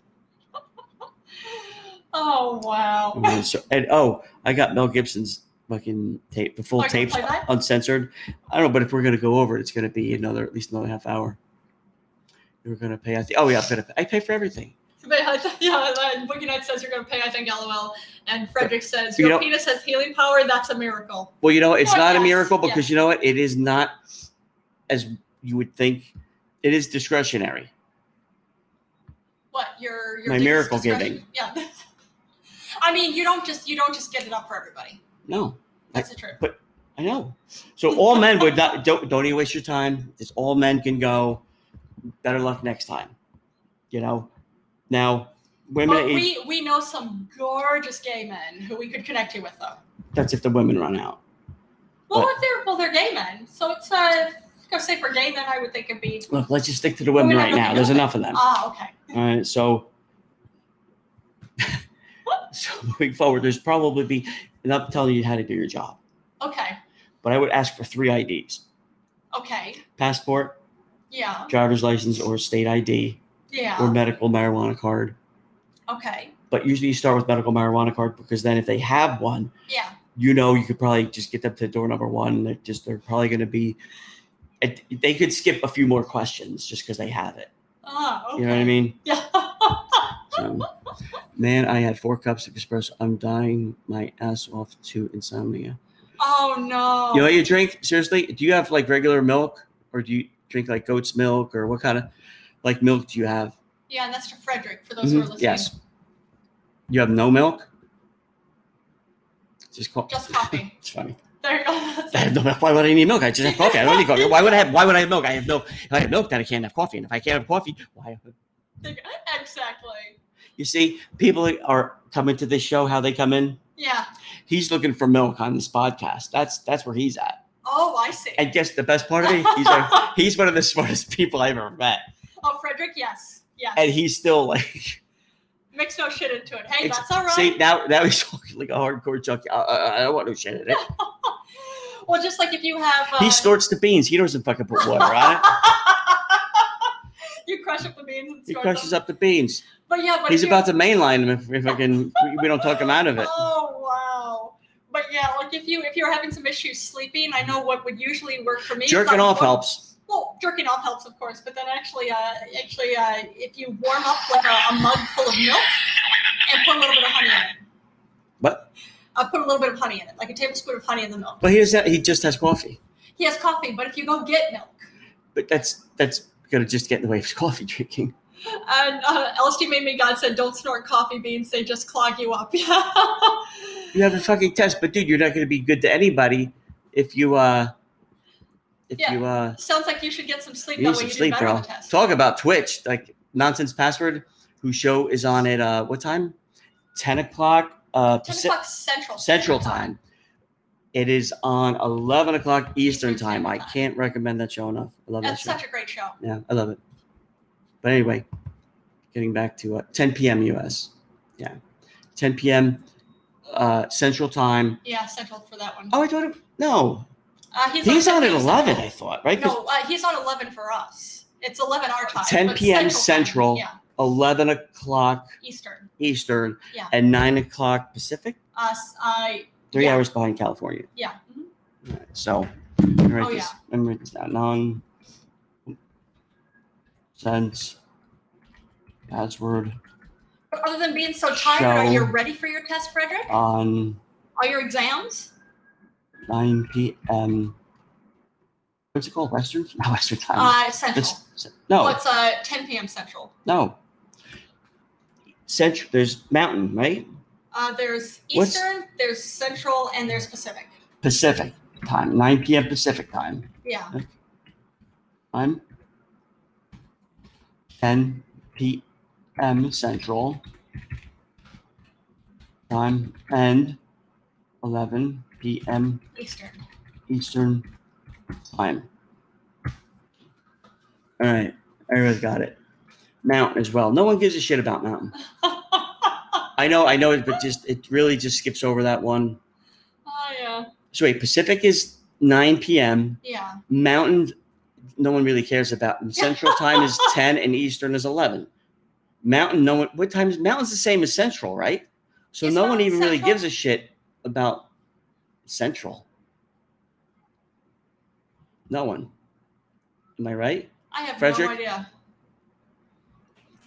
Speaker 2: Oh wow.
Speaker 1: And so- and oh, I got Mel Gibson's fucking tape, the full
Speaker 2: Are you gonna
Speaker 1: tapes
Speaker 2: play that?
Speaker 1: uncensored. I don't know, but if we're gonna go over it, it's gonna be another at least another half hour. You're gonna pay. I think. Oh yeah, I'm gonna. Pay. I pay for everything.
Speaker 2: But, uh, yeah, uh, Boogie Night says you're gonna pay. I think LOL. And Frederick says
Speaker 1: You
Speaker 2: your
Speaker 1: know-
Speaker 2: penis has healing power. That's a miracle.
Speaker 1: Well, you know, it's
Speaker 2: Well,
Speaker 1: not a
Speaker 2: Oh, yes,
Speaker 1: miracle
Speaker 2: yes.
Speaker 1: because you know what? It is not as you would think. It is discretionary.
Speaker 2: What your your
Speaker 1: My
Speaker 2: deepest
Speaker 1: miracle
Speaker 2: discretion- Yeah. I mean, you don't just you don't just get it up for everybody.
Speaker 1: No,
Speaker 2: That's the truth.
Speaker 1: I know. So all men would not. Don't don't even waste your time. It's all men can go. Better luck next time. You know. Now, women.
Speaker 2: But
Speaker 1: is-
Speaker 2: we we know some gorgeous gay men who we could connect you with though.
Speaker 1: that's if the women run out.
Speaker 2: Well,
Speaker 1: What?
Speaker 2: if they're well, they're gay men. So it's uh, go say for gay men, I would think it'd be.
Speaker 1: Look, let's just stick to the women
Speaker 2: Women are
Speaker 1: right now.
Speaker 2: looking
Speaker 1: There's
Speaker 2: open.
Speaker 1: enough of them.
Speaker 2: Ah, okay.
Speaker 1: All right, so so moving forward, there's probably be enough telling you how to do your job.
Speaker 2: Okay.
Speaker 1: But I would ask for three IDs:
Speaker 2: Okay.
Speaker 1: passport,
Speaker 2: Yeah.
Speaker 1: driver's license, or state ID, or
Speaker 2: Yeah.
Speaker 1: medical marijuana card.
Speaker 2: Okay.
Speaker 1: But usually, you start with medical marijuana card because then, if they have one,
Speaker 2: Yeah.
Speaker 1: you know you could probably just get them to door number one. and They're just they're probably going to be. it- They could skip a few more questions just because they have it.
Speaker 2: Oh, okay.
Speaker 1: You know what I mean?
Speaker 2: Yeah.
Speaker 1: So, man, I had four cups of espresso. I'm dying my ass off to insomnia.
Speaker 2: oh no.
Speaker 1: You know what you drink? Seriously? Do you have like regular milk or do you drink like goat's milk or what kind of like milk do you have?
Speaker 2: yeah, and that's to Frederick for those who are
Speaker 1: Mhm.
Speaker 2: listening.
Speaker 1: Yes. You have no milk? Just coffee.
Speaker 2: Just coffee.
Speaker 1: It's funny.
Speaker 2: There you go.
Speaker 1: I have no milk. Why would I need milk? I just have coffee. I don't need coffee. Why would I have why would I have milk? I have milk. If I have milk, then I can't have coffee. And if I can't have coffee, why
Speaker 2: exactly.
Speaker 1: you see, people are coming to this show how they come in.
Speaker 2: Yeah.
Speaker 1: He's looking for milk on this podcast. That's that's where he's at.
Speaker 2: Oh, I see.
Speaker 1: And guess the best part of it, he's like he's one of the smartest people I've ever met.
Speaker 2: oh, Frederick, yes. Yes.
Speaker 1: And he's still like
Speaker 2: Mix no shit into it. Hey,
Speaker 1: It's-
Speaker 2: that's all right.
Speaker 1: see now now he's talking like a hardcore junkie. I, I, I don't want no shit in it.
Speaker 2: well, just like if you have. Uh,
Speaker 1: He snorts the beans. He doesn't fucking put water on it.
Speaker 2: you crush up the beans and
Speaker 1: He
Speaker 2: store
Speaker 1: crushes
Speaker 2: them.
Speaker 1: up the beans.
Speaker 2: But yeah, but
Speaker 1: He's
Speaker 2: if
Speaker 1: about to mainline him if, if I can we don't talk him out of
Speaker 2: You,
Speaker 1: it.
Speaker 2: oh wow. But yeah, like if you if you're having some issues sleeping, I know what would usually work for me. is
Speaker 1: Jerking
Speaker 2: like
Speaker 1: off
Speaker 2: warm-
Speaker 1: helps.
Speaker 2: Well, jerking off helps, of course. But then actually, uh, actually, uh, if you warm up like a, a mug full of milk and put a little bit of honey in it,
Speaker 1: But
Speaker 2: I put a little bit of honey in it, like a tablespoon of honey in the milk.
Speaker 1: but here's that he just has coffee.
Speaker 2: He has coffee, but if you go get milk,
Speaker 1: But that's that's gonna just get in the way of his coffee drinking.
Speaker 2: and uh, LSD made me God said, don't snort coffee beans; they just clog you up. Yeah.
Speaker 1: You have a fucking test, but dude, you're not going to be good to anybody if you uh if
Speaker 2: Yeah.
Speaker 1: you uh
Speaker 2: Sounds like you should get some sleep.
Speaker 1: you need
Speaker 2: that
Speaker 1: some
Speaker 2: way you
Speaker 1: sleep,
Speaker 2: do better on
Speaker 1: bro.
Speaker 2: the test.
Speaker 1: Talk about Twitch, like nonsense password. Whose show is on at uh what time? Ten o'clock uh
Speaker 2: 10
Speaker 1: Paci-
Speaker 2: o'clock Central.
Speaker 1: Central time. It is on eleven o'clock Eastern
Speaker 2: Eastern
Speaker 1: time. I
Speaker 2: Time.
Speaker 1: can't recommend that show enough. I love that
Speaker 2: That's
Speaker 1: show.
Speaker 2: such a great show.
Speaker 1: Yeah, I love it. But anyway, getting back to uh, 10 p.m. US. Yeah, 10 p.m. Uh, Central Time.
Speaker 2: Yeah, Central for that one.
Speaker 1: Oh, I thought it. No,
Speaker 2: uh, he's,
Speaker 1: He's on at
Speaker 2: 10
Speaker 1: eleven, I
Speaker 2: Central.
Speaker 1: thought, right? 'Cause
Speaker 2: No, uh, he's on 11 for us. It's 11 our time.
Speaker 1: 10
Speaker 2: but
Speaker 1: p.m. Central.
Speaker 2: Central. time. Yeah,
Speaker 1: eleven o'clock
Speaker 2: Eastern.
Speaker 1: Eastern
Speaker 2: Yeah.
Speaker 1: and nine o'clock Pacific.
Speaker 2: Us, I.
Speaker 1: Three
Speaker 2: Yeah.
Speaker 1: hours behind California.
Speaker 2: Yeah. mhm.
Speaker 1: So, I'm gonna write
Speaker 2: Oh,
Speaker 1: this. I'm gonna write this down. Non sense password
Speaker 2: But other than being so tired, are
Speaker 1: Show.
Speaker 2: you ready for your test, Frederick?
Speaker 1: on
Speaker 2: Are your exams?
Speaker 1: nine p.m. What's it called? Western? Not Western time.
Speaker 2: Uh, Central.
Speaker 1: It's- no,
Speaker 2: Well, it's uh, 10 p.m. Central.
Speaker 1: no. Central. There's mountain, right?
Speaker 2: Uh, there's
Speaker 1: What's-
Speaker 2: Eastern, there's Central, and there's Pacific.
Speaker 1: Pacific time. Nine p.m. Pacific time.
Speaker 2: Yeah.
Speaker 1: I'm 10 p.m. Central time and 11 p.m.
Speaker 2: Eastern.
Speaker 1: Eastern time. All right, everyone's got it. Mountain as well. No one gives a shit about mountain.
Speaker 2: oh,
Speaker 1: I know, I know, it, but just it really just skips over that one.
Speaker 2: yeah.
Speaker 1: So wait, Pacific is 9 p.m.
Speaker 2: Yeah.
Speaker 1: Mountain, no one really cares about. And Central time is 10 and Eastern is 11. Mountain, no one, what time is Mountain's the same as Central, right? So
Speaker 2: Is
Speaker 1: no one
Speaker 2: Mountain
Speaker 1: even really
Speaker 2: Central?
Speaker 1: gives a shit about Central. No one. Am I right?
Speaker 2: I have
Speaker 1: Frederick?
Speaker 2: no idea.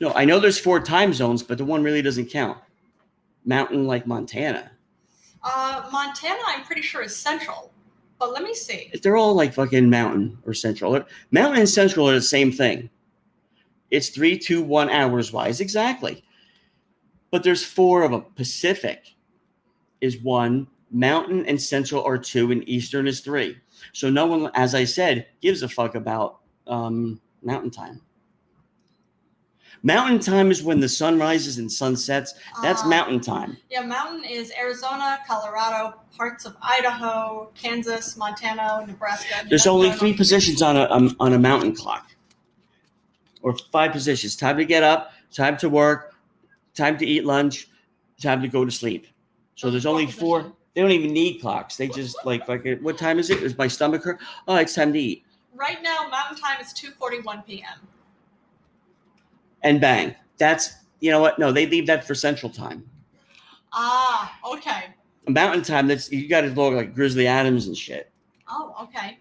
Speaker 1: No, I know there's four time zones, but the one really doesn't count. Mountain like Montana.
Speaker 2: Uh, Montana, I'm pretty sure is central, but let me see.
Speaker 1: They're all like fucking Mountain or Central. Mountain and Central are the same thing. It's three, two, one hours wise, exactly. But there's four of them. Pacific is one, Mountain and Central are two, and Eastern is three. So no one, as I said, gives a fuck about um, Mountain time. Mountain time is when the sun rises and sunsets. That's
Speaker 2: Uh,
Speaker 1: Mountain time.
Speaker 2: Yeah, mountain is Arizona, Colorado, parts of Idaho, Kansas, Montana, Nebraska. New
Speaker 1: There's
Speaker 2: Mexico,
Speaker 1: only
Speaker 2: North
Speaker 1: three positions on a um, on a mountain clock, or five positions. Time to get up, time to work, time to eat lunch, time to go to sleep. So there's only four. They don't even need clocks. They just like like uh, what time is it? Is my stomach hurt? Oh, it's time to eat.
Speaker 2: Right now, mountain time is 2:41 p.m.
Speaker 1: And bang, that's you know what? No, they leave that for central time.
Speaker 2: Ah, okay.
Speaker 1: Mountain time. That's you got to look like Grizzly Adams and shit.
Speaker 2: Oh, okay.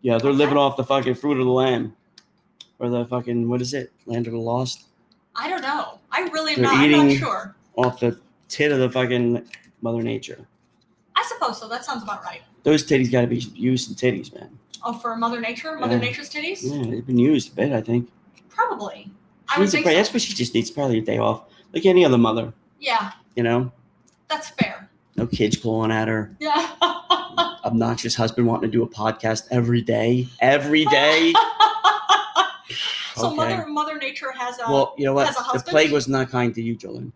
Speaker 1: Yeah, they're living off the fucking fruit of the land. or the fucking what is it? Land of the Lost
Speaker 2: I don't know. I really am
Speaker 1: They're
Speaker 2: not. I'm not
Speaker 1: eating-
Speaker 2: sure.
Speaker 1: off the tit of the fucking Mother Nature.
Speaker 2: I suppose so. That sounds about right.
Speaker 1: Those titties got to be used in titties, man.
Speaker 2: Oh, for Mother Nature, Mother
Speaker 1: Yeah.
Speaker 2: Nature's titties,
Speaker 1: Yeah, they've been used a bit, I think.
Speaker 2: probably. I
Speaker 1: She
Speaker 2: would
Speaker 1: needs a
Speaker 2: think.
Speaker 1: break.
Speaker 2: so.
Speaker 1: That's what she just needs. Probably a day off, like any other mother.
Speaker 2: Yeah,
Speaker 1: You know,
Speaker 2: that's fair.
Speaker 1: no kids calling at her.
Speaker 2: Yeah.
Speaker 1: Obnoxious husband wanting to do a podcast every day, every day.
Speaker 2: so
Speaker 1: Okay.
Speaker 2: Mother Mother Nature has a.
Speaker 1: well, you know what?
Speaker 2: Has a
Speaker 1: The
Speaker 2: husband?
Speaker 1: plague was not kind to you, Jolene.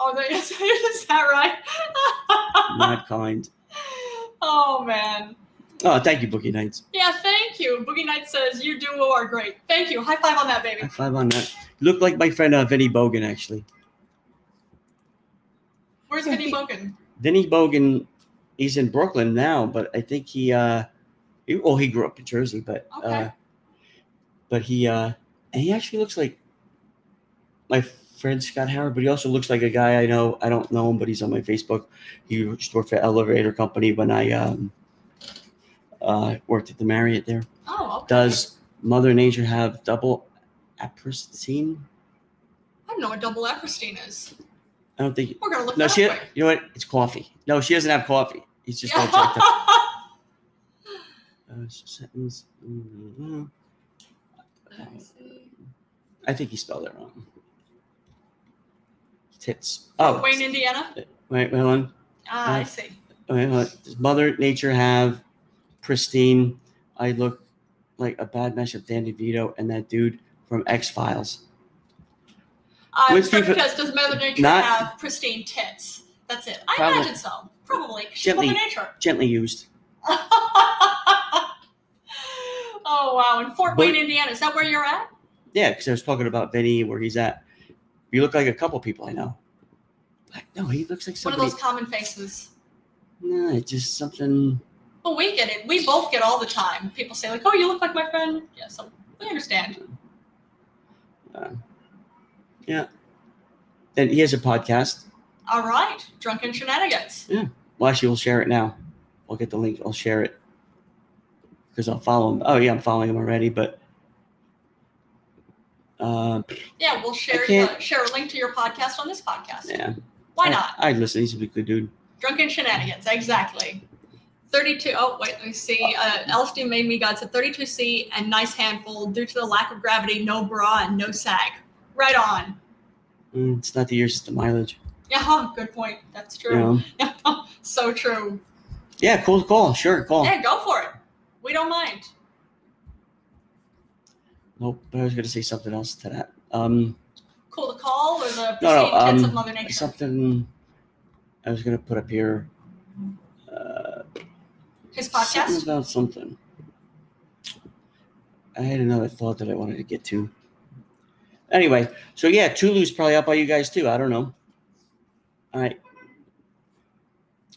Speaker 2: oh, there is, is that right?
Speaker 1: Not kind.
Speaker 2: Oh man.
Speaker 1: Oh, thank you, Bookie Nights.
Speaker 2: Yeah, thank you. Boogie Night says you do are great. Thank you. High five on that, baby.
Speaker 1: High five on that. Looked like my friend uh, Vinny Bogan actually.
Speaker 2: Where's Vinny Bogan?
Speaker 1: Vinny Bogan, he's in Brooklyn now, but I think he, uh, he well, he grew up in Jersey, but uh,
Speaker 2: Okay.
Speaker 1: but he uh, and he actually looks like my friend Scott Howard, but he also looks like a guy I know. I don't know him, but he's on my Facebook. He used to work for Elevator Company when I um, uh, worked at the Marriott there.
Speaker 2: Oh, okay.
Speaker 1: Does Mother Nature have double apricot?
Speaker 2: I don't know what double Epstein is.
Speaker 1: I don't think.
Speaker 2: We're gonna look
Speaker 1: No,
Speaker 2: that
Speaker 1: she. You
Speaker 2: up quick.
Speaker 1: know what? It's coffee. No, she doesn't have coffee. He's just all jacked up. Uh, sentence. mm, I think he spelled it wrong. Tits. Oh,
Speaker 2: Wayne, Indiana.
Speaker 1: wait, wait, hold on.
Speaker 2: Ah, I
Speaker 1: Uh,
Speaker 2: see.
Speaker 1: Wait, hold on. Does Mother Nature have pristine? I look like a bad mesh of Danny DeVito and that dude from X Files.
Speaker 2: Uh,
Speaker 1: Which
Speaker 2: strip
Speaker 1: people-
Speaker 2: test, does Mother Nature
Speaker 1: Not-
Speaker 2: have pristine tits? That's it. I
Speaker 1: Probably.
Speaker 2: imagine so. Probably. She's
Speaker 1: Gently.
Speaker 2: Mother Nature.
Speaker 1: Gently used.
Speaker 2: oh wow! In Fort
Speaker 1: But-
Speaker 2: Wayne, Indiana, is that where you're at?
Speaker 1: Yeah, because I was talking about Vinny, where he's at. You look like a couple people I know. Like, no, he looks like
Speaker 2: One of
Speaker 1: somebody.
Speaker 2: those common faces.
Speaker 1: Nah, it's just something.
Speaker 2: But we get it. We both get all the time. People say like, "Oh, you look like my friend." Yeah, so we understand.
Speaker 1: And he has a podcast.
Speaker 2: All right, drunken shenanigans.
Speaker 1: Well, actually, we'll share it now. I'll get the link. I'll share it because I'll follow him. Oh yeah, I'm following him already. But uh,
Speaker 2: Yeah, we'll share
Speaker 1: can't-
Speaker 2: the, share a link to your podcast on this podcast.
Speaker 1: yeah,
Speaker 2: Why not?
Speaker 1: I, would listen. He's a big good dude.
Speaker 2: Drunken shenanigans. Exactly. 32. Oh, wait, let me see. Uh, LSD made me God said 32C and nice handful due to the lack of gravity, no bra, and no sag. Right on.
Speaker 1: Mm, It's not the years, it's the mileage.
Speaker 2: Yeah, good point. That's
Speaker 1: You
Speaker 2: true.
Speaker 1: know?
Speaker 2: So true.
Speaker 1: Yeah, cool call. Sure, call.
Speaker 2: Yeah, go for it. We don't mind.
Speaker 1: Nope, but I was gonna say something else to that. Um,
Speaker 2: Cool to call or the pristine
Speaker 1: No, no,
Speaker 2: tits of
Speaker 1: um,
Speaker 2: Mother Nature.
Speaker 1: something I was gonna put up here. Uh,
Speaker 2: His
Speaker 1: Something
Speaker 2: podcast.
Speaker 1: about something. I had another thought that I wanted to get to. Anyway, so yeah, Tulu's probably out by you guys too. I don't know. All right,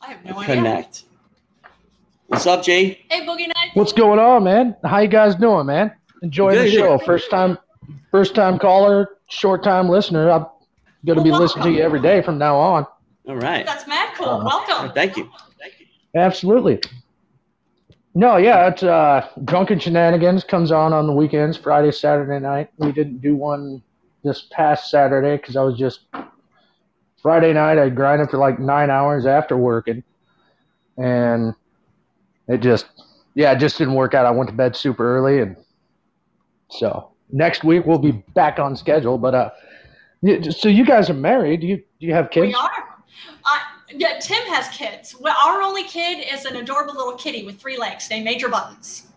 Speaker 2: I have no idea.
Speaker 1: connect. What's up, Jay?
Speaker 2: Hey, Boogie Night.
Speaker 3: What's going on, man? How you guys doing, man? Enjoying the
Speaker 1: Good,
Speaker 3: show.
Speaker 1: good.
Speaker 3: First time, first time caller, short time listener. I'm gonna be
Speaker 2: Well,
Speaker 3: listening to you every day from now on.
Speaker 1: All right.
Speaker 2: That's mad cool.
Speaker 3: Uh,
Speaker 1: All right,
Speaker 2: Welcome.
Speaker 1: Thank you.
Speaker 3: Absolutely. No, yeah, it's uh, Drunken Shenanigans comes on on the weekends, Friday, Saturday night. We didn't do one this past Saturday because I was just Friday night. I grinded for like nine hours after working, and it just, yeah, it just didn't work out. I went to bed super early, and so next week we'll be back on schedule. But uh, you- so you guys are married? Do you do you have kids?
Speaker 2: We are. Uh, yeah, Tim has kids. Well, our only kid is an adorable little kitty with three legs named Major Buttons.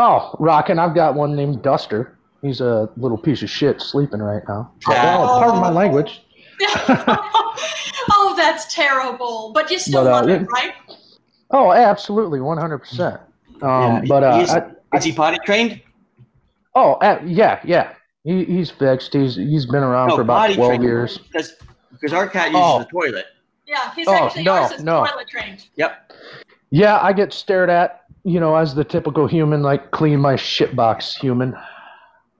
Speaker 3: Oh, rockin'. I've got one named Duster. He's a little piece of shit sleeping right now.
Speaker 1: Yeah.
Speaker 3: Oh, pardon my language.
Speaker 2: oh, that's terrible. But you still
Speaker 3: But, uh,
Speaker 2: love
Speaker 3: yeah.
Speaker 2: it, right?
Speaker 3: Oh, absolutely, 100%. Um,
Speaker 1: Yeah,
Speaker 3: but uh,
Speaker 1: he's-
Speaker 3: I,
Speaker 1: Is he potty trained?
Speaker 3: oh, uh, yeah, yeah. He, he's fixed. He's he's been around
Speaker 1: No,
Speaker 3: for about
Speaker 1: potty
Speaker 3: twelve
Speaker 1: trained.
Speaker 3: years.
Speaker 1: Because because our cat uses
Speaker 3: Oh.
Speaker 1: the toilet.
Speaker 2: Yeah, he's
Speaker 3: Oh,
Speaker 2: actually
Speaker 3: no,
Speaker 2: ours is
Speaker 3: no.
Speaker 2: toilet trained.
Speaker 3: Yeah, I get stared at, you know, as the typical human, like clean my shit box, human.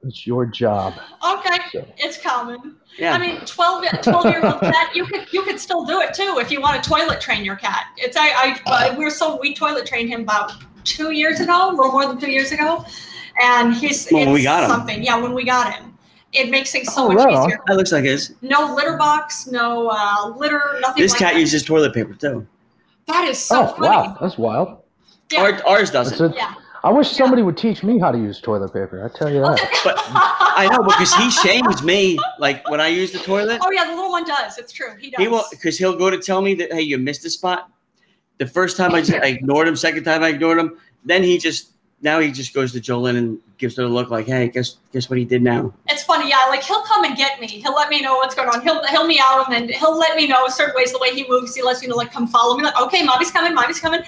Speaker 3: It's your job.
Speaker 2: Okay,
Speaker 3: So.
Speaker 2: it's common.
Speaker 1: Yeah.
Speaker 2: I mean, 12, 12 year old cat, you could you could still do it too if you want to toilet train your cat. It's
Speaker 1: Oh.
Speaker 2: I, I, I we're so we toilet trained him about two years ago, a little more than two years ago, and he's
Speaker 1: Well, when
Speaker 2: it's
Speaker 1: we got him.
Speaker 2: something. Yeah, when we got him, it makes things so
Speaker 3: Oh,
Speaker 2: much
Speaker 3: right on.
Speaker 2: easier.
Speaker 1: That looks like his.
Speaker 2: No litter box, no uh, litter, nothing.
Speaker 1: This
Speaker 2: like
Speaker 1: cat
Speaker 2: that.
Speaker 1: uses toilet paper too.
Speaker 2: that is so
Speaker 3: oh
Speaker 2: funny.
Speaker 3: wow, that's wild.
Speaker 2: Yeah.
Speaker 1: Our, ours
Speaker 3: That's
Speaker 1: doesn't.
Speaker 3: a,
Speaker 2: yeah.
Speaker 3: I wish somebody would teach me how to use toilet paper. I tell you that.
Speaker 1: But I know because he shames me. Like when I use the toilet,
Speaker 2: Oh yeah, the little one does. It's true. He does.
Speaker 1: he will because he'll go to tell me that hey, you missed a spot. The first time I, just, I ignored him. Second time I ignored him. Then he just now he just goes to Jolyn and gives her a look like hey, guess guess what he did now.
Speaker 2: It's funny, yeah. Like he'll come and get me. He'll let me know what's going on. He'll he'll meow and then he'll let me know certain ways the way he moves. He lets me know like come follow me. Like okay, mommy's coming, mommy's coming,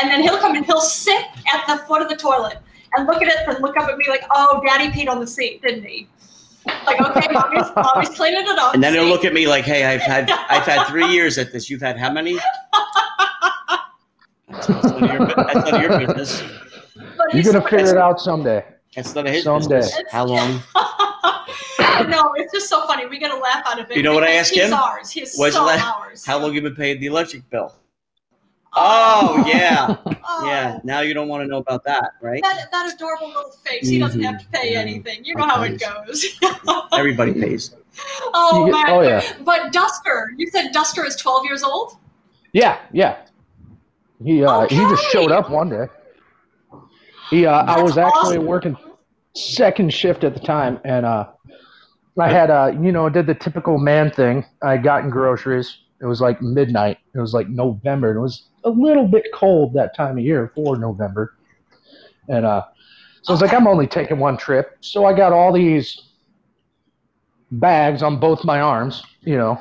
Speaker 2: and then he'll come and he'll sit at the foot of the toilet and look at it and look up at me like oh, daddy peed on the seat, didn't he? Like okay, mommy's, mommy's cleaning it up.
Speaker 1: And then he'll
Speaker 2: See?
Speaker 1: look at me like hey, I've had I've had three years at this. You've had how many? That's none of your, bu- that's none of your business.
Speaker 2: But
Speaker 3: You're
Speaker 2: he's
Speaker 3: gonna
Speaker 2: so-
Speaker 3: figure it out someday.
Speaker 1: That's none of his
Speaker 3: Someday.
Speaker 1: business. How long?
Speaker 2: no, it's just so funny. We get a laugh out of it.
Speaker 1: You know what I
Speaker 2: because
Speaker 1: asked
Speaker 2: he's
Speaker 1: him?
Speaker 2: Ours. He's
Speaker 1: Was
Speaker 2: so
Speaker 1: it la-
Speaker 2: ours.
Speaker 1: How long you been paying the electric bill? Oh yeah.
Speaker 2: Oh.
Speaker 1: Yeah, now you don't want to know about that, right?
Speaker 2: That, that adorable little face. He doesn't
Speaker 3: Mm-hmm.
Speaker 2: have to pay
Speaker 1: Mhm.
Speaker 2: anything. You know how it goes.
Speaker 1: Everybody pays.
Speaker 2: oh,
Speaker 3: You get-
Speaker 2: man.
Speaker 3: oh, yeah. Mm-hmm.
Speaker 2: But Duster, you said Duster is 12 years old?
Speaker 3: Yeah, yeah. He
Speaker 2: Oh,
Speaker 3: uh, he just
Speaker 2: Okay.
Speaker 3: showed up one day. He uh, I
Speaker 2: That's
Speaker 3: was actually
Speaker 2: awesome.
Speaker 3: working second shift at the time, and uh, I had uh, you know, did the typical man thing. I got in groceries. It was like midnight. It was like November. and It was a little bit cold that time of year for November, and uh, so I was like, I'm only taking one trip. So I got all these bags on both my arms. You know,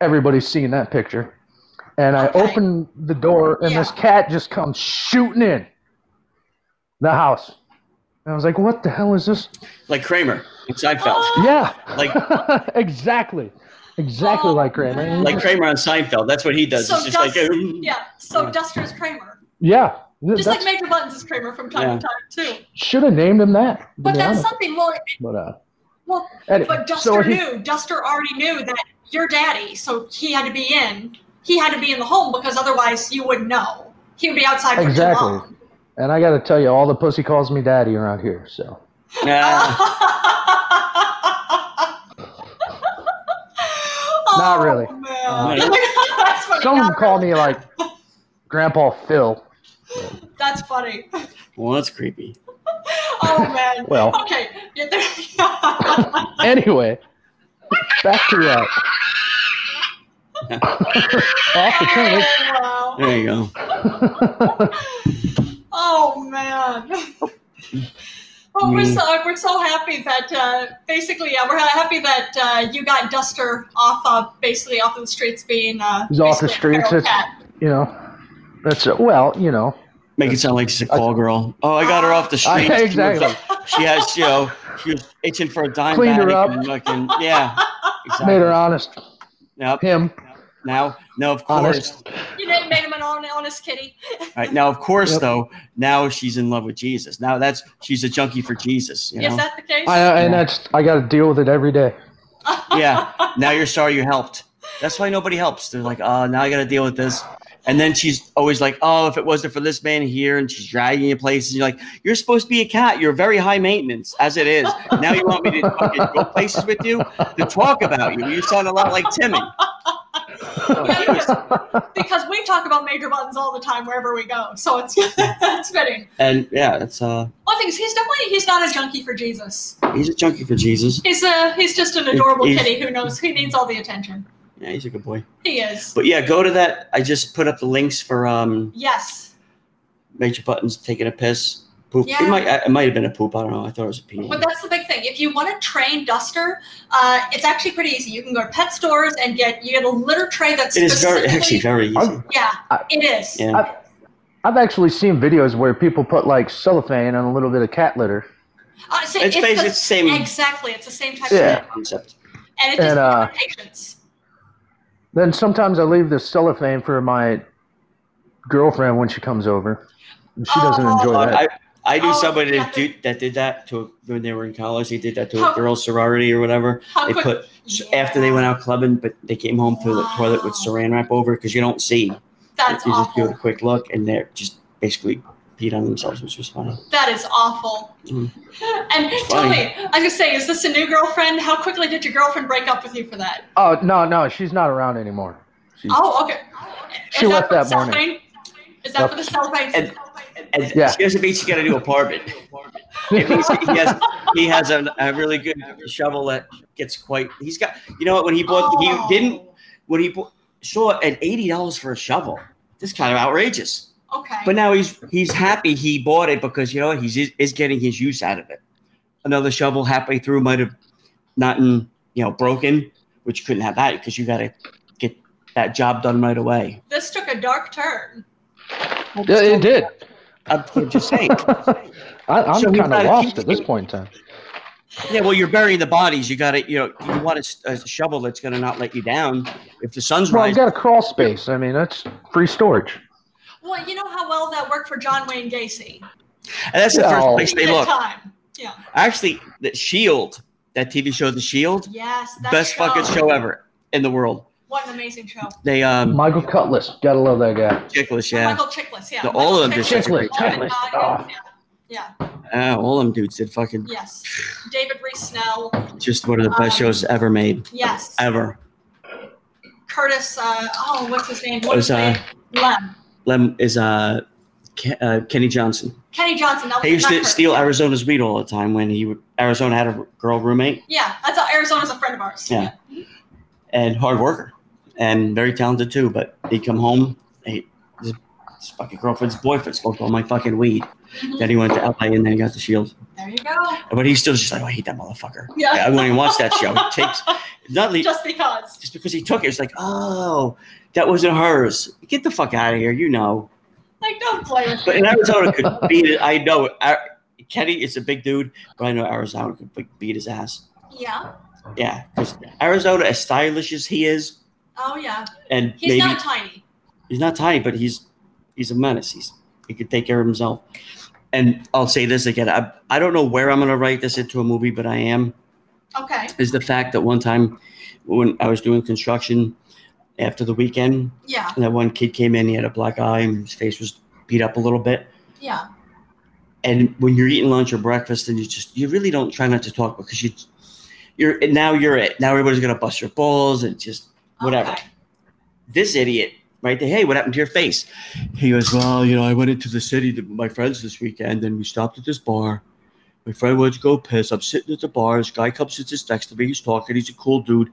Speaker 3: everybody's seen that picture. And I
Speaker 2: Okay.
Speaker 3: opened the door, and
Speaker 2: Yeah.
Speaker 3: this cat just comes shooting in the house. And I was like, what the hell is this?
Speaker 1: Like Kramer in Seinfeld.
Speaker 2: Oh.
Speaker 3: Yeah.
Speaker 1: Like-
Speaker 3: exactly. Exactly
Speaker 2: Oh,
Speaker 3: like Kramer.
Speaker 2: man.
Speaker 1: Like Kramer on Seinfeld. That's what he does.
Speaker 2: So
Speaker 1: it's just
Speaker 2: does-
Speaker 1: like, um, "Ooh."
Speaker 2: Yeah. So
Speaker 1: Yeah.
Speaker 2: Duster is Kramer.
Speaker 3: yeah.
Speaker 2: Just like Major Buttons is Kramer from time to time, too.
Speaker 3: Should have named him that. to
Speaker 2: But
Speaker 3: be
Speaker 2: that's
Speaker 3: honest.
Speaker 2: something. Well,
Speaker 3: but, uh,
Speaker 2: well
Speaker 3: anyway,
Speaker 2: but Duster
Speaker 3: so he-
Speaker 2: knew. Duster already knew that you're daddy, so he had to be in. He had to be in the home because otherwise you wouldn't know. He would be outside for
Speaker 3: Exactly.
Speaker 2: too long.
Speaker 3: And I got to tell you, all the pussy calls me daddy around here. So Ah.
Speaker 1: Nah.
Speaker 3: Not really.
Speaker 2: Oh, man.
Speaker 1: Uh,
Speaker 2: That's funny.
Speaker 3: some of them
Speaker 2: Not
Speaker 3: call
Speaker 2: really.
Speaker 3: me like Grandpa Phil.
Speaker 2: That's funny.
Speaker 1: Well, that's creepy.
Speaker 2: Oh man.
Speaker 3: Well,
Speaker 2: Okay. Yeah, there-
Speaker 3: anyway, back to uh, off the turnip.
Speaker 2: Oh, wow.
Speaker 1: There you go.
Speaker 2: Oh man. Well,
Speaker 1: Mm.
Speaker 2: we're so, we're so happy that uh, basically yeah we're happy that uh, you got Duster off uh, basically off of the streets being uh,
Speaker 3: He's off the
Speaker 2: basically a
Speaker 3: streets,
Speaker 2: feral
Speaker 3: it's-
Speaker 2: cat.
Speaker 3: you know, that's uh, well, you know,
Speaker 1: Make it sound like she's a call girl. Oh, I got her off the
Speaker 3: I-
Speaker 1: street. She was,
Speaker 3: exactly.
Speaker 1: uh, She has, you know, she was itching for a dime
Speaker 3: Cleaned her
Speaker 1: bag
Speaker 3: up.
Speaker 1: and looking- yeah. Exactly.
Speaker 3: made her honest.
Speaker 1: Now,
Speaker 3: Him
Speaker 1: now, now, of course.
Speaker 3: honest.
Speaker 2: You know, made him an hon- honest kitty.
Speaker 1: Right, now, of course,
Speaker 3: Yep.
Speaker 1: though, now she's in love with Jesus. Now that's she's a junkie for Jesus. You
Speaker 2: Is
Speaker 1: know?
Speaker 2: that the case?
Speaker 3: I, and that's I got to deal with it every day.
Speaker 1: yeah. Now you're sorry you helped. That's why nobody helps. They're like, oh, now I got to deal with this. And then she's always like, oh, if it wasn't for this man here, and she's dragging you places. You're like, you're supposed to be a cat. You're very high maintenance as it is. Now you want me to fucking go places with you to talk about you. You sound a lot like Timmy.
Speaker 2: Yeah, because, because we talk about major buttons all the time wherever we go, so it's it's fitting.
Speaker 1: And yeah, it's uh,
Speaker 2: One thing is, he's definitely he's not a junkie for Jesus.
Speaker 1: he's a junkie for Jesus.
Speaker 2: He's a he's just an adorable
Speaker 1: He's-
Speaker 2: kitty who knows who needs all the attention.
Speaker 1: Yeah, he's a good boy.
Speaker 2: He is.
Speaker 1: But yeah, go to that. I just put up the links for um,
Speaker 2: Yes,
Speaker 1: Major Buttons taking a piss. Poop.
Speaker 2: Yeah.
Speaker 1: It might. It might have been a poop. I don't know. I thought it was a pee.
Speaker 2: but that's the big thing. If you want to train Duster, uh, it's actually pretty easy. You can go to pet stores and get you get a litter tray that's
Speaker 1: It is very
Speaker 2: specifically-
Speaker 1: actually very easy.
Speaker 3: I've,
Speaker 2: yeah,
Speaker 3: I-
Speaker 2: it is.
Speaker 1: Yeah.
Speaker 3: I've, I've actually seen videos where people put like cellophane and a little bit of cat litter.
Speaker 2: Uh, so
Speaker 1: It's basically the same
Speaker 2: Exactly, it's the same type
Speaker 3: Yeah.
Speaker 2: of thing,
Speaker 1: concept.
Speaker 2: and it just
Speaker 3: And, uh,
Speaker 2: takes patience.
Speaker 3: Then sometimes I leave the cellophane for my girlfriend when she comes over. And She doesn't
Speaker 2: Oh.
Speaker 3: enjoy that.
Speaker 1: I, Uh, I knew
Speaker 2: Oh,
Speaker 1: somebody
Speaker 2: yeah.
Speaker 1: that, do, that did that to when they were in college. They did that to
Speaker 2: How-
Speaker 1: a girl sorority or whatever.
Speaker 2: How
Speaker 1: They
Speaker 2: quick?
Speaker 1: put s after they went out clubbing, but they came home to the toilet with
Speaker 2: Wow.
Speaker 1: saran wrap over because you don't see.
Speaker 2: That's
Speaker 1: you just give it a
Speaker 2: awful.
Speaker 1: quick look, and they're just basically peed on themselves, which was funny.
Speaker 2: That is awful.
Speaker 1: Mm.
Speaker 2: And tell
Speaker 1: Fine.
Speaker 2: me, I was gonna say, is this a new girlfriend? How quickly did your girlfriend break up with you for that?
Speaker 3: Oh no, no, she's not around anymore.
Speaker 1: Mm.
Speaker 3: She's,
Speaker 2: Oh, okay.
Speaker 3: She
Speaker 2: is
Speaker 3: left
Speaker 2: for the
Speaker 3: that morning.
Speaker 2: celebrate? Is that for the celebrate?
Speaker 1: And- And
Speaker 3: Yeah.
Speaker 1: she doesn't mean she got a new apartment. It means he has he has a, a really good shovel that gets quite. He's got you know what when he bought
Speaker 2: Oh.
Speaker 1: he didn't when he bought, saw at eighty dollars for a shovel. This kind of outrageous.
Speaker 2: Okay.
Speaker 1: But now he's he's happy he bought it because you know what he's is- is getting his use out of it. Another shovel halfway through might have not in, you know broken, which you couldn't have that because you got to get that job done right away.
Speaker 2: this took a dark turn.
Speaker 3: Yeah, it did.
Speaker 1: I'm I'm just saying.
Speaker 3: I, I'm
Speaker 1: So we've
Speaker 3: kind of
Speaker 1: got a
Speaker 3: lost
Speaker 1: few-
Speaker 3: at this point in time.
Speaker 1: Yeah, well, you're burying the bodies. You got to, you know, you want a s- a, shovel that's going to not let you down if the sun's
Speaker 3: Well, I've
Speaker 1: rising.
Speaker 3: got a crawl space. I mean, that's free storage.
Speaker 2: Well, you know how well that worked for John Wayne Gacy.
Speaker 1: And that's the
Speaker 3: Yeah.
Speaker 1: first place they
Speaker 2: Good
Speaker 1: look.
Speaker 2: Time. Yeah.
Speaker 1: Actually, the Shield, that TV show, The Shield,
Speaker 2: Yes. That
Speaker 1: best
Speaker 2: show.
Speaker 1: fucking show ever in the world.
Speaker 2: What an amazing show.
Speaker 1: They um,
Speaker 3: Michael Cutlass, gotta love that guy.
Speaker 1: ridiculous, yeah.
Speaker 2: Michael Chiklis. Yeah.
Speaker 1: The- all of them did such a
Speaker 2: Michael
Speaker 1: great
Speaker 2: Chiklis.
Speaker 3: job.
Speaker 2: Oh, my God, Yeah. yeah.
Speaker 1: Uh, all them dudes did fucking
Speaker 2: Yes. David Reese Snell.
Speaker 1: just one of the best
Speaker 2: Um,
Speaker 1: shows ever made,
Speaker 2: Yes.
Speaker 1: ever.
Speaker 2: Curtis. Uh, oh, what's his name?
Speaker 1: It
Speaker 2: What is
Speaker 1: was,
Speaker 2: his name? Lem.
Speaker 1: Lem is uh, Ke- uh Kenny Johnson.
Speaker 2: Kenny Johnson. That was
Speaker 1: He used
Speaker 2: not
Speaker 1: to
Speaker 2: Curtis.
Speaker 1: steal Arizona's weed all the time when he would- Arizona had a girl roommate.
Speaker 2: Yeah, that's all. Arizona's a friend of ours.
Speaker 1: Yeah. and hard worker and very talented too. But he'd come home, he, his, his fucking girlfriend's boyfriend smoked all my fucking weed.
Speaker 2: Mhm.
Speaker 1: Then he went to LA and then he got the shield.
Speaker 2: There you go.
Speaker 1: But he's still just like, oh, I hate that motherfucker.
Speaker 2: Yeah.
Speaker 1: I wouldn't even watch that show. It takes not le- just,
Speaker 2: Just because.
Speaker 1: because he took it. It's like, oh, that wasn't hers. Get the fuck out of here, you know.
Speaker 2: Like, don't play with
Speaker 1: But in Arizona could beat it. I know Ar- Kenny is a big dude, but I know Arizona could be- beat his ass.
Speaker 2: Yeah.
Speaker 1: Yeah, because Arizona, as stylish as he is,
Speaker 2: Oh, yeah.
Speaker 1: and
Speaker 2: He's
Speaker 1: maybe
Speaker 2: not tiny.
Speaker 1: he's not tiny, but he's he's a menace. He's he could take care of himself. And I'll say this again: I I don't know where I'm going to write this into a movie, but I am.
Speaker 2: Okay.
Speaker 1: Is the fact that one time when I was doing construction after the weekend,
Speaker 2: Yeah.
Speaker 1: and that one kid came in, he had a black eye, and his face was beat up a little bit.
Speaker 2: Yeah.
Speaker 1: And when you're eating lunch or breakfast, and you just you really don't try not to talk because you you're and now you're it. Now everybody's going to bust your balls and just whatever
Speaker 2: Okay.
Speaker 1: this idiot right there, hey, what happened to your face? He goes, well, you know, I went into the city to my friends this weekend and we stopped at this bar. My friend went to go piss. I'm sitting at the bar. This guy comes and sits next to me. He's talking. He's a cool dude.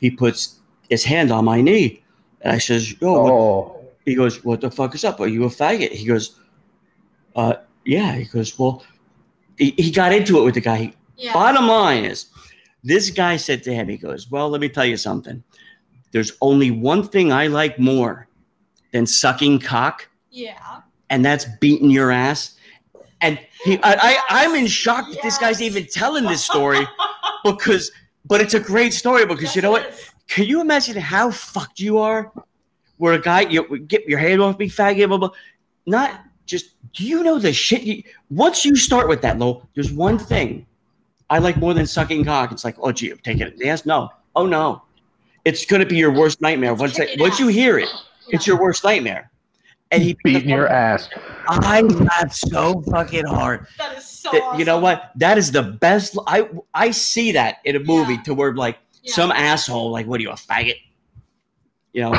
Speaker 1: He puts his hand on my knee. And I says, yo, what-
Speaker 3: Oh,
Speaker 1: he goes, what the fuck is up? Are you a faggot? He goes, uh, yeah. He goes, well, he, he got into it with the guy. He,
Speaker 2: Yeah.
Speaker 1: Bottom line is, this guy said to him, he goes, Well, let me tell you something. There's only one thing I like more than sucking cock,
Speaker 2: yeah.
Speaker 1: and that's beating your ass. And he, I, I, I'm in shock that this guy's
Speaker 2: Yes.
Speaker 1: even telling this story because, but it's a great story because
Speaker 2: Yes,
Speaker 1: you know
Speaker 2: it
Speaker 1: what?
Speaker 2: is.
Speaker 1: Can you imagine how fucked you are? Where a guy, you get your hand off me, faggot, blah, blah. Not just, do you know the shit? You, once you start with that, Lowell, there's one thing I like more than sucking cock. It's like, oh, gee, I'm taking it. Yes, no. Oh, no. It's going to be your worst nightmare. Once,
Speaker 2: Kick
Speaker 1: that-
Speaker 2: it
Speaker 1: once
Speaker 2: ass.
Speaker 1: you hear it, it's your worst nightmare. And he
Speaker 3: beating your ass.
Speaker 1: I laughed so fucking hard
Speaker 2: That is so.
Speaker 1: that- you know
Speaker 2: awesome.
Speaker 1: what? That is the best. I I see that in a movie
Speaker 2: Yeah.
Speaker 1: to where like
Speaker 2: Yeah.
Speaker 1: some asshole like, what are you a faggot? You know,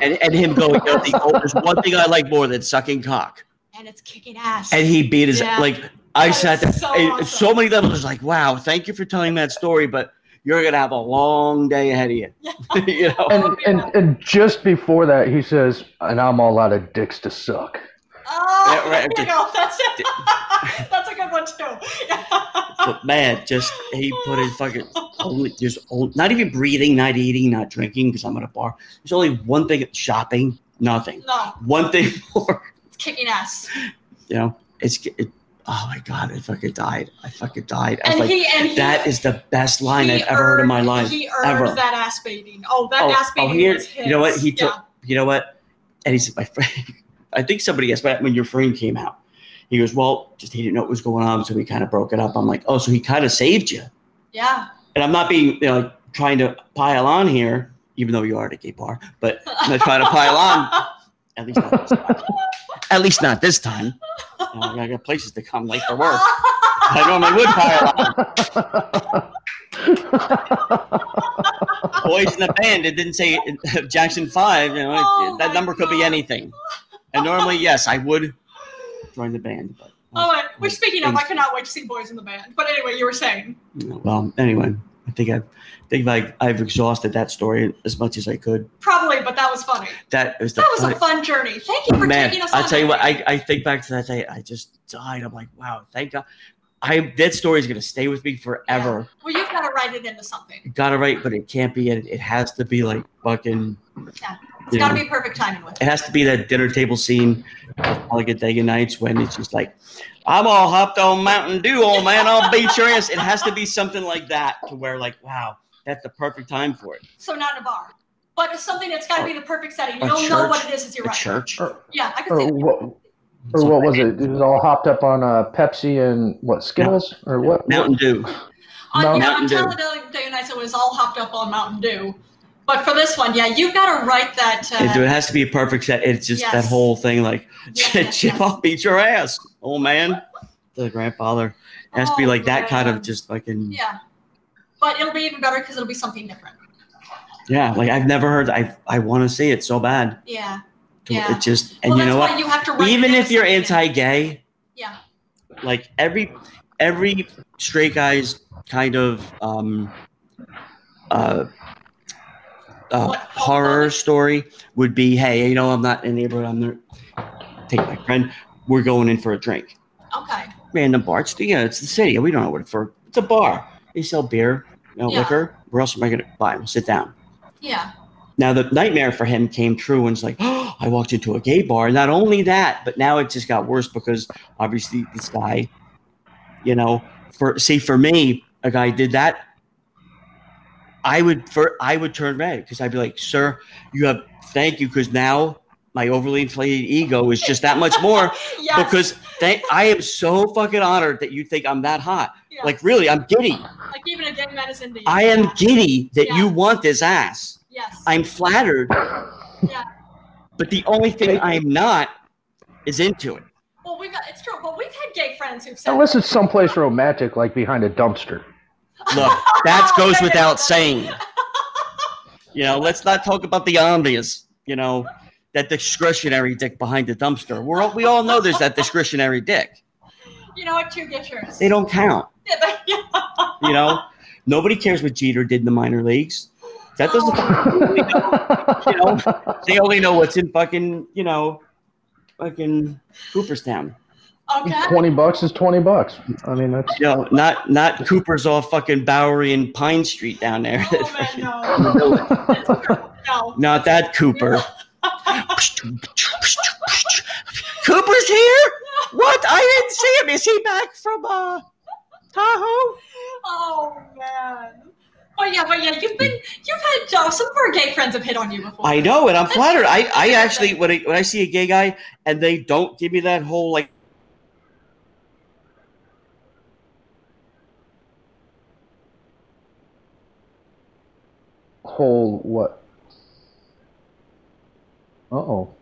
Speaker 1: and, and him going, you know, the- oh, there's one thing I like more than sucking cock,
Speaker 2: And it's kicking ass.
Speaker 1: and he beat his
Speaker 2: Yeah.
Speaker 1: like. I
Speaker 2: That
Speaker 1: sat there.
Speaker 2: is so
Speaker 1: and
Speaker 2: awesome.
Speaker 1: So many levels. it's Like, wow, thank you for telling that story, but you're gonna have a long day ahead of you.
Speaker 2: Yeah.
Speaker 1: you know,
Speaker 3: And, and and just before that, he says, "And I'm all out of dicks to suck."
Speaker 2: Oh,
Speaker 1: Yeah, right,
Speaker 2: there you
Speaker 1: okay.
Speaker 2: go. That's it. That's a good one too.
Speaker 1: but man, just he put in fucking only. There's only, not even breathing, not eating, not drinking because I'm at a bar. There's only one thing: shopping. Nothing.
Speaker 2: no,
Speaker 1: one thing more.
Speaker 2: it's kicking ass.
Speaker 1: You know, it's it, oh my god, I fucking died. I fucking died. I
Speaker 2: And
Speaker 1: was like,
Speaker 2: he and he,
Speaker 1: that is the best line
Speaker 2: he
Speaker 1: I've ever heard in my
Speaker 2: earned-
Speaker 1: life.
Speaker 2: He earned
Speaker 1: ever.
Speaker 2: that ass beating. Oh, that
Speaker 1: Oh,
Speaker 2: ass
Speaker 1: oh,
Speaker 2: beating
Speaker 1: here-
Speaker 2: was his.
Speaker 1: you know what? He took-
Speaker 2: Yeah.
Speaker 1: You know what? And he said, my friend. I think somebody asked about when your friend came out. He goes, well, just he didn't know what was going on, so we kind of broke it up. I'm like, oh, so he kind of saved you.
Speaker 2: Yeah.
Speaker 1: And I'm not being you know like, trying to pile on here, even though you are at a gay bar, but I'm not trying to pile on. At least not this time. At least not this time. Uh, I got places to come late for work.
Speaker 2: Oh,
Speaker 1: I normally would pile on. Boys in the band. It didn't say uh, Jackson Five. You know, it-
Speaker 2: Oh
Speaker 1: that
Speaker 2: my
Speaker 1: number could be
Speaker 2: God.
Speaker 1: anything. And normally, yes, I would join the band. But
Speaker 2: Oh, and we're speaking of. I cannot wait to see boys in the band. But anyway, you were saying.
Speaker 1: well, anyway, I think I, I think like I've exhausted that story as much as I could.
Speaker 2: Probably, but that was funny.
Speaker 1: That is the
Speaker 2: That was
Speaker 1: funny-
Speaker 2: a fun journey. Thank you for
Speaker 1: man,
Speaker 2: taking us.
Speaker 1: I'll
Speaker 2: on
Speaker 1: tell you
Speaker 2: that
Speaker 1: what,
Speaker 2: journey.
Speaker 1: I, I think back to that day, I just died. I'm like, wow, thank God. I that story is gonna stay with me forever.
Speaker 2: well, you've got to write it into something.
Speaker 1: Got to write, but it can't be it. It has to be like fucking.
Speaker 2: It's
Speaker 1: You
Speaker 2: got
Speaker 1: know.
Speaker 2: to be perfect timing with
Speaker 1: It
Speaker 2: it.
Speaker 1: has to be that dinner table scene, of Elegant Day and Nights, when it's just like, I'm all hopped on Mountain Dew, old man. I'll beat your ass. It has to be something like that to where like, wow, that's the perfect time for it.
Speaker 2: So not in a bar, but it's something that's got to be the perfect setting.
Speaker 1: A
Speaker 2: You don't know what
Speaker 1: church.
Speaker 2: it is as you're
Speaker 1: A
Speaker 2: right.
Speaker 1: church.
Speaker 3: or,
Speaker 2: Yeah, I can
Speaker 3: or
Speaker 2: see. That.
Speaker 3: what? Or what was it? It was all hopped up on uh, Pepsi and what Skittles or what?
Speaker 1: Mountain Dew.
Speaker 2: On,
Speaker 3: Mountain
Speaker 2: yeah, on
Speaker 1: Dew.
Speaker 2: Talladega Day Nights, it was all hopped up on Mountain Dew. But for this one, yeah, you've got to write that.
Speaker 1: It,
Speaker 2: Uh,
Speaker 1: it has to be a perfect set. It's just that
Speaker 2: Yes.
Speaker 1: whole thing, like
Speaker 2: Yes,
Speaker 1: chip,
Speaker 2: yes, yes.
Speaker 1: I'll beat your ass, old man. The grandfather it has to be
Speaker 2: Oh,
Speaker 1: like that kind of
Speaker 2: man.
Speaker 1: just fucking yeah.
Speaker 2: Yeah, but it'll be even better because it'll be something different.
Speaker 1: Like I've never heard. I I want to see it so bad.
Speaker 2: Yeah,
Speaker 1: To-
Speaker 2: Yeah.
Speaker 1: It just and
Speaker 2: well,
Speaker 1: you
Speaker 2: that's
Speaker 1: know
Speaker 2: why
Speaker 1: what?
Speaker 2: you have to write. it
Speaker 1: Even
Speaker 2: into
Speaker 1: if you're
Speaker 2: something.
Speaker 1: anti-gay,
Speaker 2: Yeah,
Speaker 1: like every every straight guy's kind of um uh. Uh,
Speaker 2: What?
Speaker 1: horror story would be, hey, you know, I'm not in the neighborhood. I'm there. Take my friend. We're going in for a drink.
Speaker 2: okay.
Speaker 1: random bar. It's the, yeah, it's the city. We don't know what it for. It's a bar. They sell beer, you know,
Speaker 2: Yeah.
Speaker 1: liquor. Where else am I going to buy? We'll sit down.
Speaker 2: Yeah.
Speaker 1: Now the nightmare for him came true, and it's like, oh, I walked into a gay bar. Not only that, but now it just got worse because obviously this guy, you know, for see for me, a guy did that. I would for I would turn red because I'd be like, sir, you have thank you because now my overly inflated ego is just that much more
Speaker 2: Yes.
Speaker 1: because thank, I am so fucking honored that you think I'm that hot.
Speaker 2: Yeah.
Speaker 1: Like, really, I'm giddy.
Speaker 2: Like even a gay man is into you.
Speaker 1: I am giddy that you
Speaker 2: Yeah.
Speaker 1: want this ass.
Speaker 2: Yes.
Speaker 1: I'm flattered.
Speaker 2: Yeah.
Speaker 1: But the only thing I'm not is into it.
Speaker 2: well, we've got, it's true. Well, we've had gay friends who've said.
Speaker 3: Unless it's someplace romantic, like behind a dumpster.
Speaker 1: Look, that goes
Speaker 2: Yeah, yeah, yeah.
Speaker 1: without saying. You know, let's not talk about the obvious, you know, that discretionary dick behind the dumpster. We're all, we all know there's that discretionary dick.
Speaker 2: You know what? Two get yours.
Speaker 1: They don't count.
Speaker 2: Yeah, but- yeah.
Speaker 1: You know, nobody cares what Jeter did in the minor leagues. That doesn't.
Speaker 3: Oh.
Speaker 1: You know, they only know what's in fucking, you know, fucking Cooperstown.
Speaker 2: Okay.
Speaker 3: twenty bucks is twenty bucks. I mean, that's
Speaker 1: You know, not not Cooper's off fucking Bowery and Pine Street down there.
Speaker 2: Oh man, no. It's true. No.
Speaker 1: not that Cooper. Cooper's here? What? I didn't see him. Is he back from uh Tahoe?
Speaker 2: Oh man. Oh yeah, but yeah, you've been you've had uh, some of our gay friends have hit on you before.
Speaker 1: I know, and I'm flattered. I, I actually when I, when I see a gay guy and they don't give me that whole like
Speaker 3: whole what? Uh oh.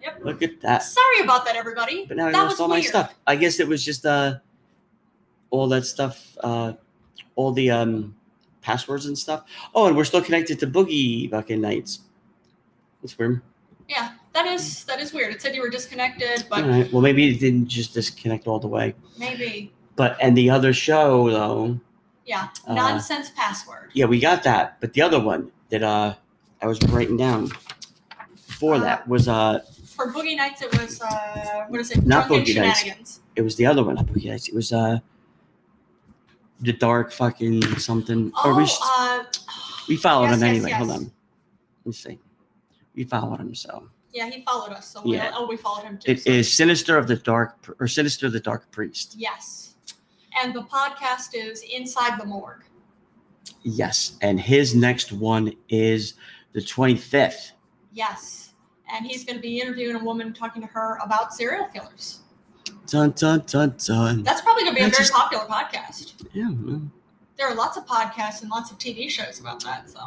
Speaker 2: Yep.
Speaker 1: Look at that.
Speaker 2: Sorry about that, everybody.
Speaker 1: But now I
Speaker 2: that
Speaker 1: lost
Speaker 2: was
Speaker 1: all my
Speaker 2: weird.
Speaker 1: stuff. I guess it was just uh, all that stuff, uh, all the um, passwords and stuff. Oh, and we're still connected to Boogie fucking nights. That's weird.
Speaker 2: Yeah, that is that is weird. It said you were disconnected,
Speaker 1: All
Speaker 2: but
Speaker 1: right. Well, maybe it didn't just disconnect all the way.
Speaker 2: maybe
Speaker 1: But and the other show though,
Speaker 2: yeah.
Speaker 1: Uh,
Speaker 2: Nonsense password.
Speaker 1: yeah, we got that. But the other one that uh, I was writing down before
Speaker 2: Uh,
Speaker 1: that was uh,
Speaker 2: For Boogie Nights, it was uh, what is it?
Speaker 1: Not
Speaker 2: Drunken
Speaker 1: Boogie Nights.
Speaker 2: Shenanigans.
Speaker 1: it was the other one. not Boogie nights. It was uh, the dark fucking something.
Speaker 2: Oh,
Speaker 1: or we should-
Speaker 2: uh,
Speaker 1: We followed him
Speaker 2: Yes, yes,
Speaker 1: anyway. Hold
Speaker 2: yes.
Speaker 1: on. Let me see. We followed him. So
Speaker 2: yeah, he followed us. So we,
Speaker 1: Yeah.
Speaker 2: oh, we followed him too.
Speaker 1: it
Speaker 2: so-
Speaker 1: is Sinister of the Dark Pr- or Sinister of the Dark Priest.
Speaker 2: Yes, and the podcast is Inside the Morgue.
Speaker 1: Yes. And his next one is the 25th.
Speaker 2: Yes, and he's going to be interviewing a woman, talking to her about serial killers.
Speaker 1: Dun, dun, dun, dun.
Speaker 2: That's probably going to be a
Speaker 1: That's
Speaker 2: very
Speaker 1: just-
Speaker 2: popular podcast.
Speaker 1: Yeah. well,
Speaker 2: There are lots of podcasts and lots of TV shows about that. So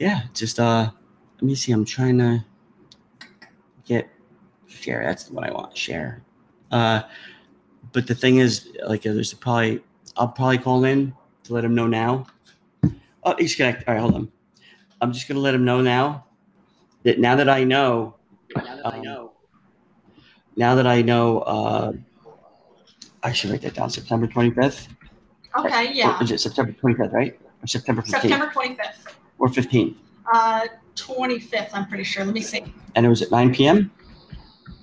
Speaker 1: Yeah. Just, uh, let me see. I'm trying to get share. That's the one I want. Share. Uh, but the thing is, like, uh, there's probably, I'll probably call in to let him know now. Oh, he's connected. All right, hold on. I'm just gonna let him know now that now that I know, now that I know, now that I know, uh, I should write that down. September 25th.
Speaker 2: okay,
Speaker 1: Or
Speaker 2: yeah,
Speaker 1: is it September 25th, right? Or September 15th
Speaker 2: September twenty fifth.
Speaker 1: or 15th?
Speaker 2: Uh, 25th, I'm pretty sure. Let me see.
Speaker 1: And it was at 9 p.m.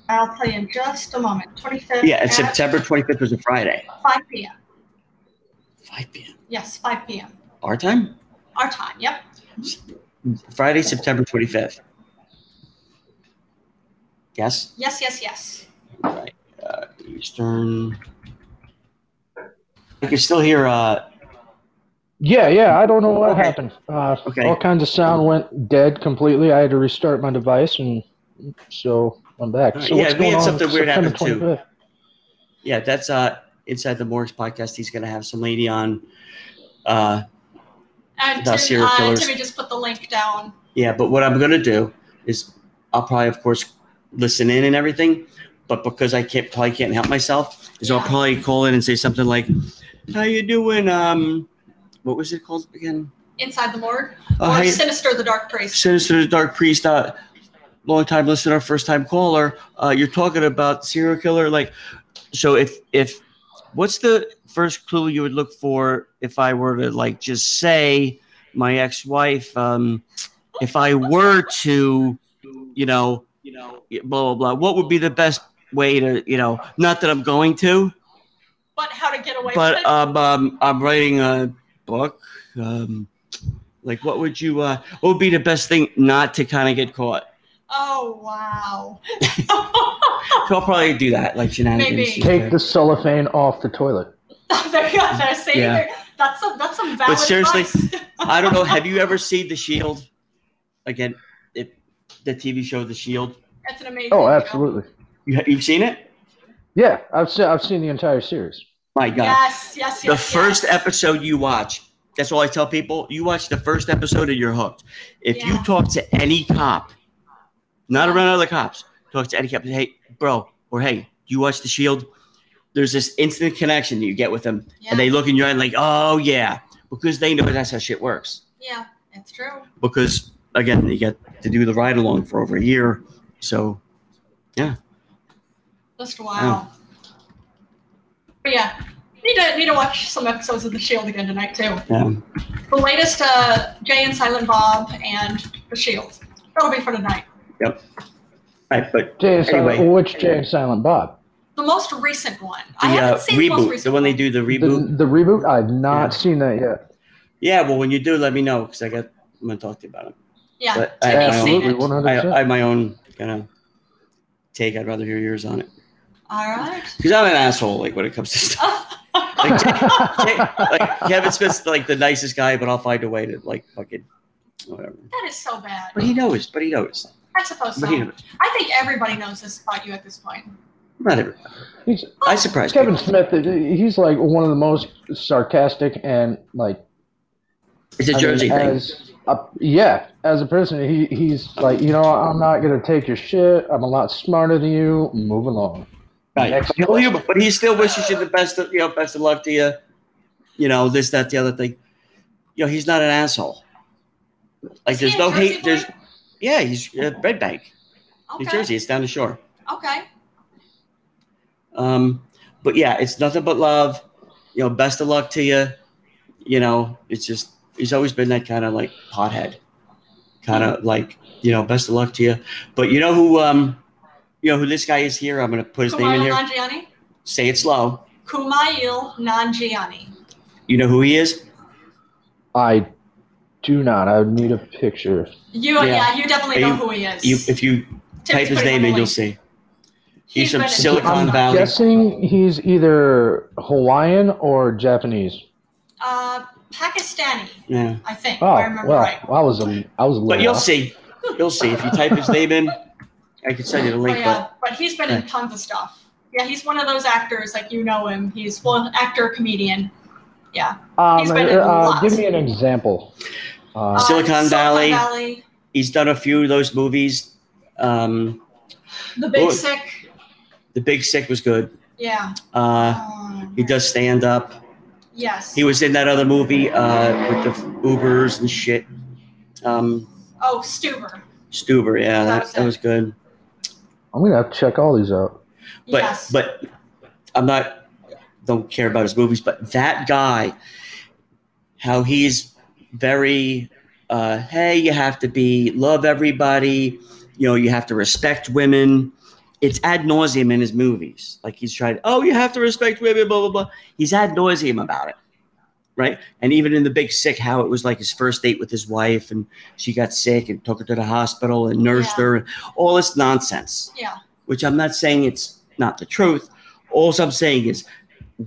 Speaker 2: I'll tell you in just a moment. 25th
Speaker 1: Yeah, and
Speaker 2: at
Speaker 1: September 25th was a Friday.
Speaker 2: 5 p.m.
Speaker 1: 5 p.m.
Speaker 2: Yes, 5 p.m.
Speaker 1: Our time.
Speaker 2: Our time. Yep.
Speaker 1: Friday, September 25th. Yes.
Speaker 2: Yes, yes, yes.
Speaker 1: Right. Uh, Eastern. I can still hear. Uh,
Speaker 3: Yeah, yeah. I don't know what
Speaker 1: Okay.
Speaker 3: happened. Uh,
Speaker 1: Okay.
Speaker 3: All kinds of sound went dead completely. I had to restart my device, and so I'm back.
Speaker 1: All right,
Speaker 3: So
Speaker 1: Uh, yeah,
Speaker 3: what's
Speaker 1: we
Speaker 3: going
Speaker 1: had
Speaker 3: on
Speaker 1: something weird
Speaker 3: September
Speaker 1: happen, too.
Speaker 3: 25th?
Speaker 1: yeah, that's uh inside the Morgs podcast. He's gonna have some lady on. Uh,
Speaker 2: And
Speaker 1: The
Speaker 2: Tim,
Speaker 1: serial
Speaker 2: uh,
Speaker 1: killers.
Speaker 2: Timmy just put the link down.
Speaker 1: yeah, but what I'm gonna do is I'll probably, of course, listen in and everything. But because I can't probably can't help myself, is I'll
Speaker 2: Yeah.
Speaker 1: probably call in and say something like, "How you doing? Um, what was it called again?
Speaker 2: Inside the morgue.
Speaker 1: Oh,
Speaker 2: or
Speaker 1: hey,
Speaker 2: Sinister the Dark Priest.
Speaker 1: Sinister the Dark Priest, uh, long time listener, first time caller. Uh, you're talking about serial killer, like. So if if what's the first clue you would look for if I were to like just say my ex-wife, um, if I were to, you know, you know, blah blah blah. What would be the best way to, you know, not that I'm going to,
Speaker 2: But how to get away with
Speaker 1: but
Speaker 2: it.
Speaker 1: um, um, I'm writing a book. Um, like, what would you? Uh, what would be the best thing not to kind of get caught?
Speaker 2: oh, wow.
Speaker 1: So I'll probably do that, like shenanigans.
Speaker 2: Maybe.
Speaker 3: Take the cellophane off the toilet.
Speaker 2: there you go. There, see?
Speaker 1: Yeah.
Speaker 2: There- That's, some, that's some valid
Speaker 1: seriously,
Speaker 2: advice.
Speaker 1: I don't know. Have you ever seen The Shield? Again, it, the TV show The Shield.
Speaker 2: that's an amazing
Speaker 3: Oh,
Speaker 2: show.
Speaker 3: absolutely.
Speaker 1: You, you've seen it?
Speaker 3: Yeah, I've seen I've seen the entire series.
Speaker 1: My God.
Speaker 2: Yes, yes, yes.
Speaker 1: the first
Speaker 2: yes.
Speaker 1: episode you watch, that's all I tell people. You watch the first episode and you're hooked. If you
Speaker 2: Yeah.
Speaker 1: talk to any cop, not around other cops, talk to any cop, hey, bro, or hey, do you watch The Shield? There's this instant connection that you get with them,
Speaker 2: Yeah,
Speaker 1: and they look in your eye like, oh, yeah, because they know that's how shit works.
Speaker 2: yeah, that's true.
Speaker 1: because again, you get to do the ride along for over a year. So
Speaker 2: Just wow. But yeah, need to need to watch some episodes of The Shield again tonight too.
Speaker 1: um,
Speaker 2: The latest, uh, Jay and Silent Bob and The Shield. That'll be for tonight.
Speaker 1: all right, but
Speaker 3: Jay and Silent,
Speaker 1: Anyway.
Speaker 3: which Jay and Silent Bob?
Speaker 2: The most recent one.
Speaker 1: the
Speaker 2: I haven't
Speaker 1: uh,
Speaker 2: seen the most
Speaker 1: reboot,
Speaker 2: recent
Speaker 1: the one they do the
Speaker 3: The,
Speaker 1: reboot.
Speaker 3: the reboot? I've not
Speaker 1: Yeah.
Speaker 3: seen that yet.
Speaker 1: yeah, well, when you do, let me know because I got I'm gonna talk to you about it.
Speaker 2: Yeah,
Speaker 1: but I-
Speaker 2: Timmy's seen
Speaker 3: Absolutely,
Speaker 2: it.
Speaker 3: one hundred
Speaker 1: I, I
Speaker 3: percent.
Speaker 1: have my own kind of take. I'd rather hear yours on it
Speaker 2: All right.
Speaker 1: because I'm an asshole like when it comes to stuff. Like, Jay- like Kevin Smith's like the nicest guy, but I'll find a way to like fucking whatever.
Speaker 2: that is so bad.
Speaker 1: But he knows. But he knows.
Speaker 2: I suppose so.
Speaker 1: But he knows.
Speaker 2: I think everybody knows this about you at this point.
Speaker 1: Not everybody.
Speaker 3: He's-
Speaker 1: I surprised
Speaker 3: Kevin
Speaker 1: people.
Speaker 3: Smith, uh, he's like one of the most sarcastic and like
Speaker 1: It's a
Speaker 3: I mean,
Speaker 1: Jersey thing.
Speaker 3: as Uh, yeah, as a person, he, he's like, you know, I'm not gonna take your shit. I'm a lot smarter than you. Move along.
Speaker 1: Right.
Speaker 3: Next
Speaker 1: Well, you- but he still wishes you the best of you know, best of luck to you. You know, this, that, the other thing. You know, he's not an asshole. Like
Speaker 2: Is he
Speaker 1: there's
Speaker 2: a
Speaker 1: no
Speaker 2: Jersey
Speaker 1: hate. There's
Speaker 2: boy?
Speaker 1: yeah, he's uh, Red Bank, New
Speaker 2: okay.
Speaker 1: Jersey. It's down the shore.
Speaker 2: Okay.
Speaker 1: Um, but yeah, it's nothing but love. You know, best of luck to you. You know, it's just he's always been that kind of like pothead, kind of like you know, best of luck to you. But you know who, um, you know who this guy is here. I'm gonna put his name in
Speaker 2: Kumail
Speaker 1: here.
Speaker 2: Nanjiani.
Speaker 1: Say it slow.
Speaker 2: Kumail Nanjiani.
Speaker 1: You know who he is?
Speaker 3: I do not. I would need a picture.
Speaker 2: You, yeah,
Speaker 1: Yeah.
Speaker 2: you definitely
Speaker 1: Are
Speaker 2: know
Speaker 1: you-
Speaker 2: who he is.
Speaker 1: You, if you
Speaker 2: Tim's
Speaker 1: type his
Speaker 2: putting
Speaker 1: name
Speaker 2: on
Speaker 1: in, you'll
Speaker 2: the link.
Speaker 1: see. He's from
Speaker 2: been in-
Speaker 1: Silicon
Speaker 3: I'm
Speaker 1: Valley.
Speaker 3: guessing he's either Hawaiian or Japanese.
Speaker 2: Uh, Pakistani,
Speaker 1: Yeah,
Speaker 2: I think. if
Speaker 3: Oh,
Speaker 2: I remember
Speaker 3: well,
Speaker 2: right.
Speaker 3: I was a, I was a little.
Speaker 1: but you'll
Speaker 3: off.
Speaker 1: see. You'll see if you type his name in. I can send you the link,
Speaker 2: but,
Speaker 1: but
Speaker 2: Oh, yeah, but he's been in tons of stuff. Yeah, he's one of those actors, like you know him. He's well, actor, comedian.
Speaker 3: Um,
Speaker 2: He's been in
Speaker 3: uh,
Speaker 2: lots.
Speaker 3: give me an example.
Speaker 2: Uh,
Speaker 3: Uh,
Speaker 1: Silicon Valley.
Speaker 2: Valley,
Speaker 1: he's done a few of those movies. Um,
Speaker 2: The Big
Speaker 1: Well,
Speaker 2: Sick.
Speaker 1: the Big Sick was good.
Speaker 2: Yeah.
Speaker 1: Uh,
Speaker 2: Um,
Speaker 1: he does stand up.
Speaker 2: yes.
Speaker 1: He was in that other movie uh, with the Ubers and shit. Um,
Speaker 2: oh, Stuber.
Speaker 1: Stuber, yeah, that, that was good.
Speaker 3: I'm gonna have to check all these out.
Speaker 1: but
Speaker 2: yes.
Speaker 1: but I'm not don't care about his movies, but that guy, how he's very uh, hey, you have to be love everybody, you know, you have to respect women. It's ad nauseum in his movies. Like he's tried, oh, you have to respect women, blah blah blah. He's ad nauseum about it, right? And even in the Big Sick, how it was like his first date with his wife, and she got sick and took her to the hospital and nursed
Speaker 2: Yeah.
Speaker 1: her, and all this nonsense
Speaker 2: yeah.
Speaker 1: which I'm not saying it's not the truth. All I'm saying is